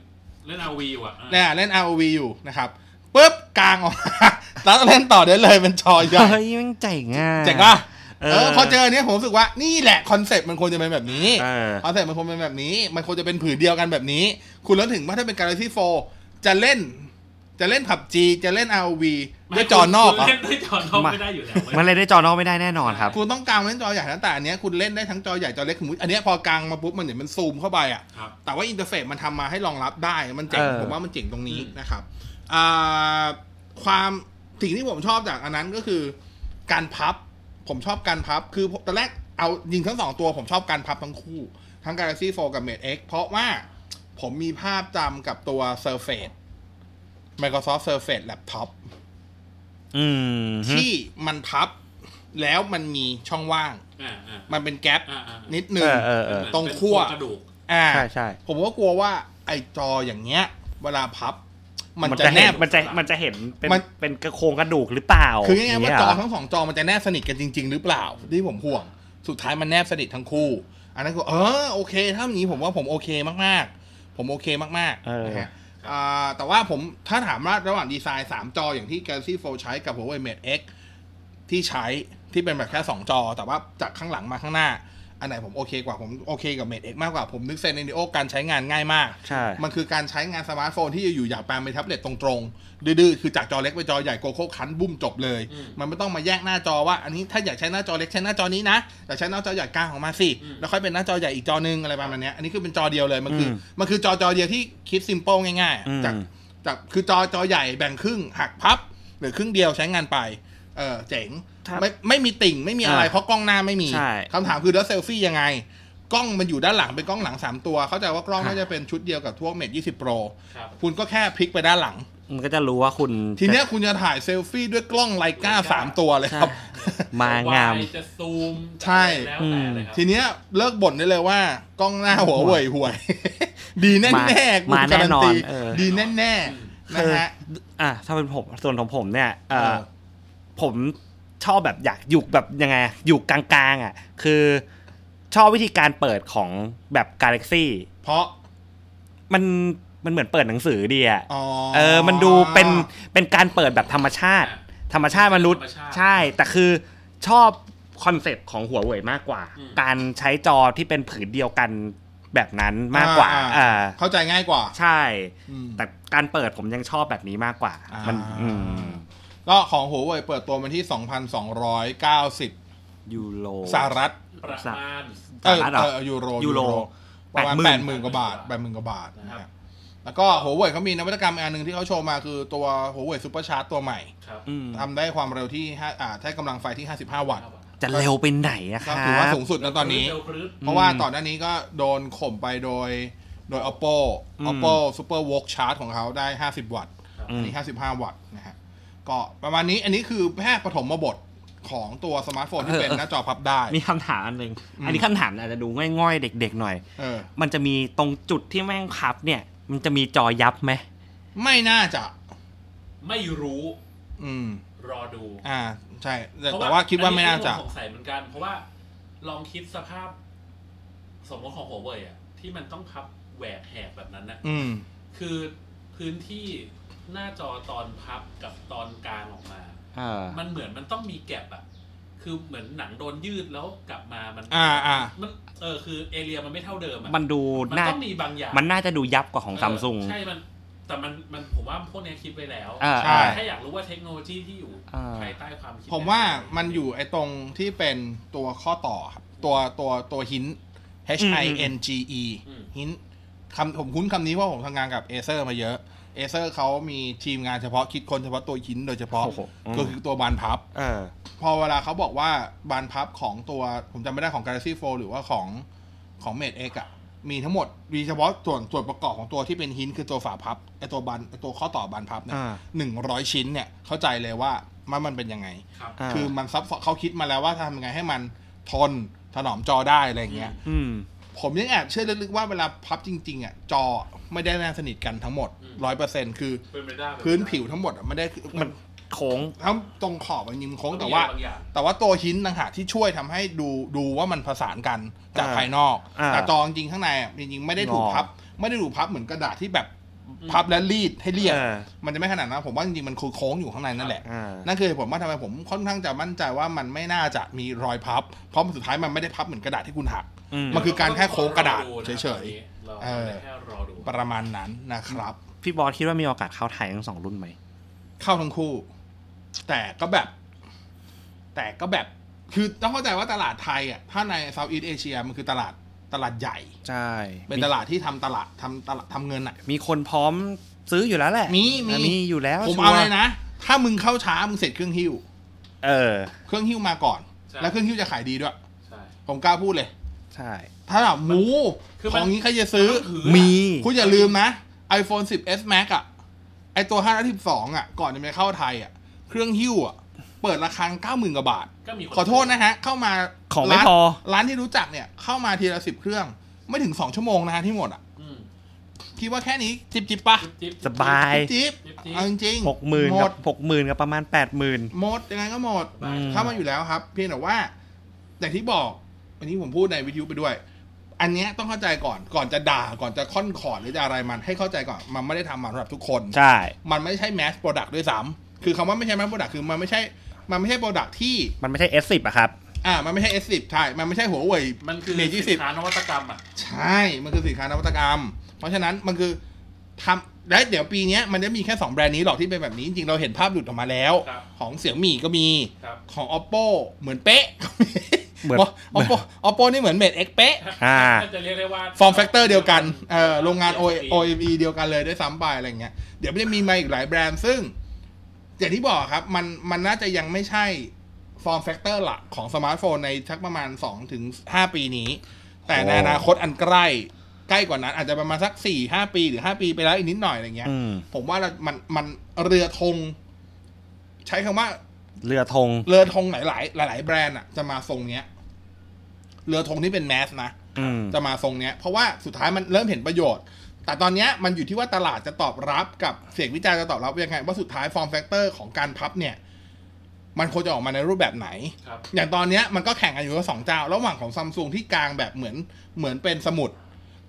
Speaker 2: เล่นอาวีว่ะอ่ะ
Speaker 1: เนี่ยเล่น ROV อยู่นะครับปุ๊บกลางออกมา แล้วเล่นต่อได้เลยเป็นจอใหญ่
Speaker 3: เฮ้ยแม่งเจ๋งอ่ะ
Speaker 1: เจ๋งป่ะ
Speaker 3: เอ
Speaker 1: เอ
Speaker 3: อ
Speaker 1: อพอเจออนเนี้ยผมรู้สึกว่านี่แหละคอนเซปต์มันควรจะเป็นแบบนี้
Speaker 3: เออ
Speaker 1: คอนเซ็ปต์มันควรเป็นแบบนี้ มันควรจะเป็นผืนเดียวกันแบบนี้ คุณแล้วถึงว่าถ้าเป็น Galaxy 4 จะเล่น จะเล่นผับจีจะเล่น ROV ด้วยจอนอกเหร
Speaker 2: คุณ
Speaker 1: อ่ะ
Speaker 2: เล่นด้วยจอนอก
Speaker 3: มา
Speaker 2: ไม่ได้อยู่แล้วเว้ย
Speaker 3: มันเลยได้จอนอกไม่ได้แน่นอนครับ
Speaker 1: คุณต้องกางเล่นจอใหญ่นะแต่อันเนี้ยคุณเล่นได้ทั้งจอใหญ่จอเล็กสมมติอันเนี้ยพอกางมาปุ๊บมันเหมือนมันซูมเข้าไปอ่ะ
Speaker 2: ครับ
Speaker 1: แต่ว่าอินเทอร์เฟซมันทำมาให้รองรับได้ มันเจ๋ง
Speaker 3: เออ
Speaker 1: ผมว่ามันเจ๋งตรงนี้
Speaker 2: อืม
Speaker 1: นะครับอ่าความสิ่งที่ผมชอบจากอันนั้นก็คือ การพับ ผมชอบการพับ คือตอนแรกเอายิงทั้งสองตัวผมชอบการพับทั้งคู่ ทั้ง Galaxy 4 กับ Mate X เพราะว่าผมมีภาพจำกับตัว Surface Microsoft Surface Laptop
Speaker 3: อืม
Speaker 1: ที่มันพับแล้วมันมีช่องว่าง
Speaker 2: อ่าอ่า
Speaker 1: มันเป็นแกลบ
Speaker 2: อ่าอ่า
Speaker 1: นิดนึ
Speaker 3: เอง อเออเออ
Speaker 2: เหมือน
Speaker 1: ตรง
Speaker 2: เป็น
Speaker 1: ขั้ว
Speaker 2: กระดูก
Speaker 1: อ่า
Speaker 3: ใช่ใช่
Speaker 1: ผมก็กลัวว่าไอจออย่างเงี้ย เวลาพับ มันจะแน
Speaker 3: เห็น
Speaker 1: บ
Speaker 3: มันจะมันจะเห็นเป็น
Speaker 1: มัน
Speaker 3: เป็นกระโครงกระดูกหรือเปล่า
Speaker 1: คือง่ายๆว่า
Speaker 3: ย่ง
Speaker 1: จอ
Speaker 3: เงี้ยเหร
Speaker 1: ทั้งสองจอมันจะแนบสนิทกันจริง ๆ หรือเปล่า ที่ผมห่วง สุดท้ายมันแนบสนิททั้งคู่ อันนั้นก็เออโอเค ถ้าอย่างนี้ผมว่าผมโอเคมากๆ ผมโอเคมาก
Speaker 3: เอ
Speaker 1: ๆ
Speaker 3: อ
Speaker 1: นะฮะอ่าแต่ว่าผมถ้าถามว่าระหว่างดีไซน์ 3 จออย่างที่ Galaxy Fold ใช้กับ Huawei Mate X ที่ใช้ที่เป็นแบบแค่ 2 จอ แต่ว่าจากข้างหลังมาข้างหน้า อันไหนผมโอเคกว่าผมโอเคกับ Mate X มากกว่าผมนึกเซนนิโอการใช้งานง่ายมาก
Speaker 3: ใช่
Speaker 1: มันคือการใช้งานสมาร์ทโฟนที่อยู่อยากแปลงเป็นแท็บเล็ตตรงๆ ดื้อๆ คือจากจอเล็กไปจอใหญ่โกโคคันบุ้มจบเลย
Speaker 2: อืม
Speaker 1: มันไม่ต้องมาแยกหน้าจอว่าอันนี้ถ้าอยากใช้หน้าจอเล็กใช้หน้าจอนี้นะแต่ใช้หน้าจอใหญ่กลางของมาสิ
Speaker 2: อืม
Speaker 1: แล้วค่อยเป็นหน้าจอใหญ่อีกจอนึงอะไรประมาณเนี้ยอันนี้คือเป็นจอเดียวเลย มันคืออ
Speaker 3: ม
Speaker 1: มันคือจอจอเดียวที่คิดซิมเปิลง่าย
Speaker 3: อืม
Speaker 1: ๆ จากจากคือจอจอใหญ่แบ่งครึ่งหักพับหรือครึ่งเดียวใช้งานไป เออเจ๋ง
Speaker 3: ถ้า
Speaker 1: ไม่ไม่มีติ่งไม่มีอะไร
Speaker 3: อ่า
Speaker 1: เพราะกล้องหน้าไม่มี
Speaker 3: ใช่
Speaker 1: คำถามคือแล้วเซลฟี่ยังไง กล้องมันอยู่ด้านหลังเป็นกล้องหลัง 3 ตัว เข้าใจว่ากล้อง
Speaker 3: ฮะ
Speaker 1: น่าจะเป็นชุดเดียวกับทั่วเมท20 Pro
Speaker 2: ครับ
Speaker 1: คุณก็แค่พลิกไปด้านหลัง
Speaker 3: มันก็จะรู้ว่าคุณ
Speaker 1: ทีเนี้ย
Speaker 3: จะ
Speaker 1: คุณจะถ่ายเซลฟี่ด้วยกล้องไลกาสามตัวเลยครับ
Speaker 3: มางาม
Speaker 2: จะ wide จะซูม
Speaker 1: ใช่
Speaker 2: แล้วแต่เลยครับ
Speaker 1: ทีเนี้ยเลิกบ่นได้เลยว่ากล้องหน้าหัวเว่ยห่วย ดีแน่แน่
Speaker 3: มามาแน่นอนเออ
Speaker 1: ดีแน่แน่ๆนะฮะ
Speaker 3: คืออ่ะถ้าเป็นผมส่วนของผมเนี่ยเอ่อ
Speaker 1: เออ
Speaker 3: ผมชอบแบบอยากอยู่แบบยังไงอยู่กลางๆอ่ะคือชอบวิธีการเปิดของแบบกาแล็กซี่
Speaker 1: เพราะ
Speaker 3: มันมันเหมือนเปิดหนังสือดีอ่ะ
Speaker 1: อ๋อ
Speaker 3: เออมันดูเป็นเป็นการเปิดแบบธรรมชาติ ธรรมชาติมนุษย์
Speaker 2: ธรรมชาติ
Speaker 3: ใช่ แต่คือชอบคอนเซปต์ของหัวเว่ยมากกว่า
Speaker 2: อืม
Speaker 3: การใช้จอที่เป็นผืนเดียวกันแบบนั้นมากกว่าอ่า
Speaker 1: เข้าใจง่ายกว่า
Speaker 3: ใช่
Speaker 1: อืม
Speaker 3: แต่การเปิดผมยังชอบแบบนี้มากกว่า
Speaker 1: อ่ามั
Speaker 3: มันอืม
Speaker 1: ก็ของหัวเว่ยเปิดตัววันที่ 2,290
Speaker 3: ยูโร
Speaker 1: สหรัฐ
Speaker 2: ประมาณ
Speaker 1: เออ
Speaker 3: สหรัฐเหรอ
Speaker 1: เออยูโร
Speaker 3: ยูโร
Speaker 1: ประมาณ
Speaker 3: แป
Speaker 1: แป
Speaker 3: ด
Speaker 1: ด
Speaker 3: ห
Speaker 1: ห
Speaker 3: มื่
Speaker 1: มื่
Speaker 3: น
Speaker 1: นกว่าบาทแปดหมื่นกว่าบาทนะ
Speaker 2: นะค
Speaker 1: ค
Speaker 2: รั
Speaker 1: รับ บแล้วก็หัวเว่ยเขามีนวัตกรรมอันหนึ่งที่เขาโชว์มาคือตัวหัวเว่ยซูเปอร์ชาร์จตัวใหม่
Speaker 2: ครับ
Speaker 3: อืม
Speaker 1: ทำได้ความเร็วที่ห้าอ่าใช้กำลังไฟที่ 55 วัตต์
Speaker 3: จะเร็วไปไหนอะค
Speaker 1: ก็
Speaker 3: รับ
Speaker 1: ถือว่าสูงสุดนะตอนนี้
Speaker 2: เร็วปรื๊ด
Speaker 1: เพราะว่าตอนหน้านี้ก็โดนข่มไปโดยโดย Oppo
Speaker 3: อืม
Speaker 1: Oppo Super w o l k Charge ของเขาได้ 50 วัตต์
Speaker 2: ครับ
Speaker 1: อันนี้ 55 วัตต์นะฮะก็ประมาณนี้อันนี้คือแพทย์ปฐมบทของตัวสมาร์ทโฟนที่เป็นหน้าจอพับได้
Speaker 3: มีคำถามอันหนึ่ง
Speaker 1: อืม
Speaker 3: อันนี้คำถามอาจจะดูง่อยๆ เด็กๆหน่อย
Speaker 1: เออ
Speaker 3: มันจะมีตรงจุดที่แม่งพับเนี่ย มันจะมีจอยับไหม
Speaker 1: ไม่น่าจะ
Speaker 2: ไม่รู้
Speaker 1: อืม
Speaker 2: รอดู
Speaker 1: อ่า ใช่ แต่แต่ว่าคิดว่าไม่น่าจะ
Speaker 2: อัที่ผมสงสัยเหมือนกัน เพราะว่าลองคิดสภาพ สมมติของหัวเว่ยอะที่มันต้องพับแหวกแหกแบบนั้นนะ
Speaker 1: อืม
Speaker 2: คือพื้นที่หน้าจอตอนพับกับตอนกลางออกมา
Speaker 3: เออ
Speaker 2: มันเหมือนมันต้องมีแก็บอะคือเหมือนหนังโดนยืดแล้วกลับมามัน
Speaker 1: อ่าอ่า
Speaker 2: มันเออคือเอเรียมันไม่เท่าเดิมอะ
Speaker 3: มันดู
Speaker 2: มัน
Speaker 3: น่า
Speaker 2: ต้องมีบางอย่าง
Speaker 3: มันน่าจะดูยับกว่าของ
Speaker 2: เ
Speaker 3: ซัมซุง
Speaker 2: ใช่ มัน แต่มัน มัน ผมว่าพวกเนี้ยคิดไว้แล้ว
Speaker 3: อ่า
Speaker 1: ใช่
Speaker 2: แค่อยากรู้ว่าเทคโนโลยีที่อยู่
Speaker 3: อ่า
Speaker 2: ภายใต้ความคิด
Speaker 1: ผมว่ามันอยู่ไอ้ตรงที่เป็นตัวข้อต่อครับ ตัวตัวตัวหิน H
Speaker 3: อืม
Speaker 1: I N G E หินคำผมคุ้นคำนี้เพราะผมทำงานกับเอเซอร์มาเยอะ เอเซอร์เขามีทีมงานเฉพาะคิดคนเฉพาะตัวหินโดยเฉพาะ
Speaker 3: โอ้โหอืม
Speaker 1: ก็คือตัวบานพับ
Speaker 3: เออ
Speaker 1: พอเวลาเขาบอกว่าบานพับของตัวผมจำไม่ได้ของ Galaxy Fold หรือว่าของของ Mate X อะ่ะ มีทั้งหมดมีเฉพาะส่วนส่วนประกอบของตัวที่เป็นหินคือตัวฝาพับไอตัวบานไอ้ตัวข้อต่อบานพับเนี่ย
Speaker 3: อ่า
Speaker 1: หนึ่งร้อยชิ้นเนี่ยเข้าใจเลยว่ามันมันเป็นยังไง
Speaker 2: ครับ
Speaker 3: อ่า
Speaker 1: คือมันซับซ้อนเขาคิดมาแล้วว่าทำยังไงให้มันทนถนอมจอได้อะไรอย่างเงี้ย
Speaker 3: อืม
Speaker 1: ผมยังแอบเชื่อลึกๆว่าเวลาพับจริง ๆ อ่ะ จอไม่ได้แนบสนิทกันทั้งหมด
Speaker 2: อืม
Speaker 1: ร้อยเปอร์เซ็นต์คือ
Speaker 2: เป็นไปได้เป็ไปได้
Speaker 1: พื้นผิวทั้งหมดอะไม่ได้
Speaker 3: มั
Speaker 1: มัน
Speaker 3: นโค้ง
Speaker 1: ทั้งตรงขอบมันยิงโค้ง
Speaker 2: มันมี
Speaker 1: แต่ว่า
Speaker 2: บางอย่าง
Speaker 1: แต่ว่าตัวหินต่างหากที่ช่วยทำให้ดูดูว่ามันผสานกันจาก
Speaker 3: อ่า
Speaker 1: ภายนอก
Speaker 3: อ่า
Speaker 1: แต่จอจริงๆข้างในอ่ะจริงๆไม่ได้ถูก
Speaker 3: งอ
Speaker 1: พับ ไม่ได้ถูกพับเหมือนกระดาษที่แบบ พับและรีดให้เรียบ
Speaker 3: อ่า
Speaker 1: มันจะไม่ขนาดนั้นผมว่าจริงๆมันคือโค้งอยู่ข้างในนั่นแหละ
Speaker 3: อ่า
Speaker 1: นั่นคือเหตุผมว่าทำไมผมค่อนข้างจะมั่นใจว่ามันไม่น่าจะมีรอยพับ เพราะสุดท้ายมันไม่ได้พับเหมือนกระดาษที่คุณหัก
Speaker 3: อืม
Speaker 1: มันคือการแค่โค้งกระดาษเฉย
Speaker 2: ๆเรา
Speaker 1: เออ
Speaker 2: แค่รอดู
Speaker 1: ๆ ประมาณนั้นนะครับ
Speaker 3: พี่บอสคิดว่ามีโอกาสเข้าไทยทั้งสองรุ่นไหม
Speaker 1: เข้าทั้งคู่ แต่ก็แบบ แต่ก็แบบ คือต้องเข้าใจว่าตลาดไทยอ่ะถ้าในเซาท์อีสเอเชียมันคือตลาดตลาดใหญ่
Speaker 3: ใช่
Speaker 1: เป็นตลาดที่ทำตลาดทำตลาดทำเงินอ่ะ
Speaker 3: มีคนพร้อมซื้ออยู่แล้วแหละ
Speaker 1: มีมี
Speaker 3: อ่ะมีอยู่แล้ว
Speaker 1: ผม
Speaker 3: ชัวร์
Speaker 1: เอาเลยนะ ถ้ามึงเข้าช้ามึงเสร็จเครื่องหิ้ว
Speaker 3: เออ
Speaker 1: เครื่องหิ้วมาก่อน
Speaker 2: ใช่
Speaker 1: แล้วเครื่องหิ้วจะขายดีด้วย
Speaker 2: ใช่
Speaker 1: ผมกล้าพูดเลย
Speaker 3: ใช่
Speaker 1: ถ้าแบบหมู
Speaker 2: คือ
Speaker 1: ข
Speaker 2: มัน
Speaker 1: องนี้ใครจะซื้อ
Speaker 2: ถือ
Speaker 3: มี
Speaker 1: คุณอย่าลืมนะ iPhone 10s Max อ่ะ ไอตัว 512 อ่ะ ก่อนจะไปเข้าไทยอ่ะ เครื่องหิ้วอ่ะ เปิดราคา 90,000กว่าบาท
Speaker 2: ก็มีคน
Speaker 1: ขอโทษนะฮะ เข้ามา
Speaker 3: ของไม่
Speaker 1: ร้าน
Speaker 3: พอ
Speaker 1: ร้านที่รู้จักเนี่ย เข้ามาทีละสิบเครื่อง ไม่ถึง 2 ชั่วโมงนะฮะที่หมดอ่ะ
Speaker 2: อืม
Speaker 1: คิดว่าแค่นี้ จิบจิบปะ
Speaker 2: จิ๊บจิ๊บ
Speaker 3: สบาย
Speaker 1: จิบ
Speaker 2: จิ๊บจิ๊บ
Speaker 1: เอาจริงๆ
Speaker 3: หกหมื่น
Speaker 1: หม
Speaker 3: กับ
Speaker 1: ด
Speaker 3: หกหมื่นกับประมาณแปดหมื่น
Speaker 1: หมดยังไงก็หมด
Speaker 2: สบาย
Speaker 3: อืม
Speaker 1: เข้ามาอยู่แล้วครับ เพียงแต่ว่าอย่างที่บอก อันนี้ผมพูดในวิทยุไปด้วย อันเนี้ยต้องเข้าใจก่อนก่อนจะด่าก่อนจะค่อนขอดหรือจะอะไรมันให้เข้าใจก่อนมันไม่ได้ทำมาสำหรับทุกคน
Speaker 3: ใช่
Speaker 1: มันไม่ใช่แมสโปรดักต์ด้วยซ้ำคือคำว่าไม่ใช่แมสโปรดักต์คือมันไม่ใช่ มันไม่ใช่โปรดักต์ที่
Speaker 3: มันไม่ใช่ S10 อะครับ
Speaker 1: อ่า มันไม่ใช่ S10 ใช่ มันไม่ใช่หัวเว่ย
Speaker 2: มันคือ
Speaker 1: เมจิ
Speaker 2: สิ
Speaker 1: สิ
Speaker 2: นค้านวัตกรรมอ่ะ
Speaker 1: ใช่ มันคือสินค้านวัตกรรม เพราะฉะนั้นมันคือทำและเดี๋ยวปีเนี้ยมันจะมีแค่ 2 แบรนด์นี้หรอกที่เป็นแบบนี้ จริงๆเราเห็นภาพหลุดออกมาแล้ว
Speaker 2: ครับ
Speaker 1: ของเสี่ยมี่ก็มี
Speaker 2: ครับ
Speaker 1: ของ oppo เหมือนเป๊ะ
Speaker 3: เหมื อน
Speaker 1: บอก oppo oppo นี่เหมือนเมดเอ็กเป๊ะ
Speaker 3: อ่า
Speaker 2: น่จะเรียกได้ว่า
Speaker 1: ฟอร์มแฟกเตอร์เดียวกันเอ่อโรงงาน
Speaker 2: OFE
Speaker 1: OE OME เดียวกันเลยด้วยซ้ำไปอะไรอย่างเงี้ย เดี๋ยวมันจะมีมาอีกหลายแบรนด์ซึ่ง อย่างที่บอกครับ มันมันน่าจะยังไม่ใช่ฟอร์มแฟกเตอร์หลักของสมาร์ทโฟนในชักประมาณ 2-5ถึงปีนี้ แต่ใน
Speaker 3: โอ้
Speaker 1: อนาคตอันใกล้ ใกล้กว่านั้น อาจจะประมาณสัก 4-5 ปีหรือ 5 ปีไปแล้วอีกนิดหน่อยอะไรเงี้ย
Speaker 3: อืม
Speaker 1: ผมว่าเรามันมันเรือธง ใช้คำว่า
Speaker 3: เรือธง
Speaker 1: เรือธงหลาย ๆ หลาย ๆ แบรนด์อะจะมาทรงเนี้ย เรือธงที่เป็นแมสนะ
Speaker 3: อืม
Speaker 1: จะมาทรงเนี้ย เพราะว่าสุดท้ายมันเริ่มเห็นประโยชน์ แต่ตอนเนี้ยมันอยู่ที่ว่าตลาดจะตอบรับกับเสียงวิจารณ์จะตอบรับยังไง ว่าสุดท้ายฟอร์มแฟกเตอร์ของการพับเนี่ย มันควรจะออกมาในรูปแบบไหน
Speaker 2: ครับ
Speaker 1: อย่างตอนเนี้ยมันก็แข่งกันอยู่แค่สองเจ้า ระหว่างของซัมซุงที่กลางแบบเหมือนเหมือนเป็นสมุด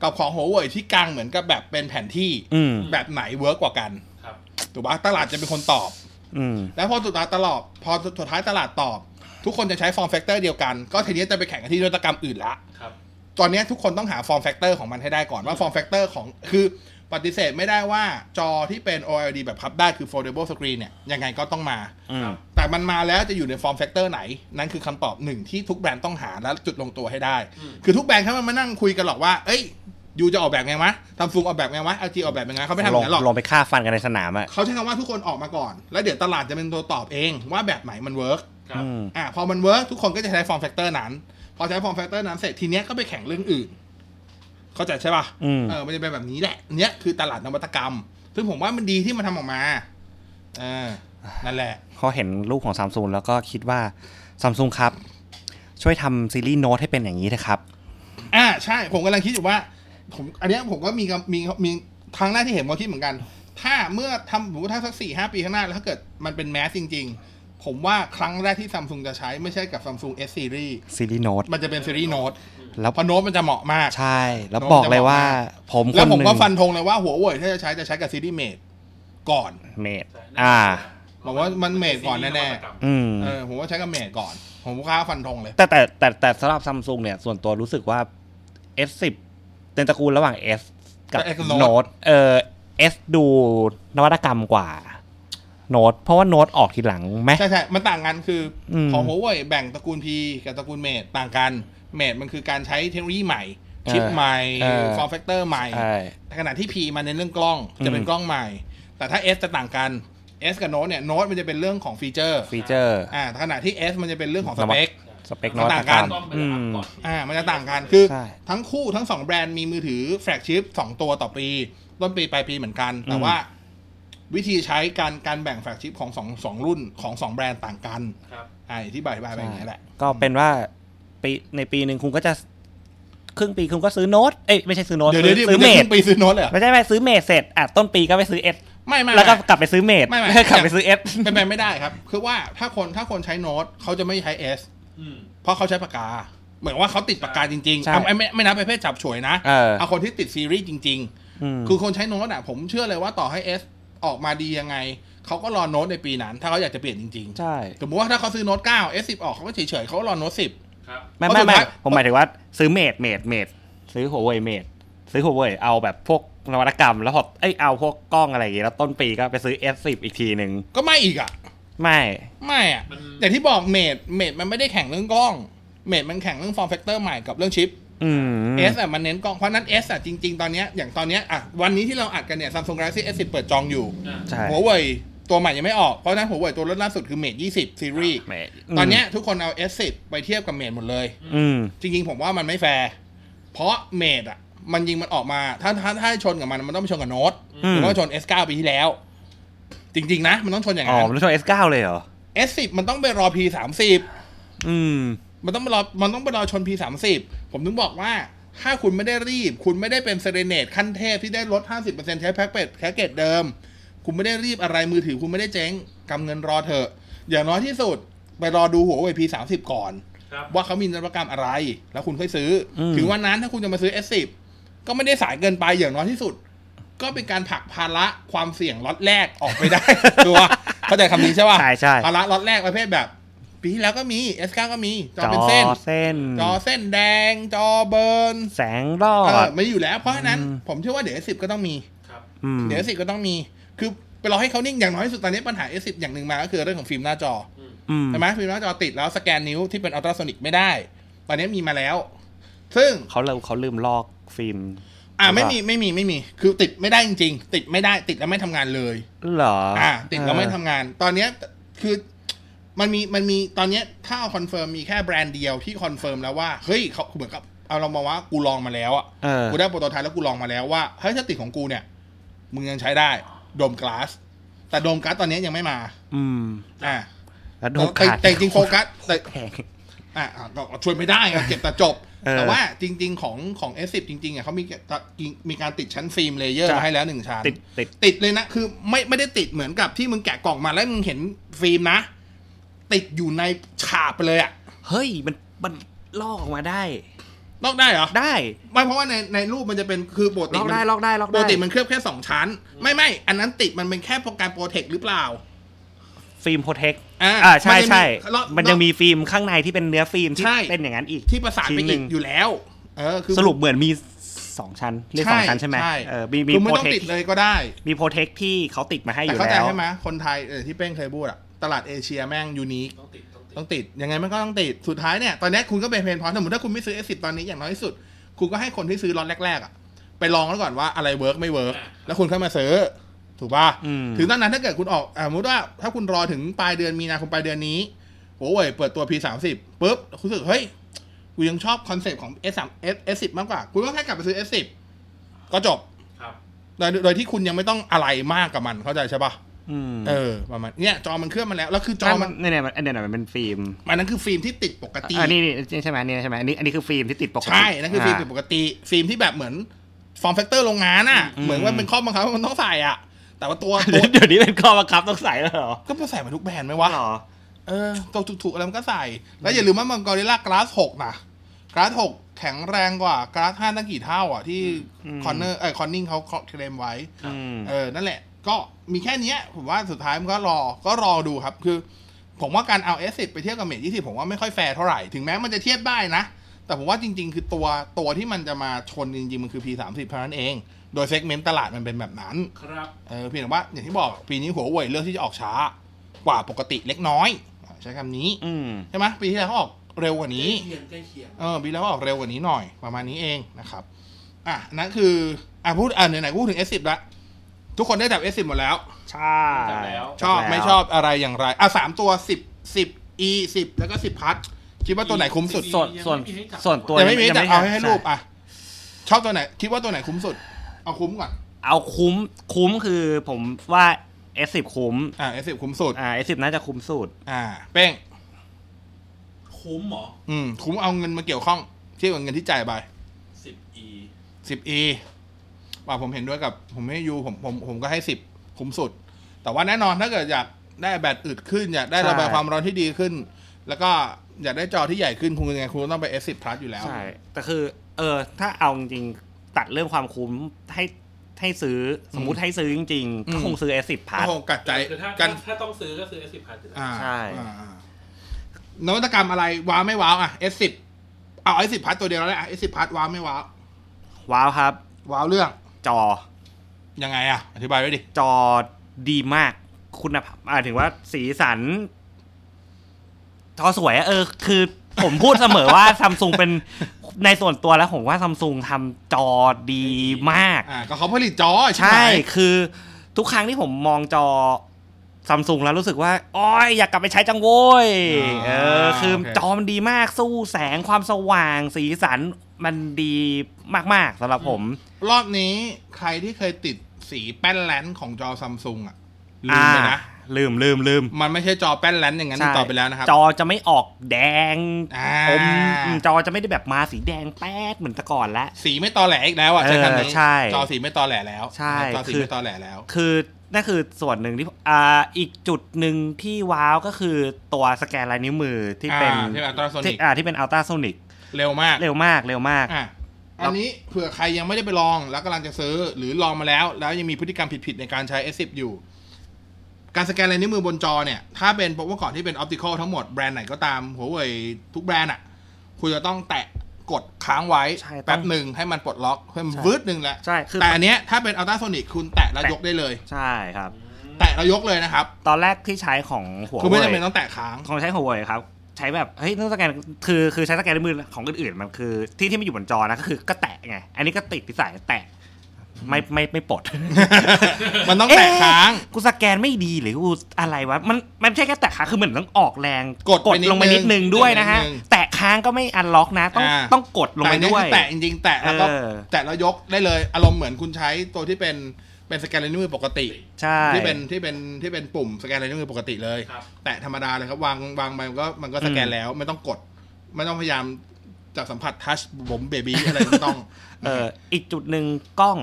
Speaker 1: กับของหัวเว่ยที่กลางเหมือนกับแบบเป็นแผนที่
Speaker 3: อืม
Speaker 1: แบบไหนเวิร์กกว่ากัน
Speaker 2: ครับ
Speaker 1: ถูกปะตลาดจะเป็นคนตอบ
Speaker 3: อืม
Speaker 1: แล้วพอสุดท้ายตลอดพอสุดท้ายตลาดตอบ ทุกคนจะใช้ฟอร์มแฟกเตอร์เดียวกัน ก็ทีนี้จะไปแข่งกันที่นวัตกรรมอื่นละ
Speaker 2: ครับ
Speaker 1: ตอนเนี้ยทุกคนต้องหาฟอร์มแฟกเตอร์ของมันให้ได้ก่อนว่าฟอร์มแฟกเตอร์ของคือปฏิเสธไม่ได้ว่าจอที่เป็น OLED แบบพับได้คือ foldable screen เนี่ย ยังไงก็ต้องมา
Speaker 3: อืม
Speaker 1: แต่มันมาแล้วจะอยู่ในฟอร์มแฟกเตอร์ไหน นั่นคือคำตอบหนึ่งที่ทุกแบรนด์ต้องหาและจุดลงตัวให้ได้
Speaker 2: อืม
Speaker 1: คือทุกแบรนด์เขาไม่มานั่งคุยกันหรอกว่า เอ้ยยูจะออกแบบไงวะทำซูมออกแบบไงวะ LG ออกแบบยังไงเขาไม่ทำอ
Speaker 3: ลอย่าง
Speaker 1: งนั้นหรอก
Speaker 3: ลองไปฆ่าฟันกันในสนามอะ
Speaker 1: เขาใช้คำว่าทุกคนออกมาก่อน แล้วเดี๋ยวตลาดจะเป็นตัวตอบเองว่าแบบไหนมันเวิร์ก
Speaker 2: ครับ
Speaker 3: อืม
Speaker 1: อ่าพอมันเวิร์กทุกคนก็จะใช้ฟอร์มแฟกเตอร์นั้น พอใช้ฟอร์มแฟกเตอร์นั้นเสร็จทีเนี้ยก็ไปแข่งเรื่องอื่น เข้าใจใช่ป่ะ
Speaker 3: อืม
Speaker 1: เออมันจะเป็นแบบนี้แหละ เนี้ยคือตลาดนวัตกรรม ซึ่งผมว่ามันดีที่มันทำออกมาเออนั่นแหละ
Speaker 3: พอเห็นลูกของซัมซุงแล้วก็คิดว่าซัมซุงครับ ช่วยทำซีรีส์โน้ตให้เป็นอย่างนี้นะครับ
Speaker 1: อ่าใช่ ผมกำลังคิดอยู่ว่า ผมอันเนี้ยผมก็มีกับมีมีทางหน้าที่เห็นก็คิดเหมือนกัน ถ้าเมื่อทำผมว่าถ้าสักสี่ห้าปีข้างหน้าแล้วถ้าเกิดมันเป็นแมสจริง ๆ ผมว่าครั้งแรกที่ซัมซุงจะใช้ไม่ใช่กับซัมซุง S series
Speaker 3: ซีรีส์โน้ต
Speaker 1: มันจะเป็นซีรีส์โน้ต
Speaker 3: แล้ว
Speaker 1: เพราะโน้ตมันจะเหมาะมาก
Speaker 3: ใช่ แล้วบอกเลยว่า ผมค
Speaker 1: แล้
Speaker 3: น
Speaker 1: ว
Speaker 3: ห
Speaker 1: ผม
Speaker 3: นึ่ง
Speaker 1: ก็ฟันธงเลยว่าหัวเว่ยถ้าจะใช้จะใช้กับซีรีส์เมดก่อน
Speaker 3: เมด
Speaker 2: ใช่
Speaker 3: อ่า
Speaker 1: บอกว่ามันเมดก่อนแน่
Speaker 3: อืม
Speaker 1: เออผมว่าใช้กับเมดก่อน ผมค้าฟันธงเลย
Speaker 3: แต่แต่แต่แต่สำหรับซัมซุงเนี่ย ส่วนตัวรู้สึกว่า S10 เป็นตระกูลระหว่าง S กับ
Speaker 1: กับ Exynos
Speaker 3: Note เออ S ดูนวัตกรรมกว่า Note เพราะว่า Note ออกทีหลังไหม
Speaker 1: ใช่ใช่มันต่างกันคืออ
Speaker 3: ม
Speaker 1: ของหัวเว่ยแบ่งตระกูล P กับตระกูลเมดต่างกันเมดมันคือการใช้เทคโนโลยีใหม่ ชิปใหม่ฟอร์มแฟกเตอร์ใหม่
Speaker 3: ใช่
Speaker 1: แต่ขณะที่ P มันเน้นเรื่องกล้องจะเป็น
Speaker 3: อืม
Speaker 1: กล้องใหม่ แต่ถ้า S จะต่างกัน S กับโน้ตเนี่ยโน้ตมันจะเป็นเรื่องของฟีเจอร์
Speaker 3: ฟีเจอร์
Speaker 1: อ่าขณะที่ S มันจะเป็นเรื่องของสเปค
Speaker 3: สเปคนวัตกรรม
Speaker 1: ต่างกัน
Speaker 2: ต้องไป
Speaker 3: อื
Speaker 2: อัพ
Speaker 3: ม
Speaker 2: ก่อน
Speaker 1: อ่า มันจะต่างกัน คือ
Speaker 3: ใช่
Speaker 1: ทั้งคู่ทั้งสองแบรนด์มีมือถือแฟลกชิพสองตัวต่อปี ต้นปีปลายปีเหมือนกัน แต่
Speaker 3: อืม
Speaker 1: ว่า วิธีใช้การการแบ่งแฟลกชิพของสองสองรุ่นของสองแบรนด์ต่างกัน
Speaker 2: ครับ
Speaker 1: อ่าอย่างที่บายบายไปอย่างเงี้ยแหละ
Speaker 3: ก็เป็นว่าปีในปีหนึ่งคุณก็จะ ครึ่งปีคุณก็ซื้อโน้ต เอ้ยไม่ใช่ซื้อโน้ต
Speaker 1: เดี๋ยว
Speaker 3: ซื้
Speaker 1: เดี๋ยว
Speaker 3: อ
Speaker 1: ซื้อ
Speaker 3: ซื้อเม
Speaker 1: เม
Speaker 3: ด
Speaker 1: ปีซื้อโน้ตเลยเหรอ
Speaker 3: ไม่ใช่ไปซื้อเมดเสร็จอ่ะต้นปีก็ไปซื้อเอส
Speaker 1: ไม่ไม่
Speaker 3: แล้วก็
Speaker 1: ไม่
Speaker 3: กลับไปซื้อเมด
Speaker 1: ไม่ไม่
Speaker 3: กลับไปซื้อเอส
Speaker 1: เป็นไปไม่ได้ครับ คือว่าถ้าคนถ้าคนใช้โน้ตเขาจะไม่ใช้ S
Speaker 2: อืม
Speaker 1: เพราะเขาใช้ปากกา เหมือนว่าเขาติดปากกาจริงๆ
Speaker 3: ใช่
Speaker 1: อ่ะไม่ไม่ไม่นับประเภทจับฉวยนะ
Speaker 3: เออ
Speaker 1: คนที่ติดซีรีส์จริง ๆ
Speaker 3: อืม
Speaker 1: คือคนใช้โน้ตอ่ะ ผมเชื่อเลยว่าต่อให้ S ออกมาดียังไง เขาก็รอโน้ตในปีนั้น ถ้าเขาอยากจะเปลี่ยนจริง
Speaker 3: ใช่
Speaker 1: ๆ สมมติว่าถ้าเขาซื้อโน้ต9 S10 ออกเขาก็เฉยๆเขาก็รอโน้ต10
Speaker 2: ครับ
Speaker 3: ไม่
Speaker 1: เพ
Speaker 3: ไม่
Speaker 1: ราะสุด
Speaker 3: ไม่
Speaker 1: ท้าย
Speaker 3: ผมหมายถึงว่า ซื้อเมดเมดเมดซื้อหัวเว่ยเมดซื้อหัวเว่ยเอาแบบพวกนวัตกรรม แล้วพอเอ้ยเอาพวกกล้องอะไรอย่างเงี้ยแล้วต้นปีก็ไปซื้อ S10 อีกทีหนึ่ง
Speaker 1: ก็ไม่อีกอ่ะ
Speaker 3: ไม่
Speaker 1: ไม่อ่ะ
Speaker 2: มัน
Speaker 1: อย่างที่บอกเมดเมดมันไม่ได้แข่งเรื่องกล้อง เมดมันแข่งเรื่องฟอร์มแฟกเตอร์ใหม่กับเรื่องชิป
Speaker 3: อืม
Speaker 1: S อ่ะมันเน้นกล้อง เพราะฉะนั้น S อ่ะจริงๆ ตอนเนี้ยอย่างตอนเนี้ยอ่ะวันนี้ที่เราอัดกันเนี่ย Samsung Galaxy S10 เปิดจองอยู่
Speaker 2: อ่ะ
Speaker 3: ใช่
Speaker 1: หัวเว่ยตัวใหม่ยังไม่ออก เพราะฉะนั้นหัวเว่ยตัวรุ่นล่าสุดคือ Mate 20 Series
Speaker 3: เมด
Speaker 1: ตอนเนี้ยทุกคนเอา S10 ไปเทียบกับ Mate หมดเลย
Speaker 3: อืม
Speaker 1: จริงๆ ผมว่ามันไม่แฟร์ เพราะ Mate อ่ะมันยิงมันออกมา ถ้าถ้าถ้าชนกับมันมันต้องไปชนกับโน้ต
Speaker 3: อื
Speaker 1: ห
Speaker 3: ม
Speaker 1: รือว่าชน S9 ปีที่แล้ว จริงๆ นะ มันต้องชนอย่าง
Speaker 3: อ๋อ
Speaker 1: นั้น
Speaker 3: มันช่วย S9 เลยเหรอ
Speaker 1: S10 มันต้องไปรอ P30
Speaker 3: อืม
Speaker 1: มันต้องไปรอ มันต้องไปรอชน P30 ผมถึงบอกว่า ถ้าคุณไม่ได้รีบ คุณไม่ได้เป็นเซเรเนตขั้นเทพที่ได้ลด 50%ใช้แพ็กเกจแพ็กเกจเดิม คุณไม่ได้รีบอะไรมือถือ คุณไม่ได้เจ๊งกำเงินรอเถอะ อย่างน้อยที่สุด ไปรอดูหัวเว่ย P30 ก่อน
Speaker 2: ครับ
Speaker 1: ว่าเขามีนวัตกรรมอะไร แล้วคุณค่อยซื้ออ
Speaker 3: ม
Speaker 1: ถึงวันนั้นถ้าคุณจะมาซื้อ S10 ก็ไม่ได้สายเกินไปอย่างน้อยที่สุด ก็เป็นการผลักภาระความเสี่ยงล็อตแรกออกไป ได้ ตัวเข้าใจคำนี้ใช่ป่ะ
Speaker 3: ใช่ใช่
Speaker 1: ภาระล็อตแรกประเภทแบบ ปีที่แล้วก็มี S9 ก็มี จอ
Speaker 3: จอ
Speaker 1: เป็นเส้น
Speaker 3: เส้น
Speaker 1: จอเส้นแดง จอเบิร์น
Speaker 3: แสงรอ
Speaker 1: เออ
Speaker 3: ด
Speaker 1: ไม่อยู่แล้วเพราะฉะนั้น
Speaker 3: อืม
Speaker 1: ผมเชื่อว่าเดี๋ยว S10 ก็ต้องมี
Speaker 2: ครับ
Speaker 3: ม
Speaker 1: เดี๋ยว S10 ก็ต้องมี คือไปรอให้เขานิ่งอย่างน้อยที่สุดตอนนี้ปัญหา S10 อย่างหนึ่งมาก็คือเรื่องของฟิล์มหน้าจอ
Speaker 2: อืม
Speaker 3: อืม
Speaker 1: ใช่ไหมฟิล์มหน้าจอติดแล้วสแกนนิ้วที่เป็นอัลตราโซนิกไม่ได้ ตอนนี้มีมาแล้ว ซึ่ง
Speaker 3: เขาเริ่มเขาลืมลอกฟิล์ม
Speaker 1: อ่า
Speaker 3: หรือเปล่า
Speaker 1: ไม่มีไม่มีไม่มี คือติดไม่ได้จริงๆ ติดไม่ได้ติดแล้วไม่ทำงานเลย
Speaker 3: เหรอ
Speaker 1: อ่า ติดแล้วไม่
Speaker 3: เออ
Speaker 1: ทำงาน ตอนเนี้ยคือมันมีมันมีตอนเนี้ยถ้าเอาคอนเฟิร์มมีแค่แบรนด์เดียวที่คอนเฟิร์มแล้วว่า เฮ้ยเขาเหมือนกับเอาเรามาว่ากูลองมาแล้วอ่ะ
Speaker 3: เออ
Speaker 1: กูได้โปรโตไทป์แล้วกูลองมาแล้วว่าเฮ้ยถ้าติดของกูเนี่ย มึงยังใช้ได้โดมกลาส แต่โดมกลาสตอนเนี้ยยังไม่มา
Speaker 3: อืม
Speaker 1: อ่า
Speaker 3: แล้วดู
Speaker 1: แต่
Speaker 3: ขาด
Speaker 1: แต่จริงๆโฟกัสแต่
Speaker 3: แพง
Speaker 1: อ่ะอ่ะก็ช่วยไม่ได้อะเก็บแต่จบ
Speaker 3: เออ
Speaker 1: แต่ว่าจริง ๆ ของของ S10 จริงๆอ่ะเขามีมีการติดชั้นฟิล์มเลเยอร์
Speaker 3: ใช่
Speaker 1: มาให้แล้วหนึ่งชั้น
Speaker 3: ติดติด
Speaker 1: ติดเลยนะ คือไม่ไม่ได้ติดเหมือนกับที่มึงแกะกล่องมาแล้วมึงเห็นฟิล์มนะ ติดอยู่ในฉาบไปเลยอ่ะ
Speaker 3: เฮ้ย มันมันลอกออกมาได้
Speaker 1: ลอกได้เหรอ
Speaker 3: ได้
Speaker 1: ไม่เพราะว่าในในรูปมันจะเป็นคือปก
Speaker 3: ล
Speaker 1: ติ
Speaker 3: อก
Speaker 1: มัน
Speaker 3: ได้ลอกได้ลอก
Speaker 1: ป
Speaker 3: ได้
Speaker 1: กติมันเคลือบแค่สองชั้น ไม่ไม่อันนั้นติดมันเป็นแค่โปรแกรมโปรเทคหรือเปล่า
Speaker 3: ฟิล์มโปรเทค
Speaker 1: อ่า
Speaker 3: อ่าใช่
Speaker 1: มันยังมี
Speaker 3: ใช่
Speaker 1: ลอก
Speaker 3: มันยังมีฟิล์มข้างในที่เป็นเนื้อฟิล์มที่
Speaker 1: ใช่
Speaker 3: เป็นอย่างนั้นอีก
Speaker 1: ที่ประสานไป
Speaker 3: ชิ้นหนึ่
Speaker 1: อีก
Speaker 3: ง
Speaker 1: อยู่แล้วเออคือ
Speaker 3: สรุปเหมือนมีสองชั้นเรียกสองชั้นใช่ไหมเออมีมี
Speaker 1: คือไม่
Speaker 3: โปร
Speaker 1: ต้อง
Speaker 3: เทค
Speaker 1: ติดเลยก็ได้
Speaker 3: มีโปรเทคที่เขาติดมาให้อ
Speaker 1: แต่
Speaker 3: ยู่
Speaker 1: เข้าใจ
Speaker 3: แล้ว
Speaker 1: ใช่ไหมคนไทยเออที่เป้งเคยพูดอะตลาดเอเชียแม่งยูนิค
Speaker 2: ต้องติด ต้องติด
Speaker 1: ต้องติด ยังไงมันก็ต้องติด สุดท้ายเนี่ย ตอนเนี้ยคุณก็เป็นเพนพอยต์สมมติถ้าคุณไม่ซื้อ S10 ตอนนี้อย่างน้อยที่สุด คุณก็ให้คนที่ซื้อล็อตแรก ๆอะไปลองแล้วก่อนว่าอะไรเวิร์กไม่เวิร์กแล้วคุณค่อยมาซื้อ ถูกป่ะ
Speaker 3: อืม
Speaker 1: ถึงตอนนั้นถ้าเกิดคุณออกอ่าสมมติว่าถ้าคุณรอถึงปลายเดือนมีนาคมปลายเดือนนี้โอ้ยเปิดตัว P30 ปุ๊บคุณรู้สึกเฮ้ยกูยังชอบคอนเซปต์ของ S3 S S10 มากกว่าคุณก็แค่กลับไปซื้อ S10 ก็จบ
Speaker 2: ครับ
Speaker 1: โดยโดยที่คุณยังไม่ต้องอะไรมากกับมันเข้าใจใช่ปะ
Speaker 3: อืม
Speaker 1: เออประมาณเนี่ยจอมันเคลื่อนมาแล้วแล้วคือจอมัน
Speaker 3: เนี่ยเนี่ยมันอันเนี่ยมันเป็นฟิล์ม
Speaker 1: อันนั้นคือฟิล์มที่ติดปกติ
Speaker 3: อันนี้นี่ใช่ไหมนี่ใช่ไหมอันนี้อันนี้คือฟิล์มที่ติดปกติ
Speaker 1: ใช่อันนั่นคือฟิล์มติดปกติ ฟิล์มที่แบบเหมือนฟอร์มแฟกเตอร์โรงงานอ่ะ
Speaker 2: อืม
Speaker 1: เหมือนว่าเป็นข้อบังคับว่ามันต้องใส่อ่ะ แต่ว่าตัว
Speaker 3: อ่า
Speaker 1: ตัว
Speaker 3: เดี๋ยวนี้เป็นข้อบังคับต้องใส่แล้วเหรอ
Speaker 1: ก็ไปใส่มาทุกแบรนด์ไหมวะ
Speaker 3: เหรอ
Speaker 1: เออตัวถูกๆอะไรมันก็ใส่ แล้วอย่าลืมว่ามันกอริลลากราสหกนะกราสหกแข็งแรงกว่ากราสห้าตั้งกี่เท่าอ่ะที่
Speaker 3: อืม
Speaker 1: คอนเนอร์เออคอนนิงเขาเคลมไว้
Speaker 3: อืม
Speaker 1: เออ นั่นแหละ ก็มีแค่เนี้ย ผมว่าสุดท้ายมันก็รอ ก็รอดูครับ คือ ผมว่าการเอา S10 ไปเทียบกับเมท20 ผมว่าไม่ค่อยแฟร์เท่าไหร่ ถึงแม้มันจะเทียบได้นะ แต่ผมว่าจริง ๆ คือตัวตัวที่มันจะมาชนจริง ๆ มันคือ P30 เท่านั้นเอง โดยเซกเมนต์ตลาดมันเป็นแบบนั้น
Speaker 2: ครับ
Speaker 1: เออเพียงแต่ว่าอย่างที่บอกปีนี้หัวเว่ยเลือกที่จะออกช้ากว่าปกติเล็กน้อยอ่าใช้คำนี้
Speaker 3: อืม
Speaker 1: ใช่ไหมปีที่แล้วเขาออกเร็วกว่านี้
Speaker 2: ใกล้เคียงใกล้เคียง
Speaker 1: เออปีแล้วก็ออกเร็วกว่านี้หน่อยประมาณนี้เองนะครับ อ่ะอันนั่นคือ อ่ะพูดอ่ะไหนๆกูพูดถึง S10 ละทุกคนได้จับ S10 หมดแล้ว
Speaker 3: ใช่
Speaker 2: จับแล้ว
Speaker 1: ชอบไม่ชอบอะไรอย่างไร อ่ะสามตัวสิบสิบ E สิบแล้วก็สิบพัทคิดว่าตัวไหนคุ้มสุด
Speaker 2: 10
Speaker 3: ส่วนส่วนส่วนตัว
Speaker 1: แต่ไม่มีแต่เอาให้รูป
Speaker 3: ช่
Speaker 1: อ่ะ ชอบตัวไหน คิดว่าตัวไหนคุ้มสุด เอาคุ้มก่อน
Speaker 3: เอาคุ้มคุ้มคือผมว่า S10 คุ้ม
Speaker 1: อ่ะ S10 คุ้มสุด
Speaker 3: อ่า S10 น่าจะคุ้มสุด
Speaker 1: อ่า เป้ง
Speaker 2: คุ้มเหรอ
Speaker 1: อืม คุ้มเอาเงินมาเกี่ยวข้องเทียบกับเงินที่จ่ายไป
Speaker 2: 10 e
Speaker 1: สิบ e ว่าผมเห็นด้วยกับผมให้ยูผมผมผมก็ให้สิบคุ้มสุด แต่ว่าแน่นอนถ้าเกิดอยากได้แบตอึดขึ้น อยากได้ระบาย
Speaker 3: ใช่
Speaker 1: ความร้อนที่ดีขึ้น แล้วก็อยากได้จอที่ใหญ่ขึ้นคุณยังไงคุณก็ต้องไป S10 Plus อยู่แล้ว
Speaker 3: ใช่ แต่คือ เออ ถ้าเอาจริงๆตัดเรื่องความคุ้มให้ ให้ซื้อสมมุติให้ซื้อจริงๆก็คงซื้อ S10
Speaker 1: โอ้
Speaker 3: Plus
Speaker 1: โหกัดใจ
Speaker 2: คือถ้า
Speaker 1: กัน
Speaker 2: ถ้าต้องซื้อก็ซื้อ S10 พันอยู่แล้ว
Speaker 1: อ่า
Speaker 3: ใช่
Speaker 1: อ่าอ่านวัตกรรมอะไรว้าวไม่ว้าวอ่ะ S10 เอา S10 พัทตัวเดียวแล้วแหละ S10 พัทว้าวไม่ว้าว
Speaker 3: ว้าวครับ
Speaker 1: ว้าวเรื่อง
Speaker 3: จอ
Speaker 1: ยังไงอ่ะ อธิบายไว้ดิ
Speaker 3: จอดีมากคุณภาพอ่าถึงว่าสีสัน จอสวยอะเออ คือผมพูดเสมอว่า ซัมซุงเป็นในส่วนตัวแล้วผมว่าซัมซุงทำจอดีมาก
Speaker 1: อ่า ก็เขาผลิตจอ
Speaker 3: ใช่คือทุกครั้งที่ผมมองจอซัมซุงแล้วรู้สึกว่าอ้อยอยากกลับไปใช้จังโว้ย
Speaker 1: า
Speaker 3: เออ คือ
Speaker 1: โอเค
Speaker 3: จอมันดีมากสู้แสงความสว่าง สีสันมันดีมากๆสำหรับผม
Speaker 1: รอบนี้ใครที่เคยติดสีแป้นแลนส์ของจอซัมซุงอ่ะลืมไปนะ
Speaker 3: อ่าลืมลืมลืม
Speaker 1: มันไม่ใช่จอแป้นแลนส์อย่างนั้น
Speaker 3: ใช่
Speaker 1: ต่อไปแล้วนะครับ
Speaker 3: จอจะไม่ออกแดง
Speaker 1: อ่า
Speaker 3: อมอืมจอจะไม่ได้แบบมาสีแดงแป๊ดเหมือนแต่ก่อนละ
Speaker 1: สีไม่ตอแหลอีกแล้วอ่ะใช้คำนี้
Speaker 3: เออใช่
Speaker 1: จอสีไม่ตอแหลแล้ว
Speaker 3: ใช่
Speaker 1: จอสี
Speaker 3: คือ
Speaker 1: ไม่ตอแหลแล้ว
Speaker 3: คือนั่นคือส่วนหนึ่งที่อ่าอีกจุดหนึ่งที่ว้าวก็คือตัวสแกนลายนิ้วมือที่เป็น
Speaker 1: อ่าที่เป็น ultrasonic
Speaker 3: ที่อ่าที่เป็นอัลตราโซนิก
Speaker 1: เร็วมาก
Speaker 3: เร็วมากเร็วมาก
Speaker 1: อ่ะอันนี้เผื่อใครยังไม่ได้ไปลองแล้วกำลังจะซื้อหรือลองมาแล้ว แล้วยังมีพฤติกรรมผิดๆในการใช้ S10 อยู่ การสแกนลายนิ้วมือบนจอเนี่ย ถ้าเป็นเมื่อก่อนที่เป็นออปติคอลทั้งหมดแบรนด์ไหนก็ตามหัวเว่ยทุกแบรนด์อ่ะ คุณจะต้องแตะกดค้างไว้
Speaker 3: ใช่
Speaker 1: แป๊บหนึ่งให้มันปลดล็อกเพิ่มน
Speaker 3: ใช่
Speaker 1: วืดหนึ่งแหละ
Speaker 3: ใช่คือ
Speaker 1: แต่อันเนี้ยถ้าเป็นอัลตราโซนิกคุณแตะแล้วยกได้เลย
Speaker 3: ใช่ครับ
Speaker 1: แตะแล้วยกเลยนะครับ
Speaker 3: ตอนแรกที่ใช้ของหัว
Speaker 1: คุณไม่
Speaker 3: เว่
Speaker 1: จำเป็
Speaker 3: ย
Speaker 1: นต้องแตะค้าง
Speaker 3: ของใช้หัวเว่ยครับ ใช้แบบเฮ้ยต้องสแกนคือคือใช้สแกนลายมือของอื่นๆมันคือ ที่ที่ไม่อยู่บนจอนะก็คือก็แตะไงอันนี้ก็ติดที่สายแตะไม่ไม่ไม่ปลด
Speaker 1: มันต้องแตะค้าง
Speaker 3: กูสแกนไม่ดีหรือกูอะไรวะ มันมันไม่ใช่แค่แตะค้างคือเหมือนต้องออกแรง
Speaker 1: กดไปนิดนึง
Speaker 3: ลงไปนิดนึงด้วยนะฮะ
Speaker 1: นิดนึง
Speaker 3: แตะค้างก็ไม่อันล็อกนะ ต้อง
Speaker 1: อ่า
Speaker 3: ต้องกดลงไป
Speaker 1: แต่อันนี้
Speaker 3: ด้วย
Speaker 1: คือแตะจริงๆ แตะแล้วก็
Speaker 3: เออ
Speaker 1: แตะแล้วยกได้เลย อารมณ์เหมือนคุณใช้ตัวที่เป็นเป็นสแกนลายนิ้วมือปกติ
Speaker 3: ใช่
Speaker 1: ที่เป็นที่เป็นที่เป็นปุ่มสแกนลายนิ้วมือปกติเลย
Speaker 2: ครับ
Speaker 1: แตะธรรมดาเลยครับวางวางไปมันก็มันก็สแกนแล้วไม่ต้องกด ไม่ต้องพยายามจับสัมผัสทัชผมเบบี้อะไรไม่ต้อง
Speaker 3: เอออีกจุดหนึ่งกล้อง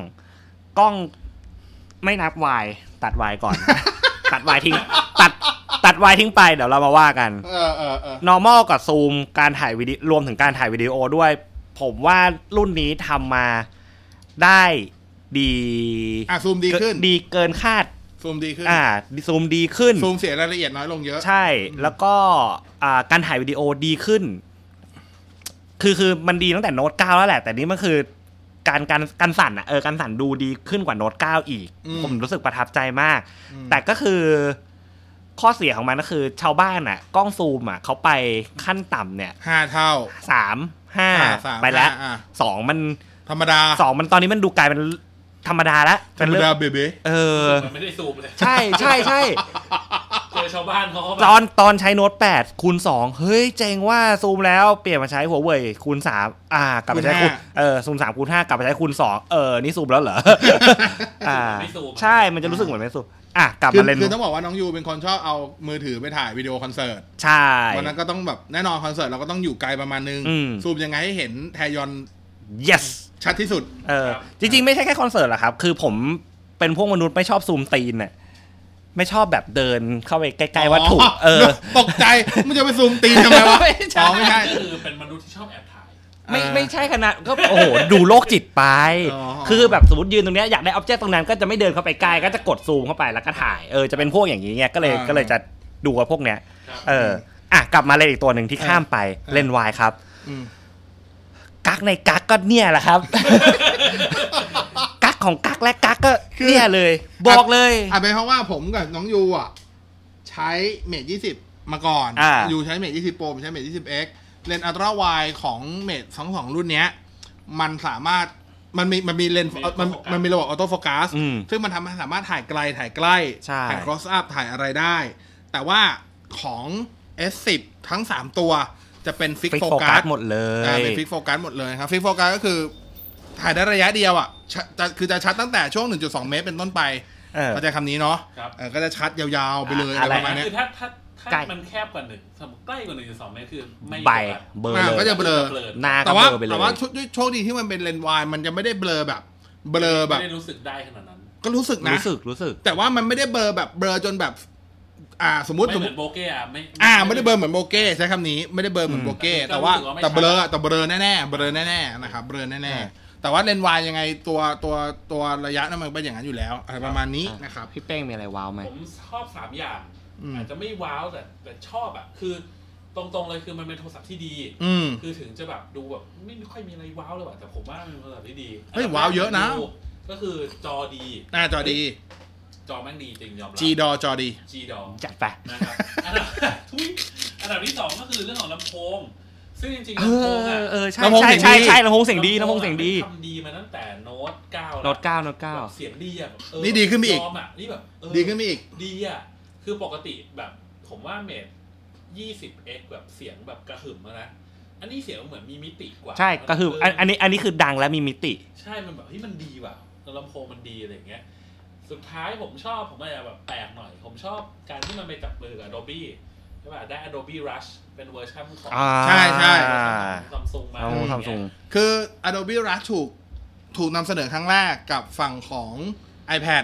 Speaker 3: กล้องไม่นับวายตัดวายก่อน ตัดวายทิ้งตัดตัดวายทิ้งไปเดี๋ยวเรามาว่ากัน
Speaker 1: เออเออเออ
Speaker 3: normal กับซูมการถ่ายวิดีรวมถึงการถ่ายวิดีโอด้วย ผมว่ารุ่นนี้ทำมาได้ดี
Speaker 1: อ่ะซูมดีขึ้น
Speaker 3: ดีเกินคาด
Speaker 1: ซูมดีขึ้น
Speaker 3: อ่าซูมดีขึ้น
Speaker 1: ซูมเสียรายละเอียดน้อยลงเยอะ
Speaker 3: ใช่ แล้วก็อ่าการถ่ายวิดีโอดีขึ้น คือคือมันดีตั้งแต่โน้ต9แล้วแหละ แต่นี้มันคือ การการการสั่นอ่ะเออการสั่นดูดีขึ้นกว่าโน้ต9อีก
Speaker 1: อืม
Speaker 3: ผมรู้สึกประทับใจมาก
Speaker 1: อืม
Speaker 3: แต่ก็คือข้อเสียของมันก็คือ ชาวบ้านอ่ะ กล้องซูมอ่ะเขาไปขั้นต่ำเนี่ย
Speaker 1: ห้าเท่า
Speaker 3: สามห้า
Speaker 1: อ่าสาม
Speaker 3: ไปแล้ว
Speaker 1: อ่าอ่า
Speaker 3: สองมัน
Speaker 1: ธรรมดา
Speaker 3: สองมันตอนนี้มันดูกลายเป็นธรรมดาละ
Speaker 1: ธร
Speaker 3: เป็น
Speaker 1: รม
Speaker 3: เรื่
Speaker 1: ดา
Speaker 3: อง
Speaker 1: เบบี้
Speaker 3: เออ
Speaker 2: มันไม่ได้ซูมเลย
Speaker 3: ใช่ใช่ใช่
Speaker 2: เจอชาวบ้านเขาก็แบบ
Speaker 3: ตอนตอนใช้โน้ต8คูณ2เฮ้ย เจ๋งว่าซูมแล้วเปลี่ยนมาใช้หัวเว่ยคูณ3อ่ากลับไปใช้คูณเออซูม3คูณ5กลับไปใช้คูณ2เออ นี่ซูมแล้วเหรอ อ่า ใช่มันจะรู้สึกเหมือนไม่ซูมอ่ะกลับ
Speaker 1: คือ
Speaker 3: มาเล่น
Speaker 1: คือต้องบอกว่าน้องยูเป็นคนชอบเอามือถือไปถ่ายวิดีโอคอนเสิร์ต
Speaker 3: ใช่
Speaker 1: วันนั้นก็ต้องแบบแน่นอนคอนเสิร์ตเราก็ต้องอยู่ไกลประมาณนึง
Speaker 3: อืม
Speaker 1: ซูมยังไงให้เห็นแทยอน
Speaker 3: yes
Speaker 1: ชัดที่สุด
Speaker 3: เออ จริง ๆ ไม่ใช่แค่คอนเสิร์ตหรอกครับ คือผมเป็นพวกมนุษย์ไม่ชอบซูมตีนน่ะไม่ชอบแบบเดินเข้าไปใกล้ๆวัตถุเออ
Speaker 1: ตกใจมันจะไปซูมตีนทำไมวะ
Speaker 3: ไม่ใช่
Speaker 1: อ๋อไม่ใช่
Speaker 2: ก็คือเป็นมนุษย์ที่ชอบแอบถ่าย
Speaker 3: ไม่
Speaker 1: อ่า
Speaker 3: ไม่ใช่ขนาดก็ โอ้โห ดูโลกจิตไป
Speaker 1: อ๋อ
Speaker 3: คือแบบสมมติยืนตรงเนี้ยอยากได้ออบเจกต์ตรงนั้นก็จะไม่เดินเข้าไปใกล้ก็จะกดซูมเข้าไปแล้วก็ถ่ายเออจะเป็นพวกอย่างนี้ไงก็เลยก็เลยจะดูว่าพวกเนี้ย
Speaker 2: ครับ
Speaker 3: เอออ่ะกลับมาเล่นอีกตัวหนึ่งที่ข้ามไปเล่นวายครับ
Speaker 1: อืม
Speaker 3: กักในกักก็เนี่ยแหละ ครับ กักของกักและกักก็เนี่ยเลย บอกเลย
Speaker 1: อ่ะเป็นเพราะว่าผมกับน้องยูอ่ะ ใช้เมทยี่สิบมาก่อน
Speaker 3: อ่า
Speaker 1: ยูใช้เมทยี่สิบโปรผมใช้เมทยี่สิบเอ็กเลนส์อัลตร้าวายของเมทสองสองรุ่นเนี้ย มันสามารถมันมีมันมีเลนส์
Speaker 2: มี
Speaker 1: มัน
Speaker 2: autofocus
Speaker 1: มันมีระบบออโต้โฟกัส
Speaker 3: อืม
Speaker 1: ซึ่งมันทำให้สามารถถ่ายไกลถ่ายใกล้
Speaker 3: ใช่
Speaker 1: ถ่าย cross up ถ่ายอะไรได้ แต่ว่าของ S10 ทั้ง 3 ตัวจะเป็นฟิก
Speaker 3: ฟิก
Speaker 1: โฟ
Speaker 3: โฟ
Speaker 1: กั
Speaker 3: กั
Speaker 1: ส
Speaker 3: สหมดเลย
Speaker 1: อ่าเป็นฟิกโฟกัสหมดเลยครับฟิกโฟกัสก็คือ ถ่ายได้ระยะเดียวอ่ะชะจะคือจะชัดตั้งแต่ช่วง 1.2 เมตรเป็นต้นไป
Speaker 3: เออ
Speaker 1: เข้าใจคำนี้เนาะ
Speaker 2: ครับ
Speaker 1: เออก็จะชัดยาวๆไปเลย
Speaker 3: อ่ะ
Speaker 1: อะไรป
Speaker 3: อะไร
Speaker 1: ระมาณเนี้ย
Speaker 2: คือถ้าถ้าถ้า
Speaker 3: ใกล้
Speaker 2: มันแคบกว่าหนึ่งสมมติใกล้กว่าหนึ่งสองเมตรคือไม่
Speaker 3: ใบ
Speaker 2: โฟกัส
Speaker 3: เบอร์
Speaker 1: อ่า
Speaker 3: เล
Speaker 1: ก็
Speaker 3: ย
Speaker 1: จะเบลอ
Speaker 2: เบลอ
Speaker 3: หน้าก็
Speaker 1: แต่
Speaker 3: เบ
Speaker 1: ว่า
Speaker 3: ลอไปเลย
Speaker 1: แต่ว่าชุดโชคดีที่มันเป็นเลนส์วายมันจะไม่ได้เบลอแบบ เบลอแบบ
Speaker 2: ไม่ได้รู้สึกได้ขนาดนั้น
Speaker 1: ก็รู้สึกนะ
Speaker 3: รู้สึกรู้สึก
Speaker 1: แต่ว่ามันไม่ได้เบลอแบบเบลอจนแบบ อ่าสมม
Speaker 2: ไม่
Speaker 1: ติสมม
Speaker 2: เหมือ
Speaker 1: ติ
Speaker 2: นโบเก้อะไม่
Speaker 1: อ่าไม่ได้เบลอเหมือนโบเก้ใช้คำนี้ไม่ได้เบลอเหมือน
Speaker 3: อืม
Speaker 1: โบเก้
Speaker 2: แต่
Speaker 1: แต่ว่า
Speaker 2: รู้สึกว่าไม่
Speaker 1: แต่
Speaker 2: ชัด
Speaker 1: เบลอแต่เบลอแน่ๆเบลอแน่ๆนะครับเบลอแน่ๆ แต่ว่าเลนส์วายยังไงตัวตัวตัวระยะนั้นมันเป็นอย่างนั้นอยู่แล้วอะไรประมาณนี้นะครับ
Speaker 3: พี่เป้งมีอะไรว้าวไหม
Speaker 2: ผมชอบสามอย่าง
Speaker 1: อืม
Speaker 2: อาจจะไม่ว้าวแต่แต่ชอบอ่ะ คือตรงๆเลยคือมันเป็นโทรศัพท์ที่ดี
Speaker 1: อืม
Speaker 2: คือถึงจะแบบดูแบบไม่ค่อยมีอะไรว้าวเลยว่ะแต่ผมว่ามันเป็นโทรศัพท์ที่ดี
Speaker 1: เฮ้ยว้าวเยอะนะ
Speaker 2: ก็คือจอดี
Speaker 1: หน้าจอดี
Speaker 2: จอแม่งดีจริงยอมรับ
Speaker 1: จีดอจอดี
Speaker 2: G ดอง
Speaker 3: จัดไป
Speaker 2: นะครับอันดับ ทุยอันดับที่สองก็คือเรื่องของลำโพง ซึ่งจริงๆ
Speaker 3: เอ
Speaker 2: ลำโพง
Speaker 3: อ
Speaker 2: อ่ะ
Speaker 3: เออใช่
Speaker 1: ลำโพง
Speaker 3: ใช่
Speaker 1: เสียงดี
Speaker 3: ใช่ใช่ลำโพงเสียงดีลำโพงเสียงดี
Speaker 2: ทำดีมาตั้งแต่โน้ตเก้า
Speaker 3: โน้ตเก้าโน้ตเก้า
Speaker 2: เสียงดีอ่ะแบบเออ
Speaker 1: นี่ดีขึ้นไปอีก
Speaker 2: ยอมอ่ะนี่แบบเออ
Speaker 1: ดีขึ้นไปอีก
Speaker 2: ดีอ่ะ คือปกติแบบผมว่าเมท 20x แบบเสียงแบบกระหึ่มแล้วนะ อันนี้เสียงเหมือนมีมิติกว่า
Speaker 3: ใช่ก็คืออันอัน
Speaker 2: เ
Speaker 3: นี้อันนี้คือดังและมีมิติ
Speaker 2: ใช่มันแบบที่มันดีว่ะลำโพงมันดีอะไรอย่างเงี้ย สุดท้ายผมชอบผมอาจจะแบบแปลกหน่อย ผมชอบการที่มันไปจับมือกับ Adobe ใช่ป่ะได้ Adobe Rush เป็นเวอร์ชันของ
Speaker 3: อ่า
Speaker 1: ใช่ใช่
Speaker 2: ซัมซุงมา
Speaker 3: ลำโพงซัมซุง
Speaker 1: คือ Adobe Rush ถูกถูกนำเสนอครั้งแรกกับฝั่งของ iPad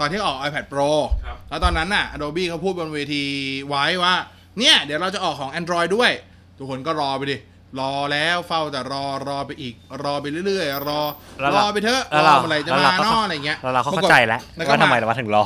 Speaker 1: ตอนที่ออก iPad Pro
Speaker 2: ครับ
Speaker 1: แล้วตอนนั้นน่ะ Adobe เขาพูดบนเวทีไว้ว่า เนี่ย เดี๋ยวเราจะออกของ Android ด้วย ทุกคนก็รอไปดิ รอแล้วเฝ้าแต่รอรอไปอีก รอไปเรื่อยๆ รอ
Speaker 3: แล้
Speaker 1: ร
Speaker 3: วเรา
Speaker 1: อไปเถอะร
Speaker 3: แล้ว
Speaker 1: อ
Speaker 3: เรา
Speaker 1: เมื่อไหร่จะ
Speaker 3: แล้ว
Speaker 1: มา
Speaker 3: เราก็
Speaker 1: เนอะอะไรเงี้ย
Speaker 3: แล้วเราก็เข้าใจแล้ว
Speaker 1: แล้วก็
Speaker 3: ว่าทำไม
Speaker 1: มา
Speaker 3: เรามาถึง รอ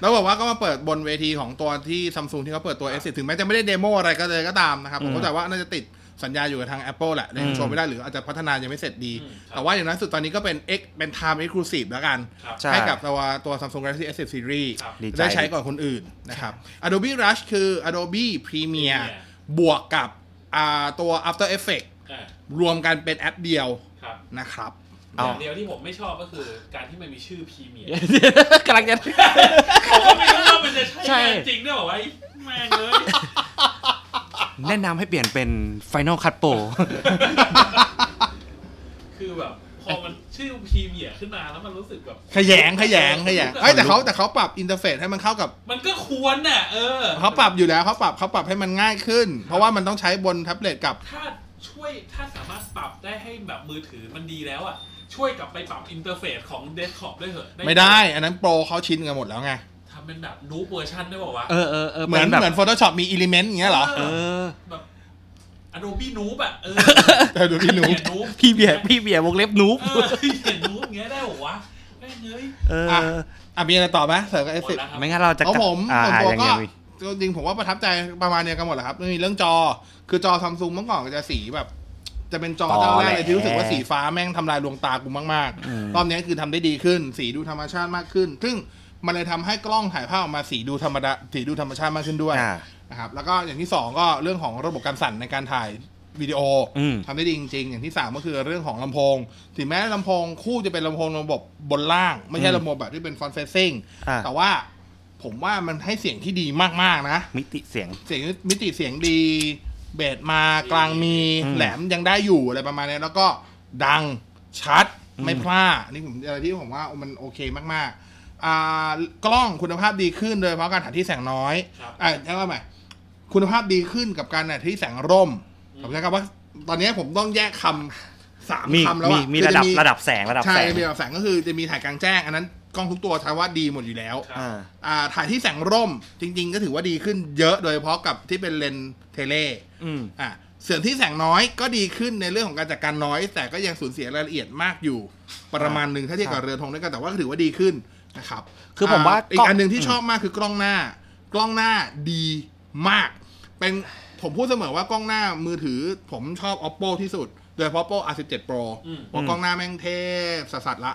Speaker 1: แล้วบอกว่าก็มาเปิดบนเวทีของตัวที่ซัมซุงที่เขาเปิดตัว S10 ถึงแม้จะไม่ได้เดโมอะไรก็เลยก็ตามนะครับ ผม
Speaker 3: อืม
Speaker 1: เข้าใจว่าน่าจะติดสัญญาอยู่กับทาง Apple แหละยังโช
Speaker 3: อื
Speaker 1: ว์
Speaker 3: ม
Speaker 1: ไม่ได้หรืออาจจะพัฒนายังไม่เสร็จดี
Speaker 2: อืมครับ
Speaker 1: แต่ว่าอย่างน้อยสุดตอนนี้ก็เป็น X เป็น Time Exclusive แล้วกัน
Speaker 2: ครับ
Speaker 3: ใช่
Speaker 1: ให้กับตัวตัว Samsung Galaxy S10 Series
Speaker 2: ครับ
Speaker 3: ดีใจ
Speaker 1: ได้ใช้ก่อนคนอื่นนะครับ Adobe Rush คือ Adobe Premiere
Speaker 2: Premiere
Speaker 1: บวกกับอ่าตัว After Effects
Speaker 2: อ่าร
Speaker 1: วมกันเป็นแอปเดียว
Speaker 2: ครับ
Speaker 1: นะครับ
Speaker 2: อ
Speaker 3: เอา
Speaker 2: ย่างเดียวที่ผมไม่ชอบก็คือการที่มันมีชื่อพรีเมียร์
Speaker 3: กำลังจะ
Speaker 2: ผมก็ไม่รู้ว่ามันจะ
Speaker 3: ใช่
Speaker 2: ใช่งานจริงด้วยบอกว่าแม่งเลย
Speaker 3: แนะนำให้เปลี่ยนเป็น Final Cut Pro
Speaker 2: คือแบบพอมันชื่อพรีเมียร์ขึ้นมาแล้วมันรู้สึกแบบ
Speaker 1: ขยงขยงขยงเอ้ยแต่เขาแต่เขาปรับอินเทอร์เฟซให้มันเข้ากับ
Speaker 2: มันก็ควรน่ะเออ
Speaker 1: เขาปรับอยู่แล้วเขาปรับเขาปรับให้มันง่ายขึ้น เพราะว่ามันต้องใช้บนแท็บเล็ตกับ
Speaker 2: ถ้าช่วยถ้าสามารถปรับได้ให้แบบมือถือมันดีแล้วอ่ะ ช่วยกลับไปปรับอินเทอร์เฟซของเดสก์ท็อปด้วยเถอะ
Speaker 1: ไม่ได้ อันนั้นโปรเขาชินกันหมดแล้วไง
Speaker 2: ทำเป็นแบบนูบเวอร์ชันได้บอกว่าวะ
Speaker 3: เออเออเออ
Speaker 1: เหมือน
Speaker 3: ป็แบบ
Speaker 1: เหมือน Photoshop มี Element อย่างเงี้ยเหรอ
Speaker 3: เออ
Speaker 2: แบบ Adobe Noob อ่ะเออ
Speaker 1: แต่ดูพี่หนู
Speaker 2: เขียนนูบ
Speaker 3: พี่เบียร์พี่เบียร์วงเล็บนู๊บ
Speaker 2: เออเขียนนูบเงี้ยได้บอกว่าวะแม่งเอ้ย
Speaker 3: เออ
Speaker 1: อ่ะ อ่ะมีอะไรต่อไหมเสริมกับ
Speaker 2: หม
Speaker 1: S10
Speaker 2: ดแล้วครับ
Speaker 3: ไม่งั้นเราจะ
Speaker 1: ของผม
Speaker 3: อ่า
Speaker 1: ส่วนตัว
Speaker 3: อ
Speaker 1: ก็
Speaker 3: ย่างเงี้ยวิ
Speaker 1: จริงๆผมว่าประทับใจประมาณเดียวกันหมดแหละครับมีเรื่องจอคือจอซัมซุงเมื่อก่อนก็จะสีแบบ จะเป็นจอเจ้าแรกเลยที่รู้สึกว่าสีฟ้าแม่งทำลายดวงตากูมาก
Speaker 3: อืม
Speaker 1: ๆ รอบนี้คือทำได้ดีขึ้น สีดูธรรมชาติมากขึ้น ซึ่งมันเลยทำให้กล้องถ่ายภาพออกมาสีดูธรรมดาสีดูธรรมชาติมากขึ้นด้วย
Speaker 3: อ่า
Speaker 1: นะครับแล้วก็อย่างที่ 2 ก็เรื่องของระบบการสั่นในการถ่ายวิดีโออ
Speaker 3: ม
Speaker 1: ทำได้ดีจริงๆ อย่างที่ 3 ก็คือเรื่องของลำโพง ถึงแม้ลำโพงคู่จะเป็นลำโพงระบบบนล่าง ไม่ใช่ลำโพงแบบที่เป็นฟอนเฟซซิ่ง
Speaker 3: อ่า
Speaker 1: แต่ว่าผมว่ามันให้เสียงที่ดีมาก ๆ นะ
Speaker 3: มิติเสียง
Speaker 1: เสียงมิติเสียงดี เบสมากลางมี
Speaker 3: อืม
Speaker 1: แหลมยังได้อยู่อะไรประมาณนี้แล้วก็ดังชัด
Speaker 3: อืม
Speaker 1: ไม่พลาดอันนี่ผมอะไรที่ผมว่ามันโอเคมากๆอ่ากล้องคุณภาพดีขึ้นโดยเฉพาะการถ่ายที่แสงน้อย
Speaker 2: ครับ
Speaker 1: อ่ะใช้ว่าใหม่คุณภาพดีขึ้นกับการน่ะที่แสงร่ม
Speaker 2: อื
Speaker 1: ผม มใช้คำว่าตอนนี้ผมต้องแยกคำสาม
Speaker 3: มี
Speaker 1: คำแล้ว
Speaker 3: มี
Speaker 1: อ่ะ
Speaker 3: มี
Speaker 1: คือ
Speaker 3: ระ
Speaker 1: จ
Speaker 3: ดับระดับแสงระดับ
Speaker 1: ใช่
Speaker 3: แสง
Speaker 1: มีระดับแสงก็คือจะมีถ่ายกลางแจ้ง อันนั้นกล้องทุกตัวใช้ว่าดีหมดอยู่แล้ว
Speaker 2: ครับ
Speaker 3: อ่า
Speaker 1: อ่าถ่ายที่แสงร่มจริง ๆ ก็ถือว่าดีขึ้นเยอะโดยเฉพาะกับที่เป็นเลนส์เทเล
Speaker 3: อืม
Speaker 1: อ่ะเสื่อมที่แสงน้อยก็ดีขึ้นในเรื่องของการจัดการน้อย แต่ก็ยังสูญเสียรายละเอียดมากอยู่ ประมาณหนึ่งถ้าเทียบกับเรือธงด้วยกันแต่ว่าก็ถือว่าดีขึ้นนะครับ
Speaker 3: คือผมว่า
Speaker 1: ะอีก
Speaker 3: กล้อง
Speaker 1: อันหนึ่งที่
Speaker 3: อืม
Speaker 1: ชอบมากคือกล้องหน้า กล้องหน้าดีมาก เป็นผมพูดเสมอว่ากล้องหน้ามือถือผมชอบ oppo ที่สุด โดยเฉพาะ oppo r17 pro
Speaker 2: อืม
Speaker 1: ว่ากล้องหน้าแม่งเทพสัสๆละ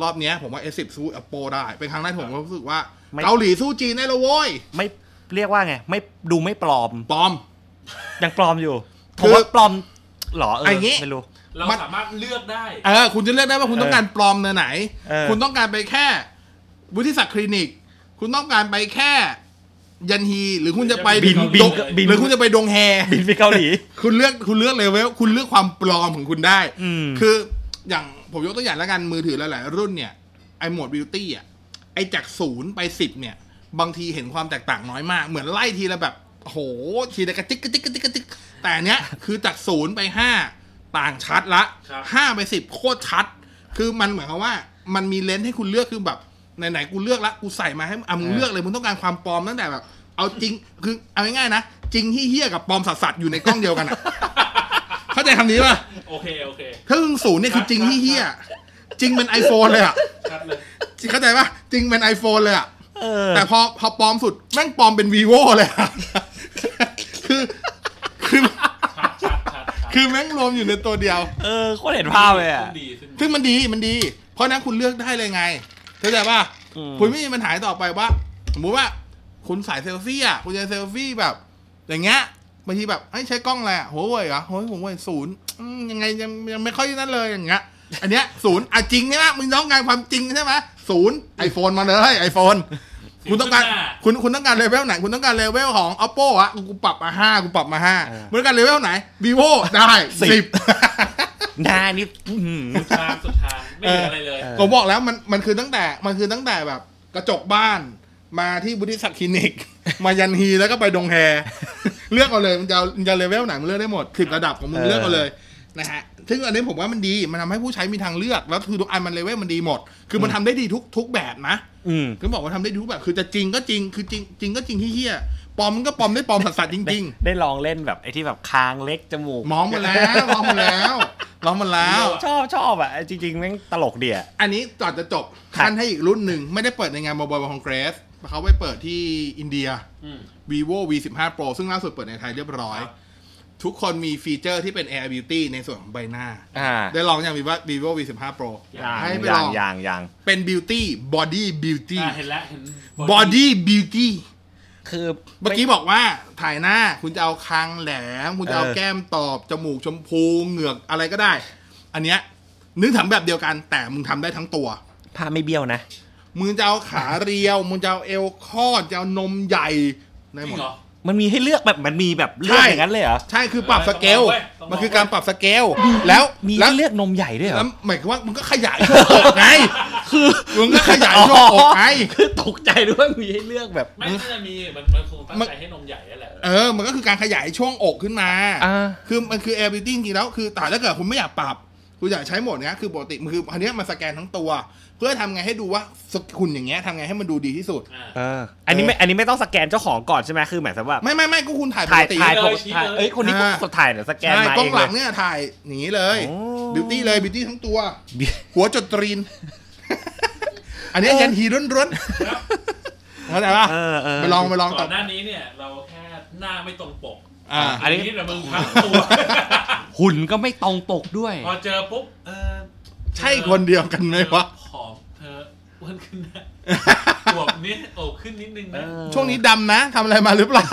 Speaker 1: รอบเนี้ยผมว่า s10 สู้ oppo ได้ เป็นครั้งแรกที่ผมรู้สึกว่า
Speaker 3: ไม่
Speaker 1: เกาหลีสู้จีนได้แล้วโว้ย
Speaker 3: ไม่เรียกว่าไง ไม่ดูไม่ปลอม
Speaker 1: ปลอม
Speaker 3: ยังปลอมอยู่
Speaker 1: คื
Speaker 3: ผ
Speaker 1: อ
Speaker 3: มว่าปลอมเหรอเอออย่าง
Speaker 1: งี้
Speaker 3: ไม่รู้
Speaker 2: เรา
Speaker 1: มัน
Speaker 2: สามารถเลือกได้
Speaker 1: เออคุณจะเลือกได้ว่าคุณ
Speaker 3: เออ
Speaker 1: ต้องการปลอมเนื้อไหน
Speaker 3: เออ
Speaker 1: คุณต้องการไปแค่วุฒิศักดิ์คลินิก คุณต้องการไปแค่ยันฮีหรือคุณจะไป
Speaker 3: บินบิน
Speaker 1: ดง
Speaker 2: เกาหลี
Speaker 3: บิน
Speaker 1: หรือคุณจะไปดงแฮ
Speaker 3: บินไปเกาหลี
Speaker 1: คุณเลือกคุณเลือกเลยเว้ยคุณเลือกความปลอมของคุณได้
Speaker 3: อืม
Speaker 1: คืออย่างผมยกตัวอย่างแล้วกันมือถือหลาย ๆ รุ่นเนี่ยไอโหมดบิวตี้อ่ะไอจากศูนย์ไปสิบเนี่ย บางทีเห็นความแตกต่างน้อยมาก เหมือนไล่ทีละแบบโอ้โหทีละกระติกกระติกกระติกกระติกแต่อันเนี้ย คือจากศูนย์ไปห้าต่างชัดละ
Speaker 2: ครับ
Speaker 1: ห้าไปสิบโคตรชัด คือมันเหมือนกับว่า มันมีเลนส์ให้คุณเลือกคือแบบไหนๆกูเลือกละกูใส่มาให้อ่ะมึง
Speaker 3: เออ
Speaker 1: เลือกเลยมึงต้องการความปลอมตั้งแต่แบบ เอาจริงคือ เอาง่ายๆนะจริงที่เฮี้ยกับปลอมสัสๆอยู่ในกล้องเดียวกันอ่ะ เข้าใจคำนี้ป่ะ
Speaker 2: โอ โอเคโอเค
Speaker 1: ถ้าหนึ่งศูนย์เนี่ยคือจริงที่เฮียจริงเป็น iPhone เลยอ่ะ
Speaker 2: ชัดเลย
Speaker 1: เข้าใจปะจริงเป็น iPhone เลยอ่ะ
Speaker 3: เออ
Speaker 1: แต่พอพอปลอมสุดแม่งปลอมเป็น vivo เลยอะ คือคือ
Speaker 2: ชัดชัดชัดชัด
Speaker 1: คือแม่งรวมอยู่ในตัวเดียว
Speaker 3: เออโคตรเห็นภาพเลยอ่ะ
Speaker 2: ขึ้นดีขึ้นดี
Speaker 1: ซึ่งมันดีมันดี เพราะฉะนั้นคุณเลือกได้เลยไงเข้าใจป่ะ
Speaker 3: อืม
Speaker 1: คุณไม่มีปัญหาต่อไปว่าสมมติว่าคุณสายเซลฟี่อ่ะคุณจะเซลฟี่แบบ อย่างเงี้ยบางทีแบบเอ้ยใช้กล้องอะไรอ่ะโหเว่ยเหรอโหยผมเว่ยศูนย์อืมยังไงยังยังไม่ค่อยนั่นเลยอย่างเงี้ยอันเนี้ยศูนย์อ่ะจริงใช่ไหมมึงต้องการความจริงใช่ไหมศูนย์ไอโฟนมาเลยไอโฟน คุณต้องการ
Speaker 2: สิบหน้
Speaker 1: คุณคุณต้องการเลเวลไหน คุณต้องการเลเวลของ oppo อะกูปรับมาห้ากูปรับมาห้า
Speaker 3: เออ
Speaker 1: คุณต้องการเลเวลไหน vivo ได้
Speaker 3: สิบ
Speaker 1: สิบ
Speaker 3: หน้านี่อื้อหือ
Speaker 2: สุดทางสุดทางไม่เหลืออะไรเลย
Speaker 3: เออ
Speaker 1: ผมบอกแล้วมันมันคือตั้งแต่มันคือตั้งแต่แบบกระจกบ้านมาที่บุติศักดิ์คลินิก มายันฮีแล้วก็ไปดงแฮ เลือกเอาเลยมันจะเอามันจะเลเวลไหนมันเลือกได้หมดสิบระดับของมึง
Speaker 3: เออ
Speaker 1: เลือกเอาเลยนะฮะซึ่งอันนี้ผมว่ามันดีมันทำให้ผู้ใช้มีทางเลือกแล้วคือทุกอันมันเลเวลมันดีหมด คือมันทำได้ดีทุกทุกแบบนะ
Speaker 3: อืม
Speaker 1: คือบอกว่าทำได้ดีทุกแบบคือจะจริงก็จริงคือจริงจริงก็จริงที่เฮียปลอมมันก็ปลอมได้ปลอมสัสๆจริง
Speaker 3: ได้ลองเล่นแบบไอ้ที่แบบคางเล็กจมูก
Speaker 1: ๆ มองมาแล้วมองมาแล้วมองมาแล้ว
Speaker 3: ชอบชอบอ่ะจริงๆแม่งตลกเดีย
Speaker 1: อันนี้ก่อนจะจบ
Speaker 3: ครับ
Speaker 1: ท่านให้อีกรุ่นหนึ่ง ไม่ได้เปิดในงาน Mobile World Congress เขาไปเปิดที่อินเดีย
Speaker 2: อืม
Speaker 1: vivo v 1 5 pro ซึ่งล่าสุดเปิดในไทยเรียบร้อย
Speaker 2: ครับ
Speaker 1: ทุกคนมีฟีเจอร์ที่เป็น Air Beauty ในส่วนของใบหน้า
Speaker 3: อ่า
Speaker 1: ได้ลองอย่าง vivo vivo v 1 5 pro ให้ไปล
Speaker 3: อย่าง
Speaker 1: อง
Speaker 3: อย่างอย่าง
Speaker 1: เป็น beauty body beauty
Speaker 2: อ่ะเห็นแล้วเห็น
Speaker 1: body beauty
Speaker 3: คือ
Speaker 1: เมื่อกี้บอกว่าถ่ายหน้าคุณจะเอาคางแหลม คุณจะเอาแก้มตอบ จมูกชมพูเหงือกอะไรก็ได้ อันเนี้ยนึกถึงแบบเดียวกันแต่มึงทำได้ทั้งตัว
Speaker 3: ภาพไม่เบี้ยวนะ
Speaker 1: มึงจะเอาขาเรียว มึงจะเอาเอวคอดจะเอานมใหญ่ได้
Speaker 2: จ
Speaker 1: หม
Speaker 2: ริ
Speaker 1: ด
Speaker 2: งเหรอ
Speaker 3: มันมีให้เลือกแบบมันมีแบบเลือก
Speaker 1: ใช่
Speaker 3: อย่างนั้นเลยเหรอ
Speaker 1: ใช่คือปรับสเกล
Speaker 2: เออต้องลองเว้ย
Speaker 1: มันคือการปรับสเกล แล้ว
Speaker 3: มี
Speaker 1: แล้ว
Speaker 3: ให้เลือกนมใหญ่ด้วยเหร
Speaker 1: แล้
Speaker 3: อ
Speaker 1: วหมายความว่ามึงก็ขยายช่วงอกไง
Speaker 3: คือ
Speaker 1: มึงก็ขยายช่วงอกไง
Speaker 3: คือตกใจด้วยว่ามีให้เลือกแบบ
Speaker 2: ไม่น่าจะมีมันมันคงตั้งใจให้นมใหญ่นั่นแหละ
Speaker 1: เออ มันก็คือการขยายช่วงอกขึ้นมา
Speaker 3: อ่า
Speaker 1: คือมันคือ air beauty จริงๆแล้วคือแต่ถ้าเกิดคุณไม่อยากปรับ คุณอยากใช้โหมดเนี้ยคือปกติมันคืออันเนี้ยมันสแกนทั้งตัว เพื่อทำไงให้ดูว่าคุณอย่างเงี้ยทำไงให้มันดูดีที่สุด
Speaker 2: อ่ะ
Speaker 3: เอออันนี้ไม่อันนี้ไม่ต้องสแกนเจ้าของก่อนใช่ไหมคือหมายถึงว่า
Speaker 1: ไม่ไม่ไม่ก็คุณถ่ายป
Speaker 3: ถ่าก ย
Speaker 1: ติ
Speaker 3: ถ่ายปก
Speaker 2: ชี้
Speaker 3: ติ
Speaker 2: เลย
Speaker 3: ถ่ายเอ้ย คนนี้
Speaker 1: อ่า
Speaker 3: ก็ถ่ายเนี่ยสแกน
Speaker 1: ใช่
Speaker 3: มาก
Speaker 1: ล้อ
Speaker 3: เอง ง
Speaker 1: ห
Speaker 3: เล
Speaker 1: ลั
Speaker 3: ย
Speaker 1: งเนี่ยถ่ายอย่างนี้เลย
Speaker 3: โอ้
Speaker 1: บิวตี้เลยบิวตี้ทั้งตัว หัวจดต รีน อันนี้ยันฮีร่นร้น
Speaker 2: ครับ
Speaker 1: ๆเข้าใจปะ
Speaker 3: เออเออ
Speaker 1: ไปลองไปลอง
Speaker 2: ก่
Speaker 1: ตั
Speaker 2: อ
Speaker 1: ด
Speaker 2: นหน้านี้เนี่ย เราแค่หน้าไม่ตรงปก
Speaker 1: อ่า
Speaker 3: อันนี้
Speaker 2: แต่มึงทั้งตัว
Speaker 3: หุ่นก็ไม่ตรงปกด้วย
Speaker 2: พอเจอปุ๊บเออ
Speaker 1: ใช่คนเดียวกันไหมวะ
Speaker 2: เธอผอมเธออ้วนขึ้นนะอวบนิดโอบขึ้นนิดนึงนะ
Speaker 1: ช่วงนี้ดำนะทำอะไรมาหรือเปล่า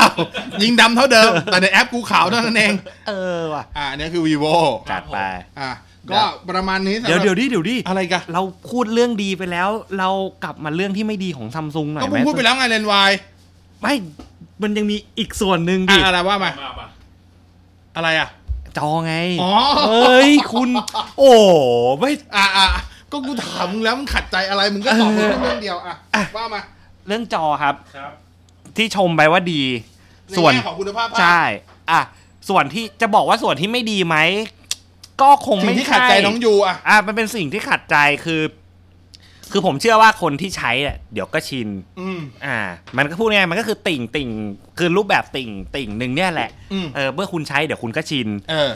Speaker 1: ยิงดำเท่าเดิม แต่ในแอปกูขาวเท่านั้นเอง
Speaker 3: เออว่ะ
Speaker 1: อ่าอันนี้คือ vivo
Speaker 3: จัดไป
Speaker 1: อ่า ก็ประมาณนี้สำหรับ
Speaker 3: เดี๋ยวเดี๋ยวดิเดี๋ยวดิ
Speaker 1: อะไรกัน
Speaker 3: เราพูดเรื่องดีไปแล้ว เรากลับมาเรื่องที่ไม่ดีของซัมซุงหน่อย
Speaker 1: ก็
Speaker 3: ไห
Speaker 1: กู
Speaker 3: ม
Speaker 1: พูดไปแล้วไงเลนวาย
Speaker 3: ไม่ มันยังมีอีกส่วนหนึ่ง
Speaker 1: อ่ะ
Speaker 3: ดิ
Speaker 1: อะไรว่ามา
Speaker 2: มาป่ะ
Speaker 1: อะไรอ่ะ
Speaker 3: จอไง
Speaker 1: อ๋อ
Speaker 3: เอ้ย คุณ โอ้ไม่
Speaker 1: อ่ะอ่ะก็กูถามมึงแล้วมึงขัดใจอะไรมึงก็ตอบมึงแค่เรื่องเดียวอ่ะ
Speaker 3: อ่ะ
Speaker 1: ว่ามา
Speaker 3: เรื่องจอครับ
Speaker 2: ครับ
Speaker 3: ที่ชมไปว่าดี
Speaker 1: ใน
Speaker 3: ส่วน
Speaker 1: แง่ของคุณภาพภาพ
Speaker 3: ใช่ อ่ะ ส่วนที่จะบอกว่าส่วนที่ไม่ดีไหม ก็คง
Speaker 1: สิ่
Speaker 3: ไม่
Speaker 1: งที่ขัดใจ
Speaker 3: ช่
Speaker 1: น้องยูอ่ะ
Speaker 3: อ่ะมันเป็นสิ่งที่ขัดใจคือ คือผมเชื่อว่าคนที่ใช้เนี่ยเดี๋ยวก็ชิน
Speaker 1: อืม
Speaker 3: อ่า มันก็พูดง่ายๆมันก็คือติ่งติ่งคือรูปแบบติ่งติ่งหนึ่งเนี่ยแหละ
Speaker 1: อืม
Speaker 3: เออเมื่อคุณใช้เดี๋ยวคุณก็ชิน
Speaker 1: เออ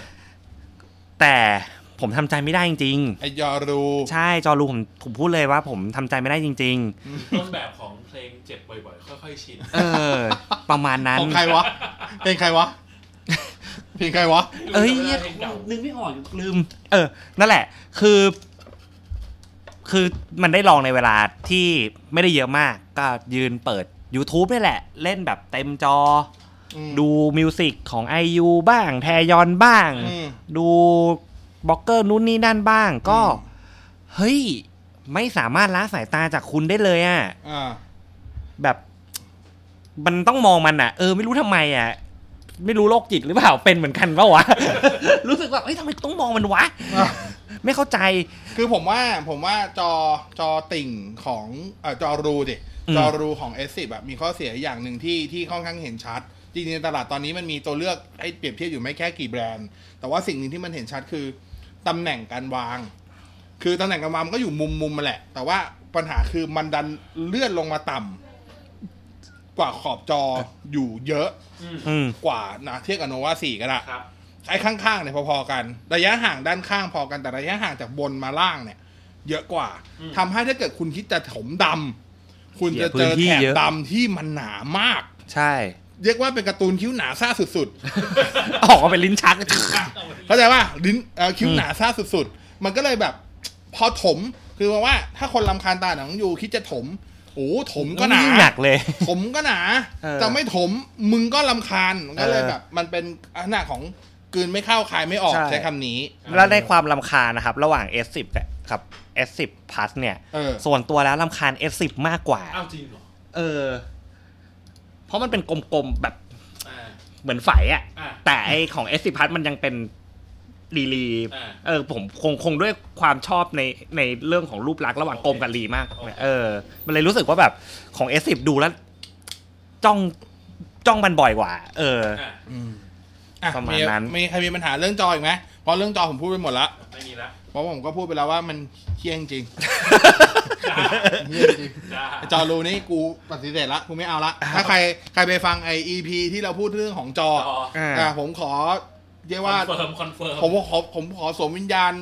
Speaker 3: แต่ผมทำใจไม่ได้จริง
Speaker 1: ไอยอรู
Speaker 3: ๆ ใช่จอรูผมผมพูดเลยว่า ผมทำใจไม่ได้จริง
Speaker 2: ต้นแบบของเพลงเจ็บบ่อยๆ ค่อยๆ ชิน
Speaker 3: ๆ เออ ประมาณนั้น
Speaker 1: ของใคร วะ เพลงใครวะ เพลงใครวะ
Speaker 3: เอ้ย
Speaker 2: ดูแต่เพลงเก่า
Speaker 3: นึกไม่ออกลืม เออ นั่นแหละ คือ คือมันได้ลองในเวลาที่ไม่ได้เยอะมาก ก็ยืนเปิด YouTube นี่แหละ เล่นแบบเต็มจอ
Speaker 1: อืม
Speaker 3: ดูมิวสิกของ IU บ้าง แทยอนบ้าง
Speaker 1: อืม
Speaker 3: ดูบล็อกเกอร์นู้นนี่นั่นบ้าง ก็
Speaker 1: อืม
Speaker 3: เฮ้ย ไม่สามารถละสายตาจากคุณได้เลยอะ
Speaker 1: อ่า
Speaker 3: แบบ มันต้องมองมันอ่ะ เออ ไม่รู้ทำไมอ่ะ ไม่รู้โรคจิตหรือเปล่า เป็นเหมือนกันเปล่าวะ รู้สึกว่าเฮ้ยทำไมต้องมองมันวะ ไม่เข้าใจ
Speaker 1: คือผมว่าผมว่าจอจอติ่งของเออจอรูดิ
Speaker 3: อืม
Speaker 1: จอรูของ S10 อะมีข้อเสียอย่างหนึ่งที่ที่ค่อนข้างเห็นชัด จริงๆในตลาดตอนนี้มันมีตัวเลือกให้เปรียบเทียบอยู่ไม่แค่กี่แบรนด์ แต่ว่าสิ่งหนึ่งที่มันเห็นชัดคือตำแหน่งการวาง คือตำแหน่งการวางมันก็อยู่มุมมุมมาแหละ แต่ว่าปัญหาคือมันดันเลื่อนลงมาต่ำกว่าขอบจออยู่เยอะ
Speaker 2: อืม
Speaker 3: อืม
Speaker 1: กว่านะเทียบกับโนวาสี่ก็ได้
Speaker 2: ครับ
Speaker 1: ไอ้ข้างๆเนี่ยพอๆกัน ระยะห่างด้านข้างพอกันแต่ระยะห่างจากบนมาล่างเนี่ย เยอะกว่า
Speaker 2: อืม
Speaker 1: ทำให้ถ้าเกิดคุณคิดจะถมดำคุณจะเจอแถ
Speaker 3: เสียพื้นที่
Speaker 1: บ
Speaker 3: เยอะ
Speaker 1: ดำที่มันหนามาก
Speaker 3: ใช่
Speaker 1: เรียกว่าเป็นการ์ตูนคิ้วหนาซ่าสุด
Speaker 3: ออกมาเป็นลิ้นชัก
Speaker 1: ๆ เข้าใจป่ะลิ้นเอ่อคิ้ว
Speaker 3: อืม
Speaker 1: หนาซ่าสุดๆ มันก็เลยแบบ พอถมคือว่า ถ้าคนลำคาญตาหนังอยู่คิดจะถมโอ้โหถมก็หนา
Speaker 3: ยิ่งหนักเลย
Speaker 1: ถมก็หนา
Speaker 3: เออ
Speaker 1: จะไม่ถมมึงก็ลำคาญมันก็เลย
Speaker 3: เออ
Speaker 1: แบบ มันเป็นลักษณะของกลืนไม่เข้าคายไม่ออก
Speaker 3: ใช่
Speaker 1: ใช้คำนี้
Speaker 3: แล้วในความลำคาญนะครับ ระหว่าง S10 เนี่ยกับ S10 Plus เนี่ย
Speaker 1: เออ
Speaker 3: ส่วนตัวแล้วลำคาญ S10 มากกว่า
Speaker 2: อ้าวจริงเหรอ
Speaker 3: เออ เพราะมันเป็นกลมๆ แบบ
Speaker 2: อ่า
Speaker 3: เหมือนไฝอะ
Speaker 2: อ่า
Speaker 3: แต่ไอของ S10 Plus มันยังเป็นรีลี
Speaker 2: อ่า
Speaker 3: เออ ผมคงคงด้วยความชอบในในเรื่องของรูปลักษณ์ระหว่างกลมกับรีมาก
Speaker 2: โอเค
Speaker 3: เออ มันเลยรู้สึกว่าแบบของ S10 ดูแล้ว จ้องจ้องมันบ่อยกว่า เออ
Speaker 2: อ่า
Speaker 1: อืมอ่ะ
Speaker 3: ประมาณ
Speaker 1: มี
Speaker 3: นั้น
Speaker 1: มีใครมีปัญหาเรื่องจออีกไหมเพราะเรื่องจอผมพูดไปหมดละ
Speaker 2: ไม่มีละ
Speaker 1: เพราะผมก็พูดไปแล้วว่ามันเที่ยงจริง
Speaker 2: จ้า
Speaker 1: เหี้ยจริง
Speaker 2: จ้า
Speaker 1: ไอ้จอรูนี่กูปฏิเสธละกูไม่เอาละถ้าใครใครไปฟังไอ EP ที่เราพูดเรื่องของจอ
Speaker 2: ต่อ
Speaker 3: อ่า
Speaker 1: อ่ะผมขอเรียกว่า
Speaker 2: คอนเฟิร์มคอนเฟิร์ม
Speaker 1: ผมขอผมขอสวมวิญญาณ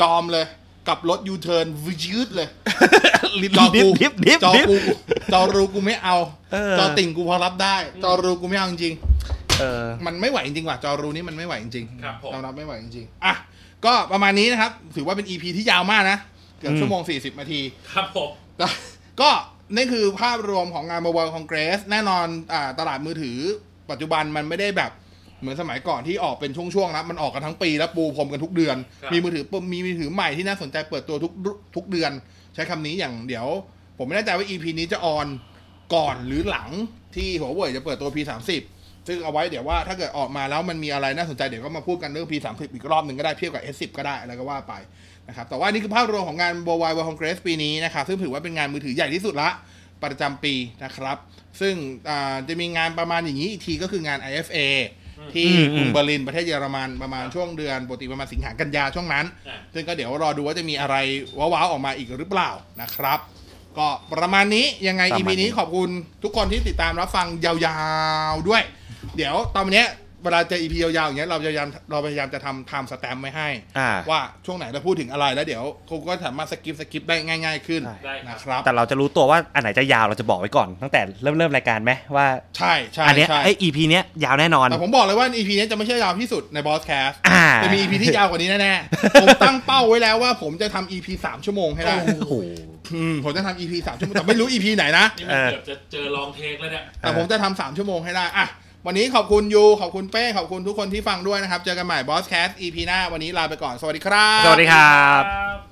Speaker 1: ดอมเลย กับรถยูเทิร์นวิยืดเลย จอกู
Speaker 3: ดิบดิบดิบ
Speaker 1: จอกูจอรูกูไม่เอา
Speaker 3: เออ
Speaker 1: จอติ่งกูพอรับได้ จอรูกูไม่เอาจริง
Speaker 3: เออ
Speaker 1: ๆมันไม่ไหวจริงๆว่ะจอรูนี่มันไม่ไหวจริง
Speaker 2: ครับผม
Speaker 1: ๆยอมรับไม่ไหวจริงๆอ่ะก็ประมาณนี้นะครับ ถือว่าเป็น EP ที่ยาวมากนะ เกือบ
Speaker 3: อืม
Speaker 1: ชั่วโมง 40นาที
Speaker 2: ครับผม
Speaker 1: ก็ก็นี่คือภาพรวมของงาน Mobile Congress แน่นอนอ่าตลาดมือถือ ปัจจุบันมันไม่ได้แบบเหมือนสมัยก่อนที่ออกเป็นช่วงๆนะมันออกกันทั้งปีแล้วปูพรมกันทุกเดือน
Speaker 2: ครับ
Speaker 1: มีมือถือปุ๊บมีมือถือใหม่ที่น่าสนใจเปิดตัวทุกทุกเดือน ใช้คำนี้อย่างเดี๋ยว ผมไม่แน่ใจว่า EP นี้จะออนก่อนหรือหลังที่หัวเว่ยจะเปิดตัว P30 ซึ่งเอาไว้เดี๋ยวว่าถ้าเกิดออกมาแล้วมันมีอะไรน่าสนใจเดี๋ยวก็มาพูดกันเรื่อง P30 อีกรอบหนึ่งก็ได้เทียบกับ S10 ก็ได้อะไรก็ว่าไปนะครับแต่ว่านี่คือภาพรวมของงาน World Wide World Congress ปีนี้นะครับซึ่งถือว่าเป็นงานมือถือใหญ่ที่สุดละประจำปีนะครับ ซึ่งอ่าจะมีงานประมาณอย่างนี้อีกทีก็คืองาน IFA ที่ก
Speaker 3: อืม
Speaker 1: รุง
Speaker 3: อืม
Speaker 1: เบอร์ลินประเทศเยอรมันประมาณช่วงเดือนปกติประมาณสิงหากันยาช่วงนั้น
Speaker 2: อ่ะ
Speaker 1: ซึ่งก็เดี๋ยวรอดูว่าจะมีอะไรว้าวๆออกมาอีกหรือเปล่านะครับ ก็ประมาณนี้ยังไง
Speaker 3: ประ
Speaker 1: EP
Speaker 3: มาณนี้
Speaker 1: นี้ขอบคุณทุกคนที่ติดตามรับฟังยาวๆด้วย เดี๋ยวตอนเนี้ยเวลาเจอ EP ยาวๆอย่างเงี้ยเราพยายามเราพยายามจะทำ time stamp ไว้ให้
Speaker 3: อ่า
Speaker 1: ว่าช่วงไหนเราพูดถึงอะไรแล้วเดี๋ยวคุณก็สามารถสกิปสกิปได้ง่าย ๆขึ้น
Speaker 2: ได้ครับ
Speaker 1: นะครับ
Speaker 3: แต่เราจะรู้ตัวว่าอันไหนจะยาวเราจะบอกไว้ก่อนตั้งแต่เริ่มเริ่มรายการไหมว่า
Speaker 1: ใช่ใช่
Speaker 3: อันเนี้ย
Speaker 1: ใช่
Speaker 3: ไอ EP เนี้ยยาวแน่นอน
Speaker 1: แต่ผมบอกเลยว่า EP เนี้ยจะไม่ใช่ยาวที่สุดใน Boss Cast
Speaker 3: อ่า
Speaker 1: จะมี EP ที่ยาวกว่านี้แน่ ๆ ผมตั้งเป้าไว้แล้วว่าผมจะทำ EP สามชั่วโมงให้ได้
Speaker 3: โอ้โห
Speaker 1: อืมผมจะทำ EP สามชั่วโมง แต่ไม่รู้ EP ไหน นะ
Speaker 2: นี่มันเกือบจะเจอลองเทคแล้วเนี่ย
Speaker 1: แต่ผมจะทำสามชั่วโมงให้ได้อ่ะวันนี้ขอบคุณยูขอบคุณเป้ขอบคุณทุกคนที่ฟังด้วยนะครับ เจอกันใหม่ Boss Cast EP หน้า วันนี้ลาไปก่อน สวัสดีครับ
Speaker 3: สวัสดีครับ
Speaker 2: ครับ